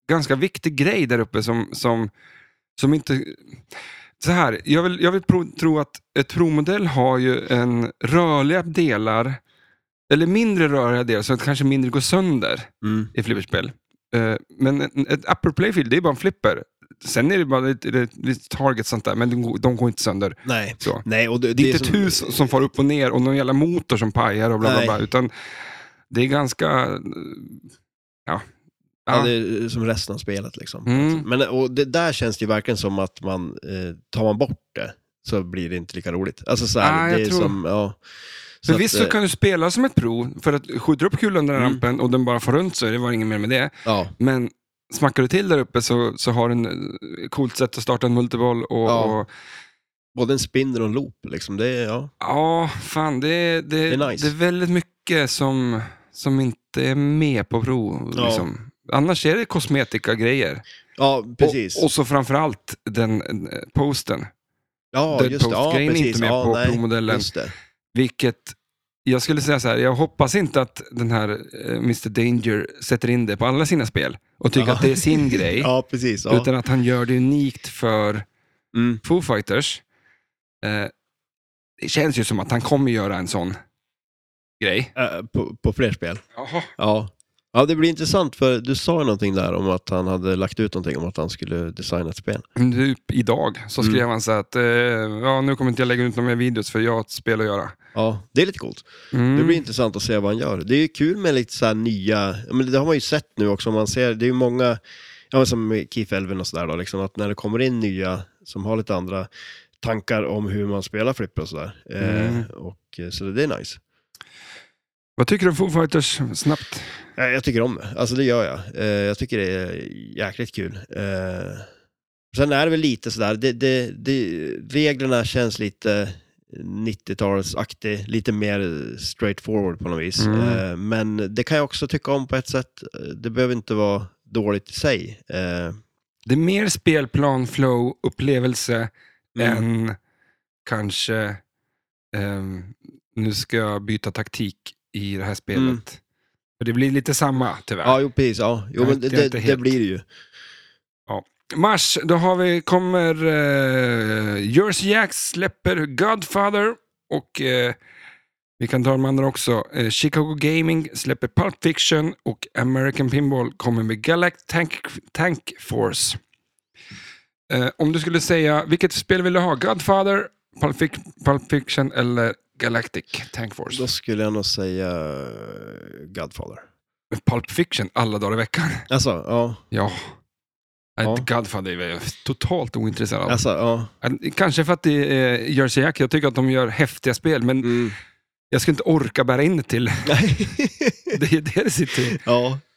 A: ganska viktig grej där uppe som, som, som inte... Så här, jag vill, jag vill pro, tro att ett provmodell har ju en rörliga delar, eller mindre rörliga delar, så att kanske mindre går sönder
B: Mm.
A: i flipperspel. Eh, Men en- ett upper playfield, det är bara en flipper. Sen är det bara lite, lite- lite target sånt där, men de går, de går inte sönder.
B: Nej.
A: Så.
B: Nej, och det,
A: Det är inte
B: som-
A: ett hus som far upp och ner och någon jävla motor som pajar och bla bla
B: Nej.
A: bla, utan det är ganska... eh, Ja.
B: Ja,
A: ja.
B: det är som resten av spelet liksom.
A: Mm.
B: Men och det där känns det ju verkligen som att man, eh, tar man bort det så blir det inte lika roligt. Alltså så här,
A: Ah, jag
B: det är
A: tror-
B: som, ja. Så
A: För
B: att,
A: visst så
B: eh,
A: kan du spela som ett prov, för att skjuter upp kulan under
B: Mm.
A: rampen och den bara får runt så är det var inget mer med det.
B: Ja,
A: Men smackar du till där uppe så, så har du en eh, coolt sätt att starta en multiboll och,
B: Ja.
A: och
B: både en spinner och en loop liksom. Det är, ja.
A: Ja, fan det är, det,
B: Det är nice.
A: det är väldigt mycket som, som inte är med på prov.
B: Ja.
A: Liksom. Annars är det kosmetika-grejer.
B: Ja, precis.
A: Och, och så framförallt den eh, posten.
B: ja,
A: Dead
B: just det. Ja,
A: Post-grejen är inte
B: precis.
A: med
B: Ja,
A: på
B: nej,
A: provmodellen.
B: Just det.
A: Vilket, jag skulle säga så här, jag hoppas inte att den här eh, Mr Danger sätter in det på alla sina spel och tycker
B: Ja.
A: att det är sin grej.
B: Ja, [LAUGHS] precis. Ja.
A: Utan att han gör det unikt för
B: Mm.
A: Foo Fighters. Eh, det känns ju som att han kommer göra en sån grej.
B: Eh, på, på fler spel.
A: Jaha.
B: Ja. Ja, det blir intressant för du sa ju någonting där om att han hade lagt ut någonting om att han skulle designa ett spel.
A: Typ idag så skrev
B: Mm.
A: han så här att eh, ja, nu kommer inte jag lägga ut några mer videos för jag har ett spel att göra.
B: Ja, det är lite coolt.
A: Mm.
B: Det blir intressant att se vad han gör. Det är ju kul med lite så här nya, ja, men det har man ju sett nu också, man ser, det är ju många, ja, men som Keith Elvin och sådär då, liksom, att när det kommer in nya som har lite andra tankar om hur man spelar flipper och sådär. Eh,
A: Mm.
B: och, eh, så det är nice.
A: Vad tycker du om Foo Fighters? Snabbt.
B: Eh, Jag tycker om det, alltså det gör jag. Eh, jag tycker det är jäkligt kul. Eh, sen är det väl lite sådär, det, det, det, reglerna känns lite 90-talsaktig, lite mer straightforward på något vis.
A: Mm.
B: Eh, men det kan jag också tycka om på ett sätt. Eh, Det behöver inte vara dåligt i sig. Eh,
A: Det är mer spelplan, flow, upplevelse
B: Mm.
A: än kanske ehm, nu ska jag byta taktik i det här spelet.
B: Mm.
A: För det blir lite samma tyvärr.
B: ja, jo precis. Ja. Jo,
A: Jag
B: men det,
A: vet
B: det,
A: inte
B: det
A: helt.
B: blir det ju.
A: Mars, då har vi, kommer eh, Jersey Jacks släpper Godfather och eh, vi kan ta de andra också. Eh, Chicago Gaming släpper Pulp Fiction och American Pinball kommer med Galact Tank, Tank Force. Eh, om du skulle säga, vilket spel vill du ha? Godfather, Pulp, Fic- Pulp Fiction eller Galactic Tank Force?
B: Då skulle jag nog säga Godfather.
A: Pulp Fiction alla dagar i veckan.
B: Alltså, ja.
A: Ja.
B: Ja.
A: Godfather är jag totalt ointresserad av.
B: Alltså, ja.
A: Kanske för att det eh, är Jersey Jack. Jag tycker att de gör häftiga spel, men [LAUGHS]
B: Mm.
A: jag skulle inte orka bära in det till. [LAUGHS]
B: Nej. [LAUGHS]
A: Det är ju det det sitter i.
B: Ja.
A: [LAUGHS]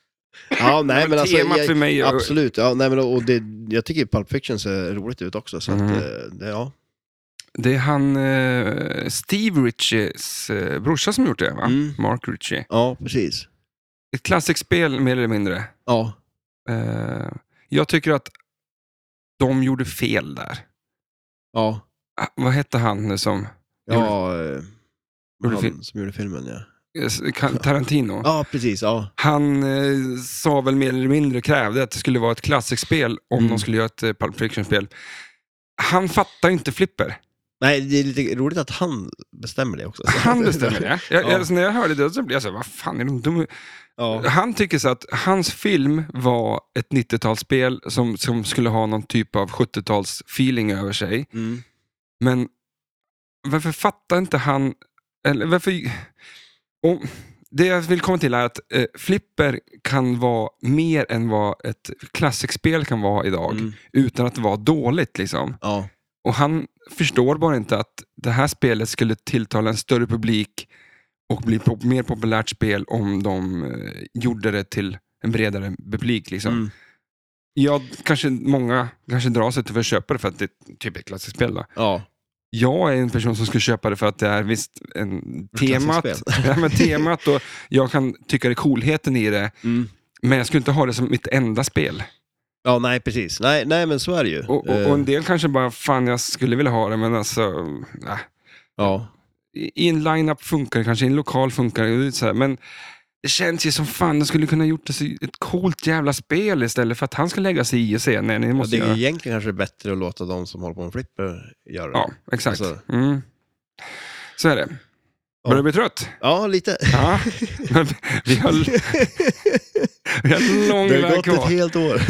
B: Ja, nej men alltså.
A: Temat
B: Jag,
A: för mig är...
B: absolut. Ja, nej, men, och det, jag tycker Pulp Fiction ser roligt ut också. Så
A: Mm.
B: att, eh, det, ja.
A: Det är han eh, Steve Ritchies eh, brorsa som gjort det, va?
B: Mm.
A: Mark Ritchie.
B: ja, precis.
A: Ett klassikspel mer eller mindre.
B: Ja.
A: Eh, jag tycker att de gjorde fel där.
B: Ja.
A: Ah, Vad hette han nu som...
B: Ja, eh,
A: Gjorde film.
B: han som gjorde filmen ja.
A: eh, S- Ka- Tarantino.
B: Ja, precis. Ja.
A: Han eh, sa väl mer eller mindre krävde att det skulle vara ett klassikspel om
B: Mm.
A: de skulle göra ett eh, Pulp Fiction-spel. Han fattar ju inte flipper.
B: Nej, det är lite roligt att han bestämmer det också.
A: [LAUGHS] Han bestämmer det. Jag,
B: Ja.
A: jag, så när jag hörde det så blev jag så här, vad fan är de dumma?
B: Ja.
A: Han tycker så att hans film var ett 90-talsspel som, som skulle ha någon typ av 70-talsfeeling över sig.
B: Mm.
A: Men varför fattar inte han... Eller varför... Och det jag vill komma till är att eh, flipper kan vara mer än vad ett klassikspel kan vara idag.
B: Mm.
A: Utan att vara dåligt. liksom.
B: Ja.
A: Och han förstår bara inte att det här spelet skulle tilltala en större publik och bli ett mer populärt spel om de eh, gjorde det till en bredare publik. Liksom.
B: Mm.
A: Ja, kanske många kanske drar sig till att köpa det för att det är typ ett klassiskt spel. Då.
B: Ja.
A: Jag är en person som skulle köpa det för att det är visst en
B: klassiskt
A: temat,
B: spel.
A: [LAUGHS] ja, men temat och jag kan tycka det är coolheten i det.
B: Mm.
A: Men jag skulle inte ha det som mitt enda spel.
B: Ja, nej precis. Nej, nej men så är det ju.
A: Och, och,
B: Eh,
A: och en del kanske bara, fan jag skulle vilja ha det, men alltså... Äh.
B: ja.
A: I i en line-up funkar det kanske, i en lokal funkar det. Så här, men det känns ju som fan, de skulle kunna gjort det så- ett coolt jävla spel istället för att han ska lägga sig i och säga nej, ni
B: Ja,
A: måste
B: det är ju
A: göra.
B: egentligen kanske bättre att låta de som håller på med flipper göra det.
A: Ja, exakt.
B: Alltså-
A: Mm. Så är det.
B: Ja.
A: Börjar du bli trött?
B: Ja, lite.
A: Ja, men vi har, vi har lång
B: Det har
A: väg
B: gått
A: kvar.
B: ett helt år.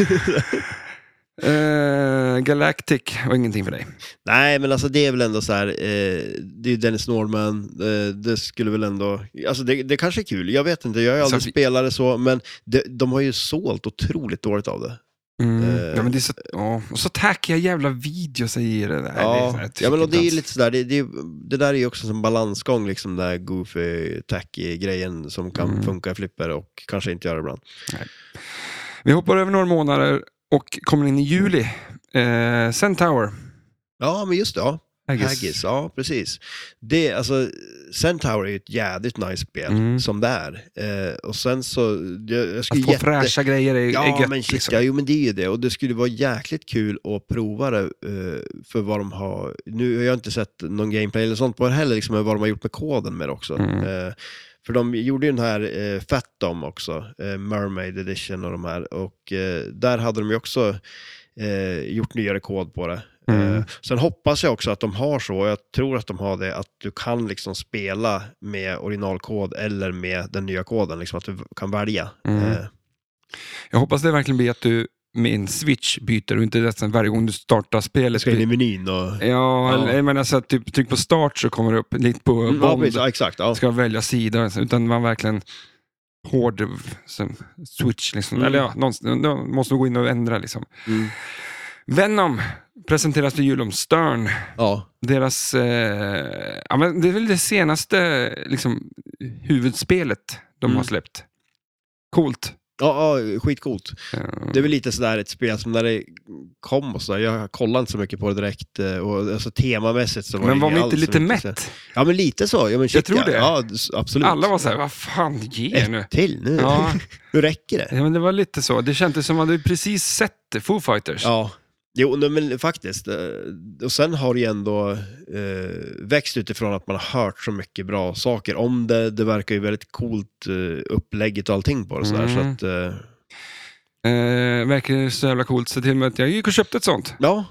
A: Eh, Galactic var ingenting för dig.
B: Nej, men alltså det är väl ändå så här, eh, det är ju Dennis Norman, eh, det skulle väl ändå, alltså det, det kanske är kul, jag vet inte, jag har ju aldrig
A: Så vi-
B: spelat det så, men det, de har ju sålt otroligt dåligt av det.
A: Mm.
B: Eh.
A: ja, men det är så, ja. Och så tackiga jävla videos i det där. det är så
B: ja,
A: här,
B: ja, men och det är ju
A: tyckte
B: lite sådär, det, det, det där är ju också en balansgång, liksom den där goofy, tacky grejen som kan
A: Mm.
B: funka i flipper och kanske inte göra det ibland.
A: inte. Vi hoppar över några månader och kommer in i juli. Eh, Centaur.
B: Ja, men just det, ja.
A: Haggis.
B: Haggis, ja precis. Det, alltså, Centaur är ju ett jävligt nice spel,
A: Mm.
B: som det är. Eh, och sen så, jag, jag skulle
A: Att få
B: jätte...
A: fräscha grejer är, är
B: Ja,
A: gött.
B: men shit,
A: liksom.
B: ja, jo men det är ju det. Och det skulle vara jäkligt kul att prova det eh, för vad de har... Nu har jag inte sett någon gameplay eller sånt på det heller, liksom, men vad de har gjort med koden med det också.
A: Mm.
B: Eh, för de gjorde ju den här eh, Fatom också, eh, Mermaid Edition och de här. Och eh, där hade de ju också eh, gjort nyare kod på det.
A: Mm.
B: Eh, sen hoppas jag också att de har så, och jag tror att de har det, att du kan liksom spela med originalkod eller med den nya koden, liksom att du kan välja.
A: Mm.
B: Eh,
A: Jag hoppas det verkligen blir att du med en switch byter och inte nästan varje gång du startar
B: jag
A: spelet.
B: ska in i menyn och...
A: Eh, Ja,
B: Ja.
A: eller- men alltså typ, tryck på start så kommer det upp lite på
B: Mm, ja,
A: Bond.
B: precis, ja, exakt. Ja.
A: ska välja sida, utan man verkligen hård som switch. Liksom.
B: Mm.
A: Eller ja, någonstans- då måste man gå in och ändra. Liksom.
B: Mm.
A: Venom presenteras vid jul om Stern.
B: Ja.
A: Deras, eh, ja, men det är väl det senaste liksom, huvudspelet de
B: Mm.
A: har släppt. Coolt.
B: Ja, ja, skitcoolt.
A: Eh,
B: Det är väl lite sådär ett spel som när det kom och sådär, jag kollade inte så mycket på det direkt, eh, och alltså temamässigt så var
A: men
B: det
A: var man
B: inget
A: inte
B: alls
A: lite
B: som
A: mätt?
B: intresserade. Ja men lite så, ja, men shit,
A: tror
B: ja.
A: det.
B: Ja, s- absolut.
A: Alla var så här, vad fan, ge er
B: [LAUGHS]
A: nu.
B: Ett till nu,
A: Ja,
B: nu räcker det.
A: ja, men det var lite så. Det kändes som att vi precis sett Foo Fighters.
B: Ja. Jo, nej, men faktiskt. eh, Och sen har det ju ändå eh, växt utifrån att man har hört så mycket bra saker om det. Det verkar ju väldigt coolt, eh, upplägget och allting på det sådär.
A: Mm.
B: Så att, eh,
A: Eh, verkar så jävla coolt, så till och med att jag gick och köpte ett sånt.
B: ja,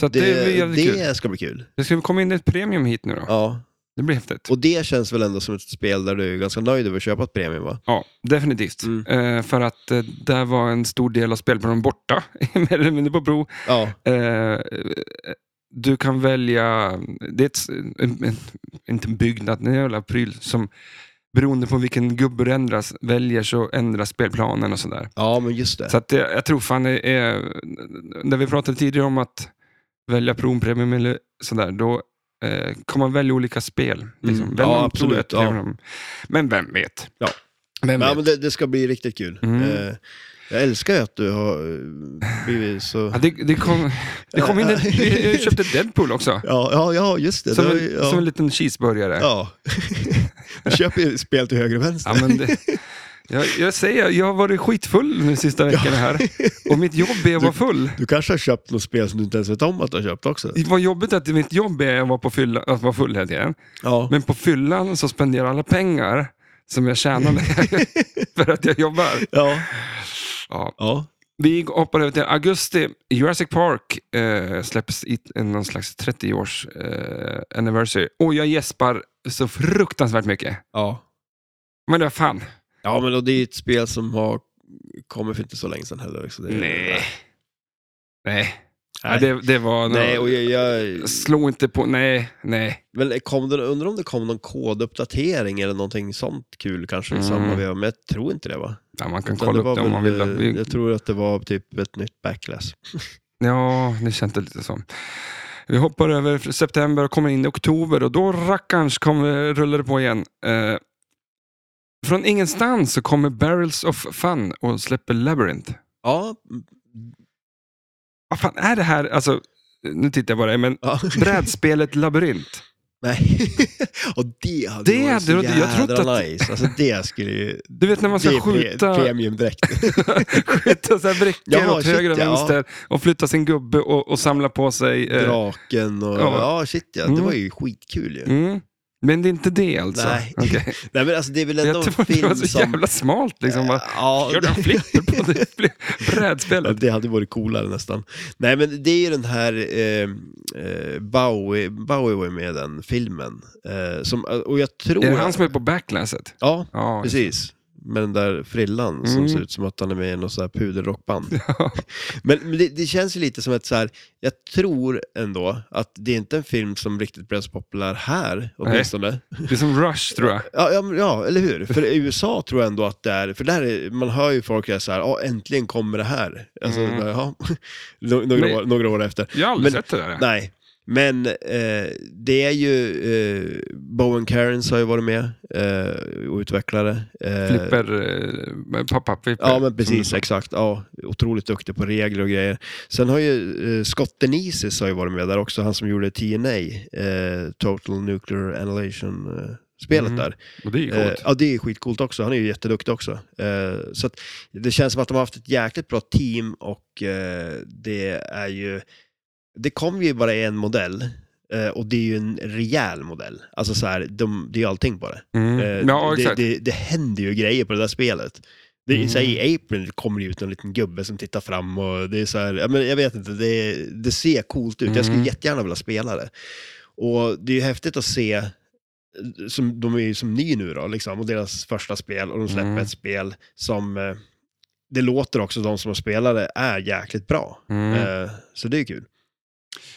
A: Så att det, är
B: det,
A: jävligt kul.
B: det ska bli kul.
A: Det ska komma in ett premium hit nu då.
B: Ja.
A: Det blir häftigt.
B: Och det känns väl ändå som ett spel där du är ganska nöjd över att köpa ett premium va?
A: Ja, definitivt.
B: Mm.
A: Eh, för att eh, där var en stor del av spelplanen borta, [LAUGHS] mer eller mindre på prov.
B: Ja,
A: Eh, du kan välja, det är ett, en, en, inte en byggnad, en jävla pryl som beroende på vilken gubbe du ändras, väljer så ändras spelplanen och sådär.
B: ja men just det.
A: Så att det, jag tror fan det är, när vi pratade tidigare om att välja Prom Premium eller sådär, då eh, kan man välja olika spel. Liksom.
B: Mm.
A: Välja
B: Ja,
A: om Pro
B: absolut,
A: ett
B: ja.
A: Premium. Men vem vet?
B: Ja.
A: Vem
B: Ja,
A: vet?
B: men det, det ska bli riktigt kul.
A: Mm.
B: Eh, jag älskar ju att du har eh, blivit så...
A: Ja, det, det, kom, det kom
B: [LAUGHS]
A: in, ett- vi vi köpte Deadpool också.
B: Ja, ja, ja just det.
A: Som
B: Du har
A: en,
B: ju- ja. [LAUGHS]
A: som en liten cheeseburgare.
B: Ja. Du köper ju spel till höger och vänster.
A: Ja, men det, Jag, jag säger, jag har varit skitfull nu sista veckan här. Och mitt jobb är att vara full.
B: Du kanske har köpt något spel som du inte ens vet om att du har köpt också.
A: Vad jobbigt att mitt jobb är att vara, på fylla, att vara full hela tiden.
B: Ja.
A: Men på fyllan så spenderar jag alla pengar som jag tjänade [LAUGHS] för att jag jobbar.
B: Ja.
A: Ja.
B: ja.
A: Vi hoppar över till augusti. Jurassic Park eh, släpps i en- någon slags 30-års eh, anniversary. Och jag gäspar så fruktansvärt mycket.
B: Ja.
A: Men det var fan.
B: Ja, men då, det är ju ett spel som har kommit för inte så länge sedan heller. Så det,
A: Nej. Nej. Ja,
B: Nej.
A: det, det var...
B: Nej, och jag, jag,
A: Slå inte på... Nej, nej.
B: men kom det, undrar om det kom någon koduppdatering eller någonting sånt kul kanske i
A: Mm.
B: samma veva, men jag tror inte det va?
A: Ja, man kan
B: Utan
A: kolla
B: var
A: upp det om
B: väl,
A: man vill.
B: eh,
A: Vi-
B: Jag tror att det var typ ett nytt backlash.
A: Ja, det kändes lite så. Vi hoppar över för september och kommer in i oktober och då rackarns kommer, rullar det på igen. Eh, från ingenstans så kommer Barrels of Fun och släpper Labyrinth.
B: Ja.
A: Vad fan är det här? Alltså, nu tittar jag på dig, men
B: [LAUGHS] ja. [LAUGHS]
A: brädspelet Labyrint.
B: Nej. [LAUGHS] och det hade
A: Det
B: ju varit så
A: hade- jag trodde
B: jädra
A: att-
B: nice. Alltså det skulle ju...
A: Du vet när [LAUGHS] man
B: det
A: ska
B: är pre-
A: skjuta,
B: premiumdräkt.
A: [LAUGHS] skjuta så här brickor
B: Jaha,
A: åt
B: shit,
A: höger och
B: ja.
A: vänster och flytta sin gubbe och, och samla på sig. eh,
B: Draken och...
A: ja.
B: Ja, shit ja.
A: Mm.
B: Det var ju skitkul ju.
A: mm. Men det är inte det alltså?
B: Nej.
A: Okej.
B: Nej men alltså [LAUGHS] det är väl ändå
A: Jag
B: en
A: tror [LAUGHS] det var
B: film
A: så
B: som...
A: jävla smalt liksom. Bara,
B: Ja,
A: Gör du en flipper på
B: [LAUGHS]
A: det?
B: Ja,
A: brädspelet?
B: det hade varit coolare nästan. Nej, men det är ju den här eh, eh, Bowie, Bowie var ju med i den filmen. Eh, som, och jag tror...
A: Är det han som är på backlasset?
B: Ja,
A: Ja,
B: precis. Med den där frillan
A: Mm.
B: som ser ut som att han är med i något så
A: [LAUGHS]
B: här puderrockband. men men det, det känns ju lite som att så här, jag tror ändå att det är inte en film som riktigt blev så populär här, åtminstone.
A: det är som Rush tror jag.
B: Ja, ja, men- ja, eller hur? För i USA tror jag ändå att det är, för där är, man hör ju folk säga så här, ja äntligen kommer det här. Alltså,
A: Mm.
B: ja, [LAUGHS] Nå- några,
A: Men-
B: år, några år efter.
A: Jag har aldrig
B: Men-
A: sett det där.
B: Nej, men eh, det är ju, eh, Bowen Cairns har ju varit med eh, och utvecklare. Eh,
A: Flipper, eh, pappa flipper. Mm.
B: Ja, men
A: som du
B: precis,
A: sa.
B: exakt. Ja, otroligt duktig på regler och grejer. Sen har ju eh, Scott Denises har ju varit med där också, han som gjorde TNA, eh, Total Nuclear Annihilation-spelet
A: Mm.
B: där.
A: Och det är ju
B: Eh,
A: coolt.
B: ja, det är skitcoolt också. Han är ju jätteduktig också. Eh, så att det känns som att de har haft ett jäkligt bra team och eh, det är ju... Det kom ju bara i en modell eh, och det är ju en rejäl modell. Alltså så här, de, det är ju allting på det. Eh,
A: Mm. Ja,
B: det,
A: exakt.
B: det. Det händer ju grejer på det där spelet. Det är,
A: Mm.
B: så här, I April kommer det ut någon liten gubbe som tittar fram och det är så här, ja, men jag vet inte, det, det ser coolt ut. Jag skulle
A: Mm.
B: jättegärna vilja spela det. Och det är ju häftigt att se, eh, som, de är ju som ny nu då, liksom, och deras första spel och de släpper
A: Mm.
B: ett spel som, eh, det låter också de som har spelat det är jäkligt bra.
A: Mm.
B: Eh, Så det är ju kul.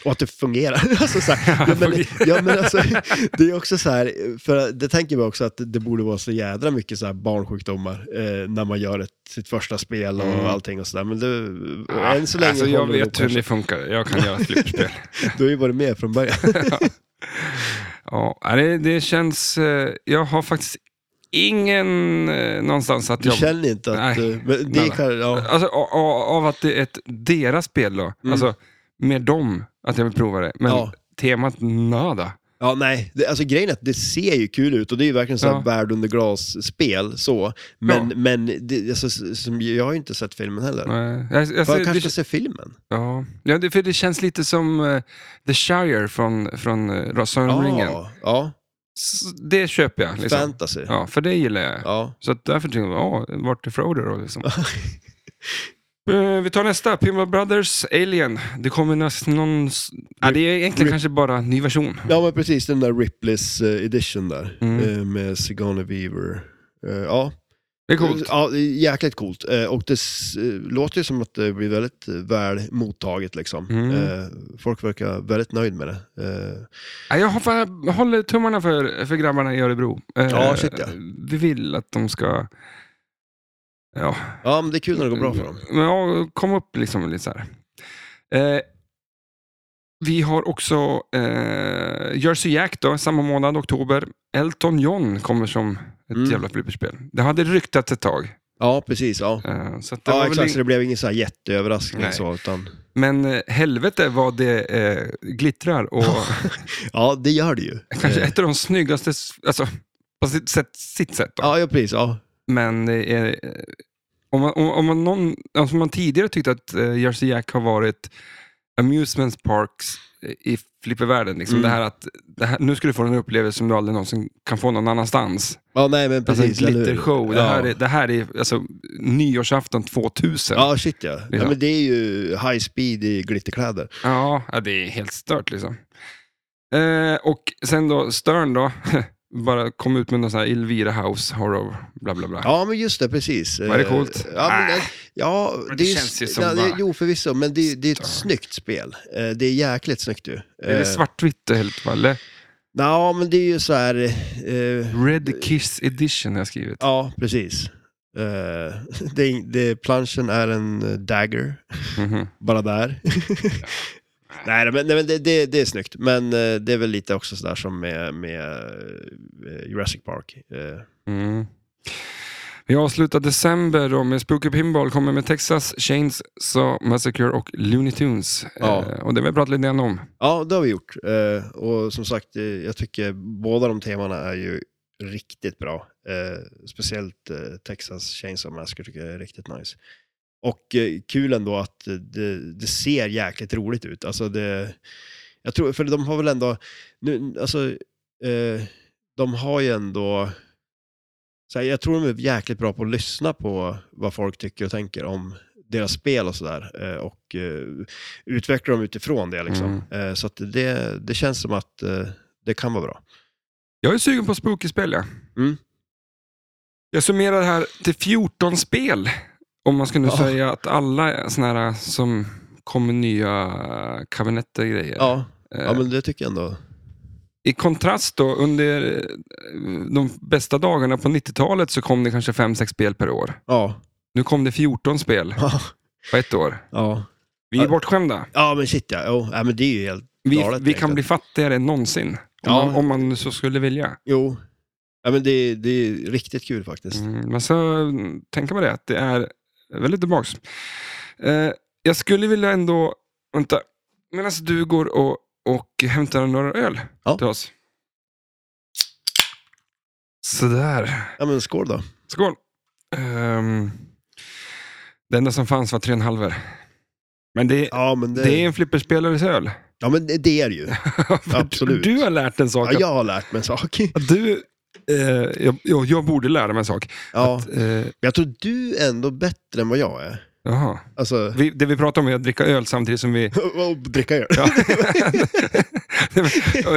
B: Och att det fungerar. [LAUGHS] alltså, så
A: [LAUGHS]
B: här, ja, men, ja, men alltså, det är också så här, för det tänker jag också att det borde vara så jädra mycket så här barnsjukdomar eh, när man gör ett, sitt första spel och
A: Mm.
B: allting och sådär. Men det, och
A: Ah,
B: än så länge
A: alltså, jag
B: håller det
A: vet hur
B: kanske.
A: det funkar. Jag kan göra ett flipperspel.
B: [LAUGHS] Du har ju varit med
A: [LAUGHS]
B: från början.
A: ja, nej, det, det känns... eh, Jag har faktiskt ingen eh, någonstans att
B: Du
A: jag...
B: känner inte att...
A: Nej.
B: eh, Men det
A: Nej,
B: är kanske, ja. Mm.
A: Alltså, a- a- av att det är ett deras spel då. Alltså, med dem, att jag vill prova det. Men
B: Ja.
A: temat nada.
B: ja, nej. Det, alltså grejen är att det ser ju kul ut och det är ju verkligen så här
A: Ja.
B: värld under glas-spel så. Men,
A: Ja.
B: men det, alltså, s- som, jag har ju inte sett filmen heller.
A: Nej, Jag, jag,
B: För
A: ser-
B: jag kanske
A: det,
B: ska se filmen.
A: ja. Ja, det, för det känns lite som eh, The Shire från, från uh, Sagan om ringen.
B: Ja, ja.
A: S- Det köper jag. Liksom.
B: fantasy.
A: Ja, för det gillar jag.
B: Ja.
A: Så att därför tycker jag, ja, vart är Frodo då?
B: [LAUGHS]
A: Liksom. Eh, Vi tar nästa, Pinball Brothers Alien. Det kommer näst någon... s- Ja, det är egentligen kanske bara en ny version.
B: Ja men precis, den där Ripley's eh, edition där.
A: Mm.
B: eh, Med Sigourney Weaver. Eh, Ja,
A: Det är coolt.
B: Ja, det är jäkligt coolt. Eh, Och det s- eh, låter ju som att det blir väldigt eh, väl mottaget liksom.
A: Mm.
B: Eh, Folk verkar väldigt nöjd med det. Eh,
A: Ja, Jag hoppas- jag håller tummarna för, för grabbarna i Örebro. Eh,
B: Ja, shit, ja.
A: Vi vill att de ska... Ja,
B: Ja, men det är kul när det går bra för dem.
A: Men Ja, kom upp liksom lite så här. Eh, vi har också eh, Jersey Jack då, samma månad, oktober. Elton John kommer som ett
B: Mm.
A: jävla flipperspel. Det hade ryktats ett tag.
B: Ja, precis. Ja,
A: Eh, så att det var
B: ja
A: väl
B: exakt.
A: ing-
B: Så det blev ingen så här jätteöverraskning
A: Nej.
B: så, utan...
A: Men eh, helvete vad det eh, glittrar och
B: Ja, det gör det ju.
A: [LAUGHS] kanske
B: Eh,
A: ett av de snyggaste, s- alltså på sitt sätt, sitt sätt då.
B: Ja, ja precis. Ja.
A: Men det är, om, man, om, om man, någon, alltså man tidigare tyckte att eh, Jersey Jack har varit amusement parks i flippervärlden. Liksom.
B: Mm.
A: Det här att det här, nu ska du få en upplevelse som du aldrig någonsin kan få någon annanstans.
B: Ja, nej men
A: Alltså en
B: precis. eller hur?
A: glittershow. Det
B: Ja.
A: här är, det här är alltså, nyårsafton 2000.
B: Ja, shit ja. ja.
A: Ja.
B: men det är ju high speed i glitterkläder.
A: Ja, ja, det är helt stört liksom. Eh, och sen då, Stern då, [LAUGHS] bara kom ut med någon sån här Elvira House Horror, bla bla bla.
B: Ja, men just det, precis.
A: Var det
B: Eh,
A: coolt?
B: Ja, men,
A: Äh.
B: ja
A: Men
B: det,
A: det
B: är,
A: känns ju som
B: ja, det,
A: bara-
B: Jo, förvisso, men det, det är ett snyggt spel. Eh, Det är jäkligt snyggt ju.
A: Är det
B: Eh,
A: svartvitt helt va? Eller?
B: Ja, men det är ju så här... eh,
A: Red Kiss Edition har jag skrivit.
B: Ja, precis. Eh, [LAUGHS] det, är- det, planschen är en eh, dagger,
A: Mhm.
B: [LAUGHS] bara där.
A: [LAUGHS]
B: nej, men, nej, men det, det, det är snyggt. Men eh, det är väl lite också sådär som med, med eh, Jurassic Park. Eh,
A: Mm. Vi avslutar december då med Spooky Pinball, kommer med Texas, Chains, Saw Massacre och Looney Tunes.
B: Ja.
A: Eh, och det har vi pratat lite grann om.
B: Ja, det har vi gjort. Eh, och som sagt, eh, jag tycker båda de temana är ju riktigt bra. Eh, speciellt eh, Texas Chainsaw Massacre tycker jag är riktigt nice. Och eh, kul ändå att eh, det, det ser jäkligt roligt ut. Alltså det, jag tror, för de har väl ändå, nu, alltså, eh, de har ju ändå, så här, jag tror de är jäkligt bra på att lyssna på vad folk tycker och tänker om deras spel och sådär. Eh, och eh, utveckla dem utifrån det liksom. Eh, så att det, det känns som att eh, det kan vara bra.
A: Jag är sugen på spooky-spel, ja.
B: Mm.
A: Jag summerar det här till 14 spel. Om man ska nu
B: Ja.
A: säga att alla såna här som kommer nya kabinetter och grejer.
B: Ja,
A: Eh,
B: ja men det tycker jag ändå.
A: I kontrast då, under eh, de bästa dagarna på 90-talet så kom det kanske 5-6 spel per år.
B: Ja,
A: Nu kom det 14 spel
B: ja,
A: på ett år.
B: ja.
A: Vi är
B: Ja.
A: bortskämda.
B: ja men shit ja. Jo, ja men det är ju helt
A: Vi,
B: galet.
A: vi kan
B: egentligen.
A: bli fattigare än någonsin. Om,
B: Ja.
A: man, om man så skulle vilja.
B: Jo. Ja, men det, det är riktigt kul faktiskt.
A: Mm, men så mm, tänker man det, att det är väldigt tillbaks. Eh, jag skulle vilja ändå, vänta, medan du går och, och hämtar några öl
B: Ja.
A: till oss. Sådär,
B: Ja men skål då.
A: skål. Ehm, det enda som fanns var tre och en halver. Men det,
B: Ja men det,
A: det är en flipperspelares öl.
B: ja, men det, det är det ju.
A: För
B: Absolut.
A: Du, du har lärt en sak.
B: Ja, jag har lärt mig en sak. [LAUGHS]
A: att du, eh, jag, jag, jag borde lära mig en sak.
B: Ja,
A: Att, eh,
B: jag tror du är ändå bättre än vad jag är.
A: jaha.
B: [LAUGHS] Alltså,
A: Vi, det vi pratar om är att dricka öl samtidigt som
B: [LAUGHS]
A: vi...
B: och dricka öl.
A: Ja.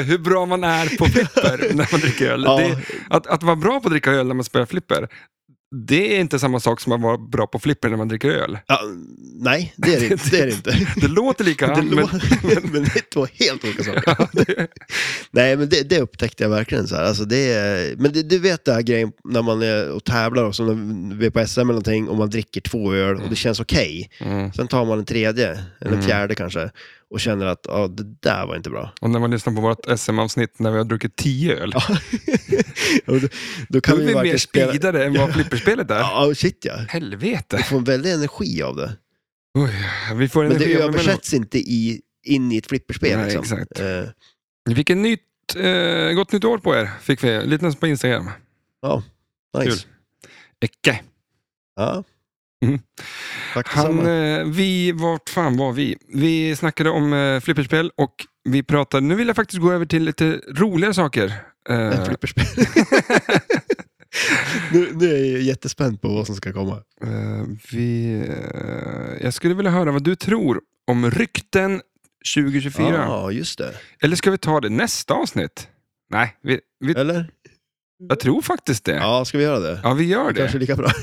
A: Hur bra man är på flipper när man dricker öl.
B: Ja.
A: Det, att, att vara bra på att dricka öl när man spelar flipper, det är inte samma sak som att vara bra på flipper när man dricker öl.
B: Ja, nej, det är det, [LAUGHS] inte. det är det inte.
A: Det låter
B: [LAUGHS] Det
A: likadant, men...
B: låter, men det är två helt olika saker.
A: Ja, det,
B: Nej, men det, det upptäckte jag verkligen. Så här. Alltså, det är, men det, du vet den här grejen när man är och tävlar, och så när vi är på SM eller någonting, och man dricker två öl och det känns okej.
A: mm.
B: Sen tar man en tredje, eller en
A: Mm.
B: fjärde kanske, och känner att ja, det där var inte bra.
A: Och när man lyssnar på vårt SM-avsnitt när vi har druckit tio öl,
B: [LAUGHS] Och då, då
A: då
B: kan
A: är
B: vi
A: vi mer
B: verkligen spela...
A: speedade än vad flipperspelet är.
B: Ja, shit ja.
A: Helvete.
B: Du får en väldig energi av det.
A: Oj, vi får
B: Men det
A: energi av-
B: översätts inte i, in i ett flipperspel.
A: Nej,
B: liksom.
A: exakt.
B: Eh,
A: Vi fick ett nytt, eh, gott nytt år på er, fick vi. Lite på Instagram.
B: nice.
A: Kul. Ecke.
B: Ja.
A: Mm.
B: Tack
A: Han,
B: detsamma.
A: eh, vi, vart fan var vi? Vi snackade om eh, flipperspel och vi pratade, nu vill jag faktiskt gå över till lite roligare saker. Eh,
B: Ett flipperspel. [LAUGHS] nu, nu är jag jättespänd på vad som ska komma.
A: eh, vi, eh, jag skulle vilja höra vad du tror om rykten 2024.
B: Ja, just det.
A: Eller ska vi ta det nästa avsnitt? Nej, vi, vi,
B: Eller?
A: jag tror faktiskt det. Ja,
B: Eh. Ja, ska vi göra det?
A: vi gör det.
B: Kanske lika bra. [LAUGHS]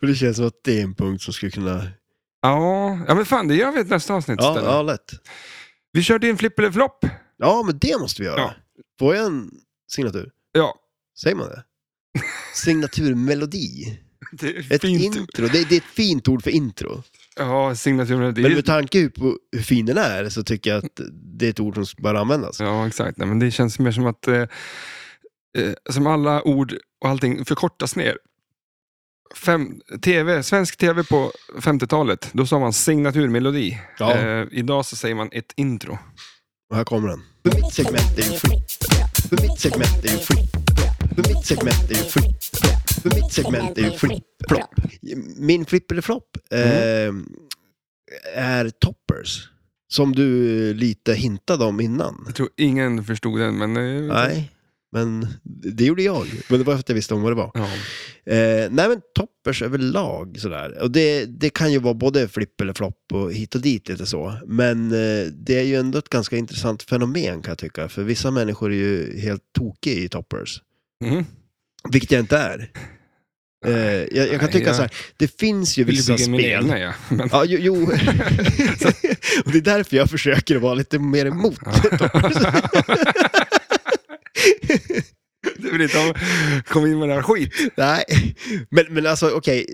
B: För det känns som att det är en punkt som skulle kunna...
A: Ja, ja, men fan det gör vi i nästa avsnitt
B: Ja,
A: istället.
B: ja, lätt.
A: Vi körde in flipp eller flopp.
B: Ja, men det måste vi göra.
A: Ja.
B: Får jag en signatur?
A: Ja,
B: Säger
A: [LAUGHS]
B: man det? Signaturmelodi.
A: det är
B: Ett
A: fint.
B: intro. Det, det är ett fint ord för intro.
A: Ja, signaturmelodi.
B: Men med tanke på hur fin den är så tycker jag att det är ett ord som bör användas.
A: Ja, exakt. Nej, men det känns mer som att eh, eh, som alla ord och allting förkortas ner. Fem, TV, svensk tv på 50-talet, då sa man signaturmelodi.
B: Ja.
A: Eh, idag så säger man ett intro.
B: Och här kommer den. För mitt segment är ju fritt. För mitt segment är ju fritt. För mitt segment är ju fritt. För mitt segment är ju flipp-flopp. Min flipperflopp eh, är toppers. Som du lite hintade om innan.
A: Jag tror ingen förstod den, men... eh,
B: Nej, men det gjorde jag. Men det var för att jag visste om vad det var.
A: Ja.
B: Eh, nej men toppers överlag sådär. Och det, det kan ju vara både flipp eller flopp och hit och dit lite så. Men eh, det är ju ändå ett ganska intressant fenomen kan jag tycka. För vissa människor är ju helt tokiga i toppers.
A: Mm.
B: Vilket jag inte är. Eh, jag, jag kan
A: Nej,
B: tycka
A: jag-
B: så här, det finns ju
A: Vill du
B: vissa
A: bygga min
B: spel.
A: egna, ja. [LAUGHS] Men,
B: Ja, jo, jo. [LAUGHS] och det är därför jag försöker vara lite mer emot toppers.
A: du vill inte ha- kom in med den här skit.
B: [LAUGHS] Nej, men, men alltså okej,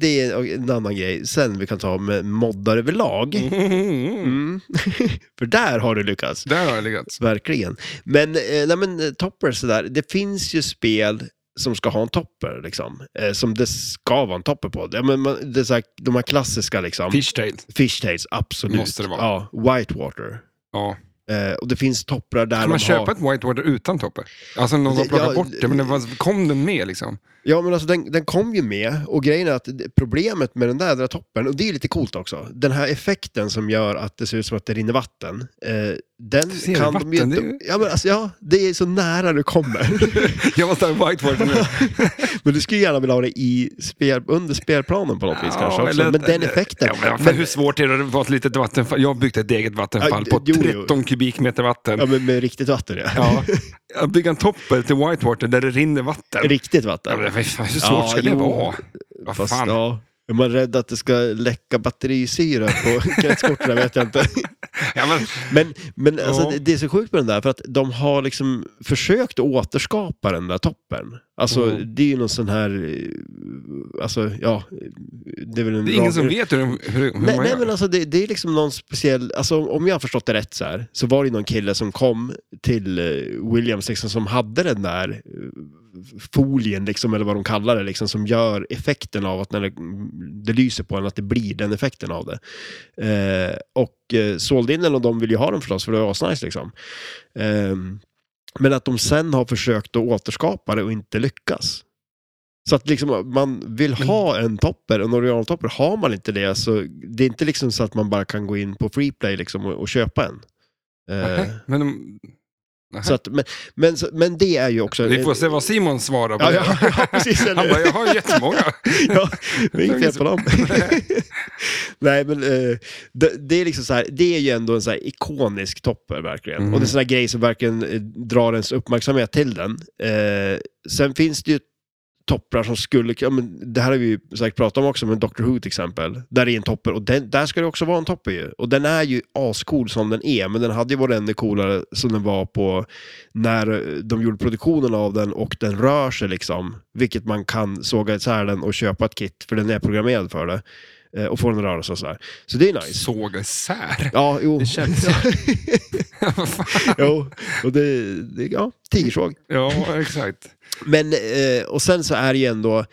B: det är en annan grej. Sen vi kan ta med moddar överlag. Mm. [LAUGHS] För där har du lyckats.
A: Där har jag legat.
B: Verkligen. Men, eh, nej, men eh, toppers sådär, det finns ju spel som ska ha en topper, liksom. Eh, som det ska vara en topper på. Ja, men man, det är så här, de här klassiska, liksom.
A: Fishtail.
B: Fishtails, absolut.
A: Måste det vara.
B: Ja, Whitewater.
A: Ja,
B: Eh, och det finns topprar där
A: kan
B: de
A: man köpa
B: har...
A: ett whitewater utan topper? Alltså någon har
B: Det-
A: plockat
B: ja,
A: bort det, men det var, kom den med liksom?
B: Ja, men alltså den, den kom ju med och grejen är att det- problemet med den där, där toppen, och det är ju lite coolt också, den här effekten som gör att det ser ut som att det rinner vatten, eh, den
A: Ser du
B: kan de ju
A: vatten?
B: inte...
A: Det är ju-
B: Ja, men alltså, ja, det är så nära du kommer.
A: [LAUGHS]
B: [LAUGHS]
A: Jag måste ha en whitewater nu.
B: men du skulle ju gärna vilja ha det i spel, under spelplanen på något vis kanske också,
A: eller-
B: men den
A: eller-
B: effekten.
A: Ja, men, men hur svårt är det att vara ett litet vattenfall? Jag byggde ett eget vattenfall
B: Ja,
A: på
B: jo, jo.
A: 13 kubikmeter vatten.
B: ja, men med riktigt vatten ja.
A: Ja. Att bygga en topper till whitewater där det rinner vatten.
B: [LAUGHS] Riktigt
A: Ja,
B: vatten.
A: men, vad fan, hur svårt
B: Ja,
A: ska det
B: jo.
A: vara? Vad
B: Fast,
A: fan?
B: ja, är man rädd att det ska läcka batterisyra
A: [LAUGHS]
B: på kretskorten vet jag inte.
A: Ja, men,
B: Men, men alltså,
A: Ja.
B: det- det är så sjukt med den där, för att de har liksom försökt att återskapa den där toppen. Alltså,
A: Mm.
B: det är ju någon sån här... eh, Alltså, ja. Det är väl en
A: det är ingen
B: rad-
A: som vet hur, hur, hur
B: Nej,
A: man
B: nej
A: gör.
B: men alltså det, det är liksom någon speciell, alltså om jag har förstått det rätt så här, så var det någon kille som kom till eh, Williams liksom som hade den där eh, folien liksom, eller vad de kallar det liksom, som gör effekten av att när det, mm, det lyser på en att det blir den effekten av det. Eh, och eh, sålde in den och de vill ju ha den förstås för det var asnice liksom. Ehm, men att de sen har försökt att återskapa det och inte lyckas. Så att liksom man vill
A: Mm.
B: ha en topper, en originaltopper. Har man inte det så det är inte liksom så att man bara kan gå in på Freeplay liksom och, och köpa en. Eh,
A: Nej, men de, Nej.
B: så att, men, men, så- men det är ju också...
A: vi får se vad Simon svarar på
B: Ja,
A: det.
B: ja, ja, [LAUGHS] precis.
A: Han bara, jag har jättemånga. [LAUGHS]
B: ja, det är inget fel på dem. [LAUGHS] Nej, men eh, det, det är liksom så här, det är ju ändå en så här ikonisk topper verkligen.
A: Mm.
B: Och det är en sån här grej som verkligen eh, drar ens uppmärksamhet till den. Eh, sen finns det ju topprar som skulle, ja, men det här har vi ju säkert pratat om också, men Doctor Who till exempel. Där är en topper och den, där ska det också vara en topper ju. Och den är ju ascool som den är, men den hade ju varit ännu coolare som den var på när eh, de gjorde produktionen av den och den rör sig liksom. Vilket man kan såga isär den och köpa ett kit, för den är programmerad för det. Eh, och få den att röra sig och sådär. Så det är nice.
A: Såg isär.
B: Ja, jo.
A: Det känns så. [LAUGHS] Vad fan?
B: [LAUGHS] jo. Och det, det, ja, tigersåg.
A: ja, exakt.
B: Men, eh, och sen så är det ju ändå, eh,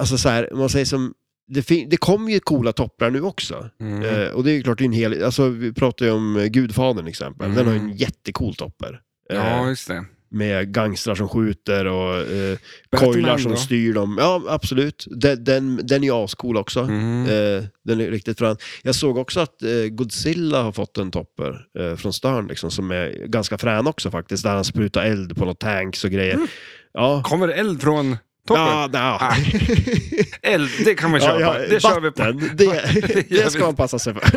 B: alltså så här, om man säger som, det, fin- det kommer ju coola topprar nu också.
A: Mm.
B: Eh, och det är ju klart, det är en hel, alltså vi pratar ju om eh, Gudfadern till exempel. Den har ju en
A: Mm.
B: jättecool topper. Eh,
A: Ja, just det.
B: Med gangstrar som skjuter och eh,
A: Batman
B: koilar som
A: då?
B: styr dem. Ja, absolut. Den, den, den är ju ascool också.
A: Mm.
B: Eh, den är riktigt frän. Jag såg också att eh, Godzilla har fått en topper eh, från Stern liksom, som är ganska frän också faktiskt. Där han sprutar eld på något tanks och grejer.
A: Mm.
B: Ja.
A: Kommer det eld från toppen?
B: Ja, ja.
A: Ah, Eld, det kan man köpa.
B: Ja, ja,
A: [LAUGHS] det kör vi på.
B: vatten, Det,
A: gör
B: det
A: vi.
B: ska man passa sig för.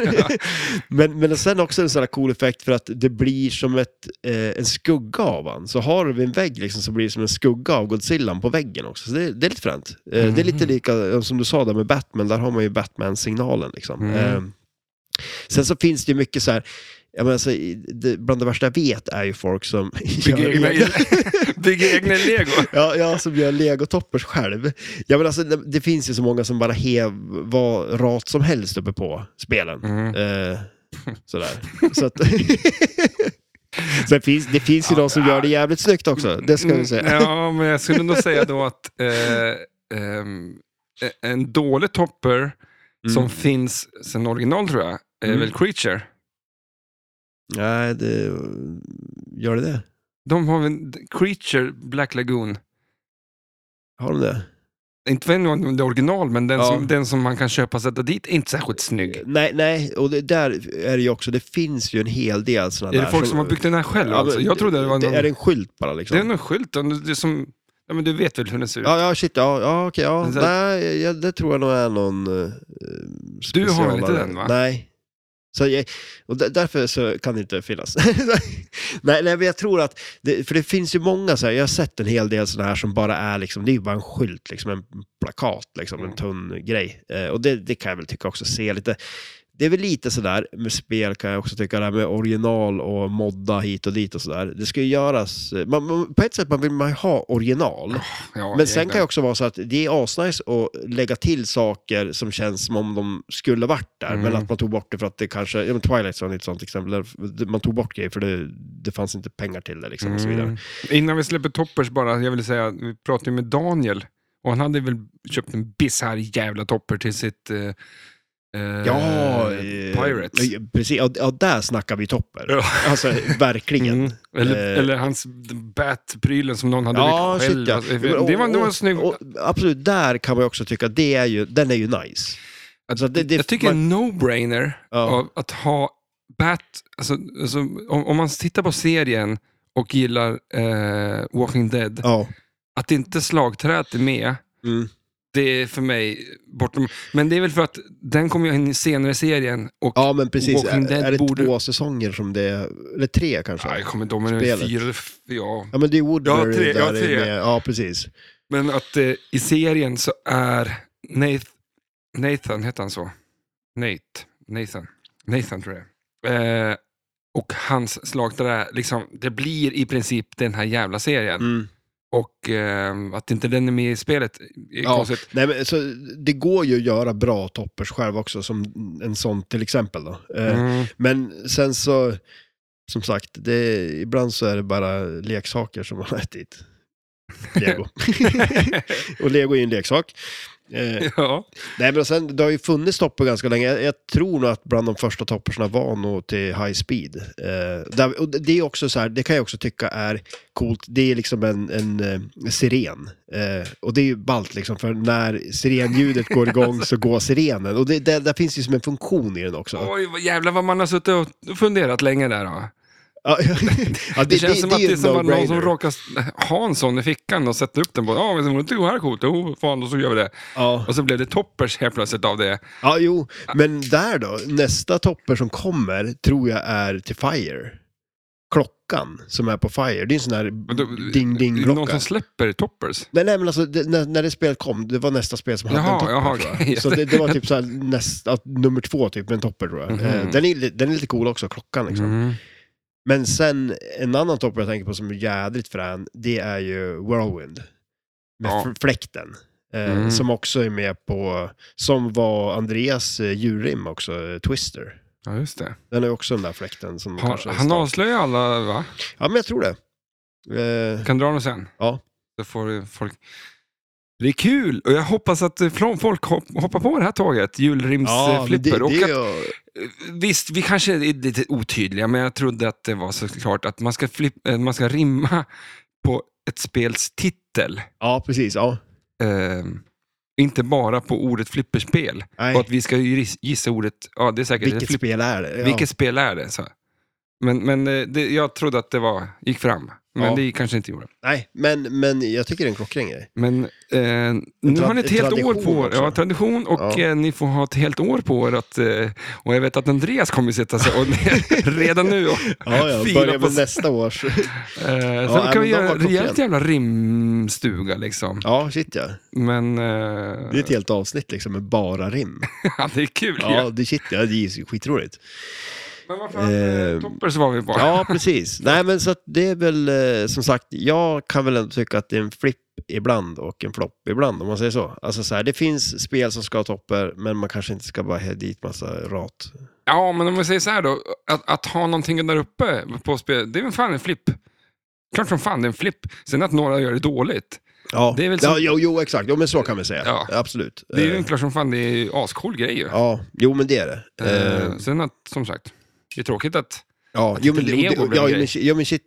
B: men, men sen också en sån här cool effekt för att det blir som ett, eh, en skugga av han. Så har du en vägg liksom, så blir det som en skugga av Godzilla på väggen också. Så det, det är lite fränt. Eh,
A: Mm.
B: Det är lite lika eh, som du sa där med Batman, där har man ju Batman-signalen. Liksom.
A: Mm.
B: Eh, sen så finns det ju mycket så här, jag menar, så, i- det, bland det värsta jag vet är ju folk som
A: Bygger
B: gör
A: egna, [LAUGHS] bygger egna lego.
B: Ja, ja, som gör legotoppers själv. Ja, men alltså, det, det finns ju så många som bara hev vad rat som helst uppe på spelen.
A: Mm.
B: Eh, sådär. Så att, [LAUGHS] så det, finns, det finns ju de som gör det jävligt snyggt också, det [LAUGHS] ska vi säga.
A: Mm, Ja, men jag skulle nog säga då att eh, ehm, eh, en dålig topper som finns sen original tror jag, är
B: Mm.
A: väl Creature.
B: Nej, det, gör det det?
A: De har väl Creature, Black Lagoon.
B: Har de det?
A: Inte för någon- det är original, men den,
B: Ja.
A: som, den som man kan köpa och sätta dit är inte särskilt snygg.
B: Nej, nej, och det, där är det ju också, det finns ju en hel del sådana
A: är
B: där.
A: det folk som har byggt den här själv? alltså? Jag trodde det var någon...
B: Är det en skylt bara liksom?
A: Det är någon skylt. och Det är som, ja, men du vet väl hur den ser ut?
B: Ja, ja, shit, ja, ja okej, ja.
A: Men så-
B: Nej, ja, det tror jag nog är någon eh,
A: Du har
B: specialare.
A: inte den, va?
B: Nej. Så jag, och där- därför så kan det inte finnas. [LAUGHS] nej, nej, men jag tror att, det, för det finns ju många så här, jag har sett en hel del sådana här som bara är liksom, det är ju bara en skylt, liksom en plakat, liksom en
A: Mm.
B: tunn grej. Eh, och det, det kan jag väl tycka också se lite. Det är väl lite sådär med spel kan jag också tycka, det här med original och modda hit och dit och sådär. Det ska ju göras, eh, man, man, på ett sätt man vill man ju ha original.
A: Ja,
B: Men sen kan
A: jag...
B: det också vara så att det är asnice att lägga till saker som känns som om de skulle varit där,
A: Mm.
B: men att man tog bort det för att det kanske, ja men Twilight Zone är ett sånt exempel, där man tog bort grejer för det, det fanns inte pengar till det liksom och så vidare.
A: Mm. Innan vi släpper Toppers bara, jag vill säga, vi pratade ju med Daniel och han hade väl köpt en bisarr jävla Topper till sitt eh, eh,
B: Ja, eh,
A: Pirates.
B: ja, Precis, ja, ja, där snackar vi topper.
A: Ja.
B: Alltså verkligen.
A: Mm. Eller,
B: Eh.
A: eller hans Bat-prylen som någon hade
B: Ja,
A: väckt själv.
B: shit ja.
A: Alltså, Det var, det var en snygg...
B: Och, absolut, där kan man ju också tycka, det är ju, den är ju nice. Alltså, det, det,
A: jag tycker
B: man-
A: en no-brainer
B: Ja.
A: av att ha Bat... Alltså, alltså, om, om man tittar på serien och gillar eh, Walking Dead,
B: Ja.
A: att inte slagträt är med,
B: Mm.
A: det är för mig bortom... Men det är väl för att den kommer ju in i senare i serien och...
B: ja, men precis.
A: Walking
B: Är,
A: Dead
B: är det
A: borde-
B: två säsonger som det är, eller tre kanske?
A: Ja, jag kommer inte ihåg, men det är
B: Spelet.
A: fyra eller f- ja.
B: Ja men det är Woodbury
A: Ja, tre-
B: där
A: ja,
B: är
A: tre.
B: med. Ja, precis.
A: Men att eh, i serien så är Nathan, Nathan, heter han så? Nate, Nathan, Nathan tror jag. Eh, och hans slagträ, liksom, det blir i princip den här jävla serien.
B: Mm.
A: Och eh, att inte den är med i spelet är
B: Ja.
A: konstigt.
B: Nej, men, så, det går ju att göra bra toppers själv också, som en sån till exempel. Då. Eh, [LAUGHS]
A: Mm.
B: Men sen så, som sagt, det, ibland så är det bara leksaker som man
A: [LAUGHS]
B: har ätit. Lego. och lego är ju en leksak. Eh,
A: ja.
B: nej, men sen, det har ju funnits topper ganska länge. Jag, jag tror nog att bland de första topperna var nog till high speed. Eh, där, och det- det, är också så här, det kan jag också tycka är coolt. Det är liksom en, en eh, siren. Eh, och det är ju ballt liksom, för när sirenljudet går igång så går sirenen. Och det, det, där finns ju som en funktion i den också.
A: Oj, vad jävlar vad man har suttit och funderat länge där. Då.
B: Ja, [LAUGHS] ja, ja,
A: Det, känns som att
B: ju
A: det är som bara någon som
B: no-brainer.
A: råkar ha en sån i fickan och sätta upp den på. Ja, men det vore inte det här coolt. Jo, fan, då så gör vi det.
B: Ja.
A: Och så blev det toppers helt plötsligt av det.
B: ja, jo. Men där då, nästa topper som kommer tror jag är till Fire. Klockan som är på Fire, det är en sån där
A: då- Är det någon
B: ding-ding-klocka.
A: som släpper toppers?
B: Nej, nej, men alltså det, när, när det spelet kom, det var nästa spel som hade
A: Jaha,
B: en topper.
A: jaha,
B: tror jag.
A: okej.
B: Så det, det var typ så här nästa, att nummer två, typ med en topper tror jag.
A: Mhm.
B: Eh, Den, är, li- den är lite cool också, klockan liksom. Men sen en annan topp jag tänker på som är jädrigt frän, det är ju Whirlwind. Med
A: Ja.
B: fl- fläkten. Eh,
A: Mm.
B: Som också är med på, som var Andreas eh, djurrim också, eh, Twister.
A: Ja, just det.
B: Den är också den där fläkten som kanske...
A: Har,
B: är
A: han
B: start-
A: avslöjar alla, va?
B: Ja, men jag tror det. Eh,
A: Kan dra den sen?
B: Ja.
A: Så får ju folk... Det är kul och jag hoppas att eh, fl- folk hopp- hoppar på det här tåget,
B: ja, men det,
A: julrimsflipper.
B: det,
A: och
B: är
A: att
B: ju-
A: Eh, Visst, vi kanske är lite otydliga, men jag trodde att det var såklart att man ska, flipp- eh, man ska rimma på ett spels titel.
B: ja, precis. Ja.
A: Eh, inte bara på ordet flipperspel.
B: Nej,
A: Och att vi ska ju gis- gissa ordet, ja det är säkert
B: vilket
A: ett flipp-
B: spel är det? Ja.
A: vilket spel är det? Så. Men, men eh, det, jag trodde att det var, gick fram, men
B: Ja.
A: det kanske inte gjorde.
B: Nej, men, men jag tycker det är en
A: [LAUGHS]
B: klockren grej.
A: Men eh, nu
B: tra-
A: har ni ett
B: en
A: helt år på
B: tradition
A: er.
B: också.
A: Ja, tradition och
B: Ja.
A: eh, ni får ha ett helt år på er. Att, eh, och jag vet att Andreas kommer sitta sig och,
B: [LAUGHS]
A: redan nu och
B: Ja, ja,
A: fila
B: börjar
A: på
B: med
A: [LAUGHS]
B: nästa års.
A: Eh,
B: Ja,
A: sen kan vi
B: men de
A: göra
B: var
A: en rejält
B: klockrena.
A: jävla rimstuga liksom.
B: Ja, shit ja.
A: Men eh,
B: Det är ett helt avsnitt liksom med bara rim.
A: [LAUGHS] ja, det är kul ju.
B: Ja, det shit ja, det är ju skitroligt.
A: Men vad fan, eh,
B: eh,
A: toppers var vi på.
B: Ja, precis. Nej, men så att det är väl eh, som sagt, jag kan väl ändå tycka att det är en flipp ibland och en flopp ibland, om man säger så. Alltså så här, det finns spel som ska ha topper, men man kanske inte ska bara ha dit massa rat.
A: Ja, men om vi säger så här då. Att, att ha någonting där uppe på spel, det är väl fan en flipp. Klart som fan det är en flipp. Sen att några gör det dåligt.
B: Ja,
A: Det är väl som-
B: ja jo, jo, exakt. Jo, men så kan man säga.
A: Ja.
B: Absolut.
A: Det är ju
B: Eh,
A: en klart som fan det är ju ascool grej ju.
B: Ja, jo men det är det. Eh,
A: Eh, sen att, som sagt, det är tråkigt att...
B: ja, jo,
A: inte
B: men, det-
A: Lego
B: och-
A: blir en [LAUGHS]
B: ja,
A: grej.
B: men, shit- ja, men shit.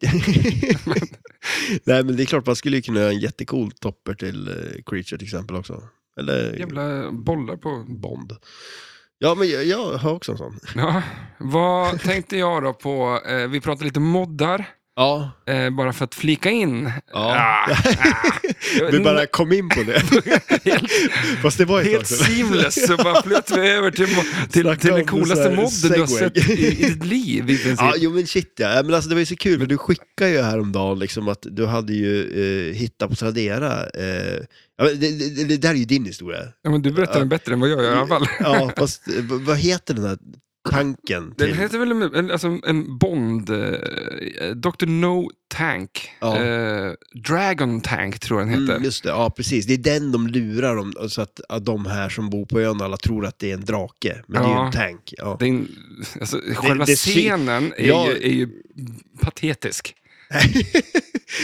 B: Nej, men det är klart man skulle ju kunna göra en jättecool topper till eh, Creature till exempel också. Eller
A: Jävla bollar på...
B: Bond. Ja, men jag, jag har också en sån.
A: Ja,
B: [LAUGHS]
A: vad tänkte jag då på? Eh, vi pratade lite moddar,
B: Ja.
A: eh, bara för att flika in.
B: ja.
A: Ah,
B: [LAUGHS] Vi bara kom in på
A: [LAUGHS]
B: det.
A: Helt-
B: Fast det var ett
A: Helt
B: tag sedan.
A: seamless, så bara flöt vi över till, mo- till,
B: Snacka
A: till den
B: om så
A: coolaste
B: här
A: modden du har
B: segway.
A: sett i, i ditt liv. I princip.
B: Ja, jo men shit ja. Men alltså, det var ju så kul, för du skickade ju häromdagen liksom, att du hade ju eh, hittat på Tradera. Eh, ja, men det, det, det där är ju din historia.
A: Ja, men du berättar den bättre än vad jag gör i alla fall.
B: Ja, fast eh, v- vad heter den här tanken?
A: Den
B: till-
A: heter väl en- en- alltså en Bond, eh, Dr. No Tank,
B: Ja.
A: eh, Dragon Tank tror jag den heter.
B: Mm, just det, ja precis. Det är den de lurar om, så att, att de här som bor på ön alla tror att det är en drake. Men det är ju
A: Ja.
B: en tank. Ja.
A: Det är en, alltså, själva
B: det sy-
A: scenen är,
B: Ja.
A: ju, är ju
B: [LAUGHS]
A: patetisk.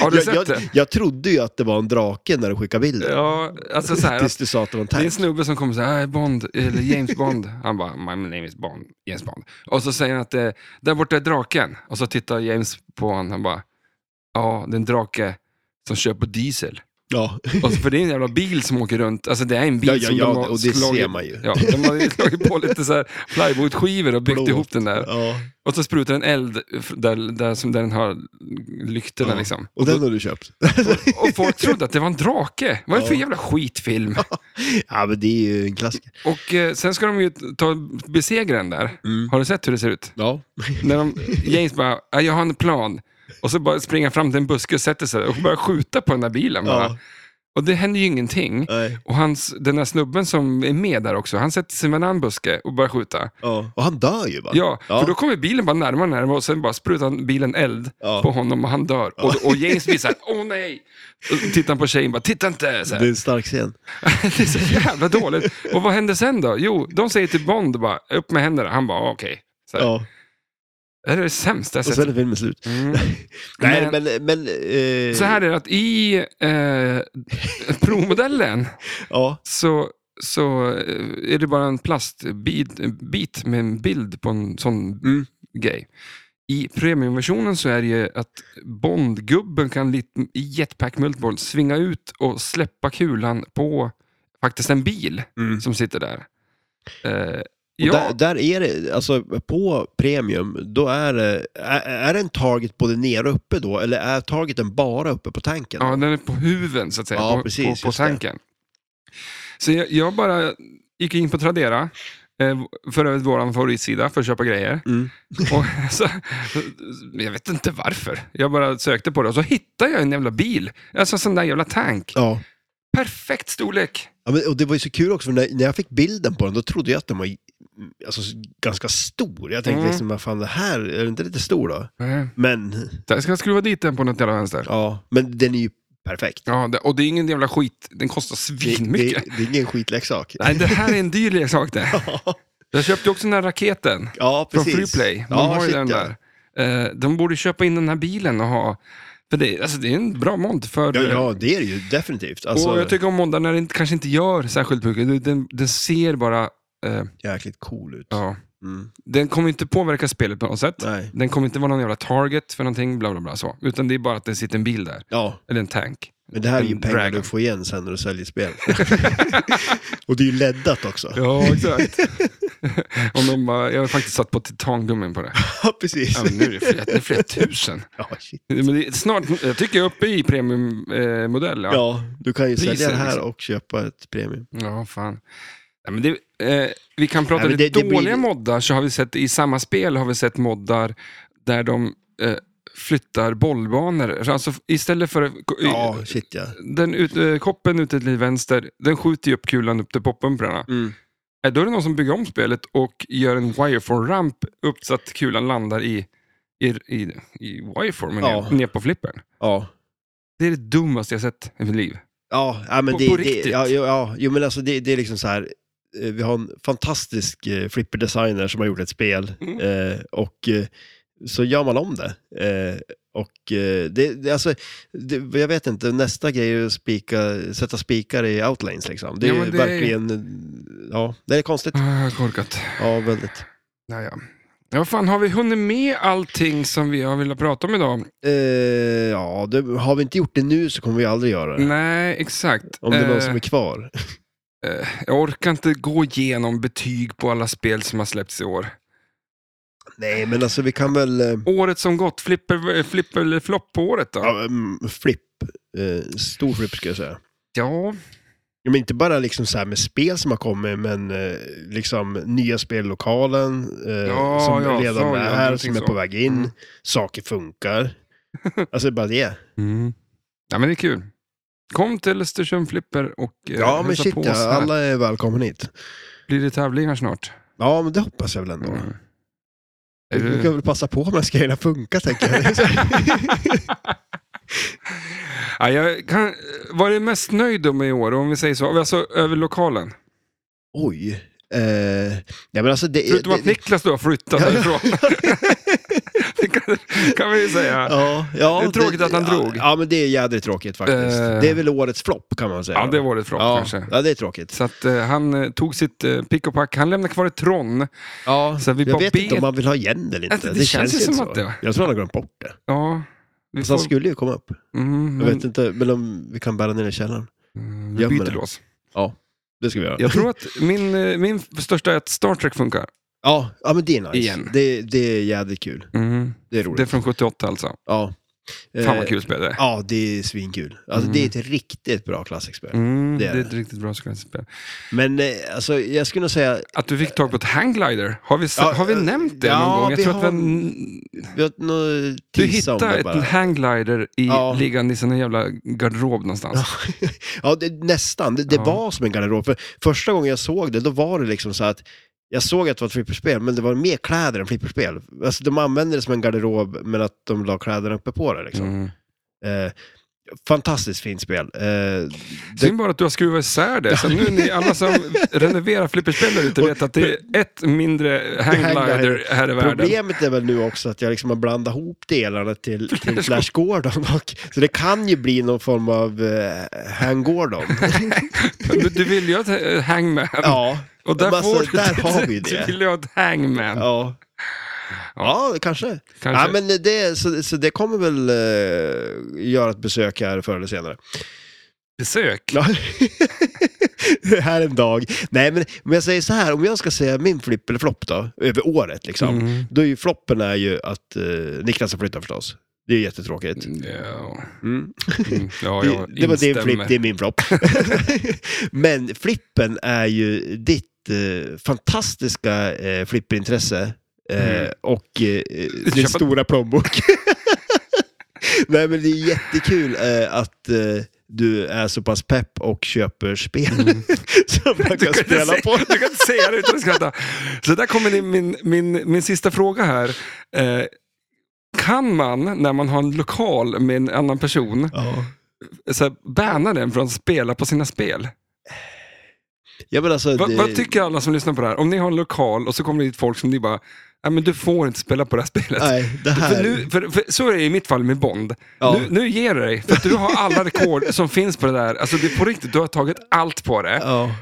A: Har du
B: jag,
A: sett
B: jag,
A: det?
B: jag trodde ju att det var en drake när du skickade bilden.
A: Ja, alltså så här,
B: Tills
A: att
B: du sa att det var en
A: det är en
B: tank.
A: snubbe som kommer så här, "Jag är Bond, eller James Bond. [LAUGHS] Han bara, my name is Bond, James Bond. Och så säger han att eh, där borta är draken. Och så tittar James på honom, han bara, ja, det är en drake som kör på diesel.
B: Ja.
A: Och så, för det är en jävla bil som åker runt, alltså det är en bil
B: Ja, ja,
A: som de
B: ja,
A: har
B: och det
A: slagit,
B: ser man ju.
A: Ja, de har ju [LAUGHS] slagit på lite så här plywoodskivor och byggt
B: Plåt.
A: ihop den där.
B: Ja.
A: Och så sprutar en eld där, där, som där den har lyktorna
B: Ja.
A: liksom.
B: Och den har du köpt?
A: Och folk trodde att det var en drake. Vad är det för
B: Ja.
A: jävla skitfilm?
B: ja, men det är ju en klassiker.
A: Och eh, sen ska de ju ta besegra den där.
B: Mm.
A: Har du sett hur det ser ut?
B: Ja.
A: När de, James bara, "Ja, jag har en plan. Och så bara springer fram till en buske och sätter sig och börjar skjuta på den där bilen. Bara.
B: Ja.
A: Och det händer ju ingenting.
B: Nej.
A: Och hans, den där snubben som är med där också, han sätter sig med en annan buske och börjar skjuta.
B: Ja. Och han dör ju va?
A: Ja,
B: Ja.
A: för då kommer bilen bara närmare och närmare och sen bara sprutar bilen eld
B: Ja.
A: på honom och han dör. Och, och James blir såhär, åh nej! Och tittar han på tjejen bara, titta inte! Så
B: Det
A: här.
B: är en stark scen.
A: [LAUGHS] Det är så jävla dåligt. Och vad händer sen då? Jo, de säger till Bond bara, upp med händerna. Han bara, "Ah, okej. Så här.
B: Ja.
A: Det här är det sämsta jag
B: Och sen
A: sett.
B: är filmen slut.
A: Mm.
B: Nej,
A: Men-
B: men... men eh,
A: Så här är det att i eh, provmodellen
B: Ja.
A: så, så eh, är det bara en plastbit bit med en bild på en sån
B: Mm.
A: grej. I premiumversionen så är det ju att Bondgubben kan lit- i Jetpack Multiball svinga ut och släppa kulan på faktiskt en bil
B: Mm.
A: som sitter där. Eh,
B: Och
A: ja,
B: Där, där är det, alltså på premium, då är det, är, är det en target både ner och uppe då? Eller är targeten bara uppe på tanken?
A: ja, den är på huven så att säga,
B: Ja,
A: på,
B: precis,
A: på, på
B: just det.
A: tanken. Så jag, jag bara gick in på Tradera, eh, för övrigt vår favoritsida för att köpa grejer.
B: Mm.
A: [LAUGHS] Och så, jag vet inte varför. Jag bara sökte på det och så hittade jag en jävla bil. Alltså en sån där jävla tank.
B: Ja.
A: Perfekt storlek.
B: ja men, och det var ju så kul också, för när, när jag fick bilden på den, då trodde jag att den var alltså, ganska stor. Jag tänkte
A: Mm.
B: liksom, vad fan det här, är den inte lite stor då?
A: Mm.
B: Men,
A: Jag ska skruva dit den på något jävla vänster.
B: ja, men den är ju perfekt.
A: Ja, det, och det är ingen jävla skit. Den kostar
B: Det,
A: [LAUGHS]
B: det,
A: svinmycket.
B: det är ingen skitleksak.
A: Nej, det här är en dyr leksak det.
B: Ja,
A: Jag köpte också den här raketen
B: [LAUGHS] ja,
A: från
B: precis.
A: Freeplay. De
B: ja,
A: har ju
B: shit,
A: den
B: ja.
A: där. Eh, De borde köpa in den här bilen och ha. För det, alltså, det är en bra mont för...
B: Ja, ja, det är det ju definitivt. Alltså,
A: Och jag tycker om måndag när den kanske inte gör särskilt mycket. Den, den ser bara... eh,
B: jäkligt cool ut.
A: ja.
B: Mm.
A: Den kommer inte påverka spelet på något sätt.
B: Nej.
A: Den kommer inte vara någon jävla target för någonting, bla bla bla. Så. Utan det är bara att det sitter en bil där,
B: Ja,
A: eller en tank.
B: Men det här är ju
A: En
B: pengar
A: dragon.
B: du får igen sen när du
A: [LAUGHS]
B: säljer spel. [LAUGHS] och det är ju leddat också.
A: Ja, exakt. [LAUGHS] Om de bara, jag har faktiskt satt på titangummin på det.
B: [LAUGHS] Ja, precis.
A: Ja, men nu är det flera, det är flera tusen.
B: [LAUGHS] Ja, shit.
A: Men det är snart, jag tycker jag är uppe i premiummodell. Eh, modell, ja.
B: ja, du kan ju sälja
A: Priser,
B: det här
A: liksom.
B: och köpa ett premium.
A: ja, fan. Ja, men det, eh, vi kan prata
B: Ja, men
A: lite
B: det- det blir-
A: dåliga moddar, så har vi sett i samma spel har vi sett moddar där de eh, flyttar bollbanor. Alltså istället för
B: Ja, shit ja.
A: den ut, eh, koppen ute till vänster, den skjuter ju upp kulan upp till poppumprarna.
B: Mm.
A: Eh, Då är det någon som bygger om spelet och gör en wireform-ramp upp så att kulan landar i, i, i, i wireformen
B: Ja.
A: ner, ner på flippern.
B: Ja.
A: Det är det dummaste jag sett i mitt liv.
B: Ja, ja, men
A: På-
B: det,
A: på
B: det,
A: riktigt.
B: ja, jo, ja, jo, men alltså det, det är liksom så här. eh, Vi har en fantastisk eh, flipperdesigner som har gjort ett spel
A: Mm.
B: eh, och eh, så gör man om det. Eh, och eh, det, det alltså, det, jag vet inte, nästa grej är att spika, sätta spikar i outlines liksom. Det är
A: Ja, men
B: ju
A: det är-
B: verkligen, ja, det är konstigt.
A: Ah, korkat.
B: Ja, väldigt.
A: Naja. Ja, fan, har vi hunnit med allting som vi har velat prata om idag?
B: Eh, ja, det, har vi inte gjort det nu så kommer vi aldrig göra det.
A: Nej, exakt.
B: Om det är någon
A: Eh,
B: som är kvar.
A: eh, Jag orkar inte gå igenom betyg på alla spel som har släppts i år.
B: Nej, men alltså vi kan väl... eh,
A: Året som gått, flipper, eh, flipper eller flopp på året då? Ja.
B: Ja, mm, flipp. Eh, stor flipp ska jag säga.
A: ja.
B: Ja, men inte bara liksom så här med spel som har kommit, men eh, liksom nya spel i lokalen eh,
A: Ja,
B: som
A: ja,
B: redan
A: så, ja,
B: är här,
A: någonting
B: som är
A: så.
B: på väg in.
A: Mm. [LAUGHS]
B: Saker funkar. Alltså bara det.
A: Mm. Ja, men det är kul. Kom till Östersund Flipper och eh,
B: Ja, men
A: hälsa
B: shit
A: på oss
B: ja,
A: här.
B: alla är välkomna hit.
A: Blir det tävlingar snart?
B: Ja, men det hoppas jag väl ändå.
A: Mm. Är
B: Vi
A: du-
B: kan väl passa på med grejerna funkar, tänker
A: [LAUGHS]
B: jag. Så här,
A: ja, jag kan, vad är du mest nöjd med i år, om vi säger så? Alltså över lokalen?
B: Oj. Eh, ja, men alltså det,
A: Förutom att
B: det,
A: Niklas då har flyttat
B: [LAUGHS]
A: därifrån. det kan, kan vi ju säga.
B: Ja, ja,
A: Det är tråkigt att han
B: ja,
A: drog.
B: Ja, men det är jädrigt tråkigt faktiskt.
A: Eh.
B: Det är väl årets flopp kan man säga.
A: Ja, det
B: va?
A: var det flopp
B: ja,
A: kanske.
B: Ja, det är tråkigt.
A: Så att eh, han eh, tog sitt eh, pick och pack. Han lämnade kvar ett Tron.
B: Ja,
A: Så vi
B: jag
A: bara
B: vet
A: bet-
B: inte om man vill ha igen det eller
A: Alltså,
B: inte.
A: det känns ju
B: inte
A: som
B: så.
A: att det-
B: Jag tror han har glömt bort det.
A: Ja. Vi
B: Så han skulle ju komma upp.
A: mm,
B: Jag
A: men,
B: vet inte, men om vi kan bära ner det i källaren.
A: mm, vi
B: gömmer
A: byter
B: det.
A: lås.
B: Det ska vi göra. Ja,
A: Jag tror att min, eh, min största är att Star Trek funkar.
B: ja, men det är nice.
A: Igen.
B: Det, det är jädrigt kul.
A: Mm.
B: Det är
A: Det är
B: roligt.
A: från 78 alltså.
B: Ja.
A: Fan
B: Eh,
A: vad kul spel det är.
B: Ja, det är svinkul. Alltså,
A: Mm.
B: Det är ett riktigt bra klassikspel.
A: Mm, det
B: det
A: är
B: är
A: ett riktigt bra skräckspel.
B: Men eh, alltså, jag skulle nog säga,
A: Att du fick tag på ett hanglider. Har vi, sa-
B: Ja,
A: har vi
B: eh,
A: nämnt det
B: ja,
A: någon gång? Jag
B: vi
A: tror att vi
B: har-
A: har-
B: vi har nog
A: Du
B: tisa om
A: hittade
B: det
A: ett
B: bara.
A: hanglider i
B: Ja.
A: liggande i sin jävla garderob någonstans.
B: Ja. [LAUGHS] Ja, det, nästan. Det, det
A: Ja.
B: var som en garderob. För första gången jag såg det, då var det liksom så att jag såg att det var ett flipperspel, men det var mer kläder än flipperspel. Alltså, de använde det som en garderob, men att de la kläderna uppe på det. Liksom.
A: Mm.
B: Eh, fantastiskt fint spel. Eh,
A: Synd bara att du har skruvat isär det. Så nu är ni alla
B: [LAUGHS]
A: som renoverar flipperspel där ute vet att det är ett mindre hanglider här i världen.
B: problemet är väl nu också att jag liksom har blandat ihop delarna till,
A: [LAUGHS]
B: till Flash Gordon. Och, så det kan ju bli någon form av eh,
A: [LAUGHS]
B: Hang Gordon.
A: Du, du vill ju ha ett eh, hangman.
B: ja.
A: Och där,
B: men
A: får
B: alltså,
A: du,
B: där har
A: [LAUGHS]
B: vi
A: Du
B: det.
A: vill ju ha ett hangman.
B: Ja. Ja, kanske.
A: Kanske.
B: Ja, men det, så, så det kommer väl eh, göra ett besök här förr eller senare.
A: Besök.
B: Ja. [LAUGHS] Det här är en dag. Nej, men, men jag säger så här, om jag ska säga min flipp eller flopp då, över året liksom.
A: Mm.
B: Då är ju floppen är ju att eh, Niklas har flyttat förstås. Det är ju jättetråkigt.
A: Ja,
B: Mm.
A: Mm. ja
B: Det,
A: jag
B: det var din
A: instämmer.
B: flipp, det är
A: [LAUGHS]
B: min flopp. men flippen är ju ditt eh, fantastiska eh, flipperintresse eh,
A: Mm.
B: och eh, din
A: Köpa-
B: stora plånbok. [LAUGHS] Nej men det är jättekul eh, att eh, du är så pass pepp och köper spel [LAUGHS] som man
A: Mm. Du
B: kan
A: kan, inte
B: spela
A: säga,
B: på.
A: du kan inte säga det utan att skratta. Så där kommer ni- min, min, min sista fråga här. Eh, kan man, när man har en lokal med en annan person,
B: Ja.
A: så här, banna den från att spela på sina spel?
B: Ja, men alltså,
A: Va,
B: det-
A: Vad tycker alla som lyssnar på det här? Om ni har en lokal och så kommer det dit folk som ni bara, nej men du får inte spela på det här spelet.
B: Nej, det här...
A: För nu, för, för, så är det i mitt fall med Bond.
B: Ja.
A: Nu, nu ger du dig, för att du har alla rekord som finns på det där. Alltså det är på riktigt, du har tagit allt på det.
B: Ja.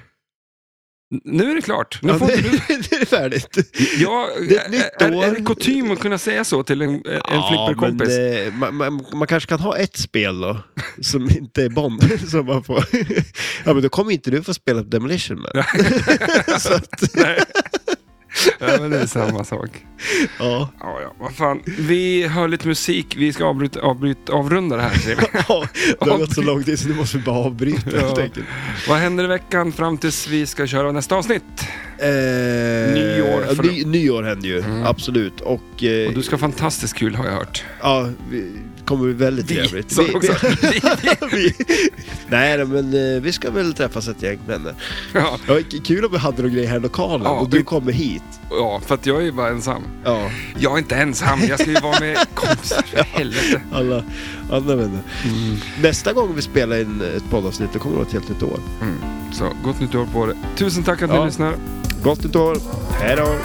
A: N- Nu är det klart. Nu
B: ja,
A: får
B: det,
A: inte du
B: [LAUGHS] det är färdigt.
A: Ja,
B: Det är ett nytt
A: är,
B: år.
A: är det kutym att kunna säga så till en, en flipperkompis?
B: men det- man, man, man kanske kan ha ett spel då, [LAUGHS] som inte är Bond. [LAUGHS] Som man får. Ja, men då kommer inte du få spela Demolition Man. Så att,
A: Nej. ja, men det är samma sak. [LAUGHS]
B: ja.
A: Ja, ja, vad fan. Vi hör lite musik. Vi ska avbryta, avbryta, avrunda det här. ser
B: [LAUGHS]
A: vi.
B: ja, det har gått så lång tid så nu måste vi bara avbryta
A: Ja.
B: helt enkelt.
A: vad händer i veckan fram tills vi ska köra nästa avsnitt?
B: Eh,
A: Nyår
B: ja,
A: för-
B: ny, nyår händer ju, absolut. Och, eh,
A: Och du ska ha fantastiskt kul har jag hört.
B: ja, vi, kommer bli väldigt trevligt.
A: sa du också. [LAUGHS] Vi.
B: vi, [LAUGHS] nej, nej, men eh, vi ska väl träffas ett gäng vänner.
A: Ja,
B: Ja, k- kul om vi hade några grejer här i lokalen
A: Ja,
B: och du
A: vi-
B: kommer hit.
A: ja, för att jag är ju bara ensam.
B: Ja.
A: Jag är inte ensam, jag ska ju vara
B: [LAUGHS]
A: med kompisar. För helvete.
B: alla andra vänner. Nästa gång vi spelar in ett poddavsnitt, då kommer det vara ett helt nytt år.
A: Så, gott nytt år på det. Tusen tack att ni
B: Ja.
A: lyssnar.
B: Gott nytt år! Hej då!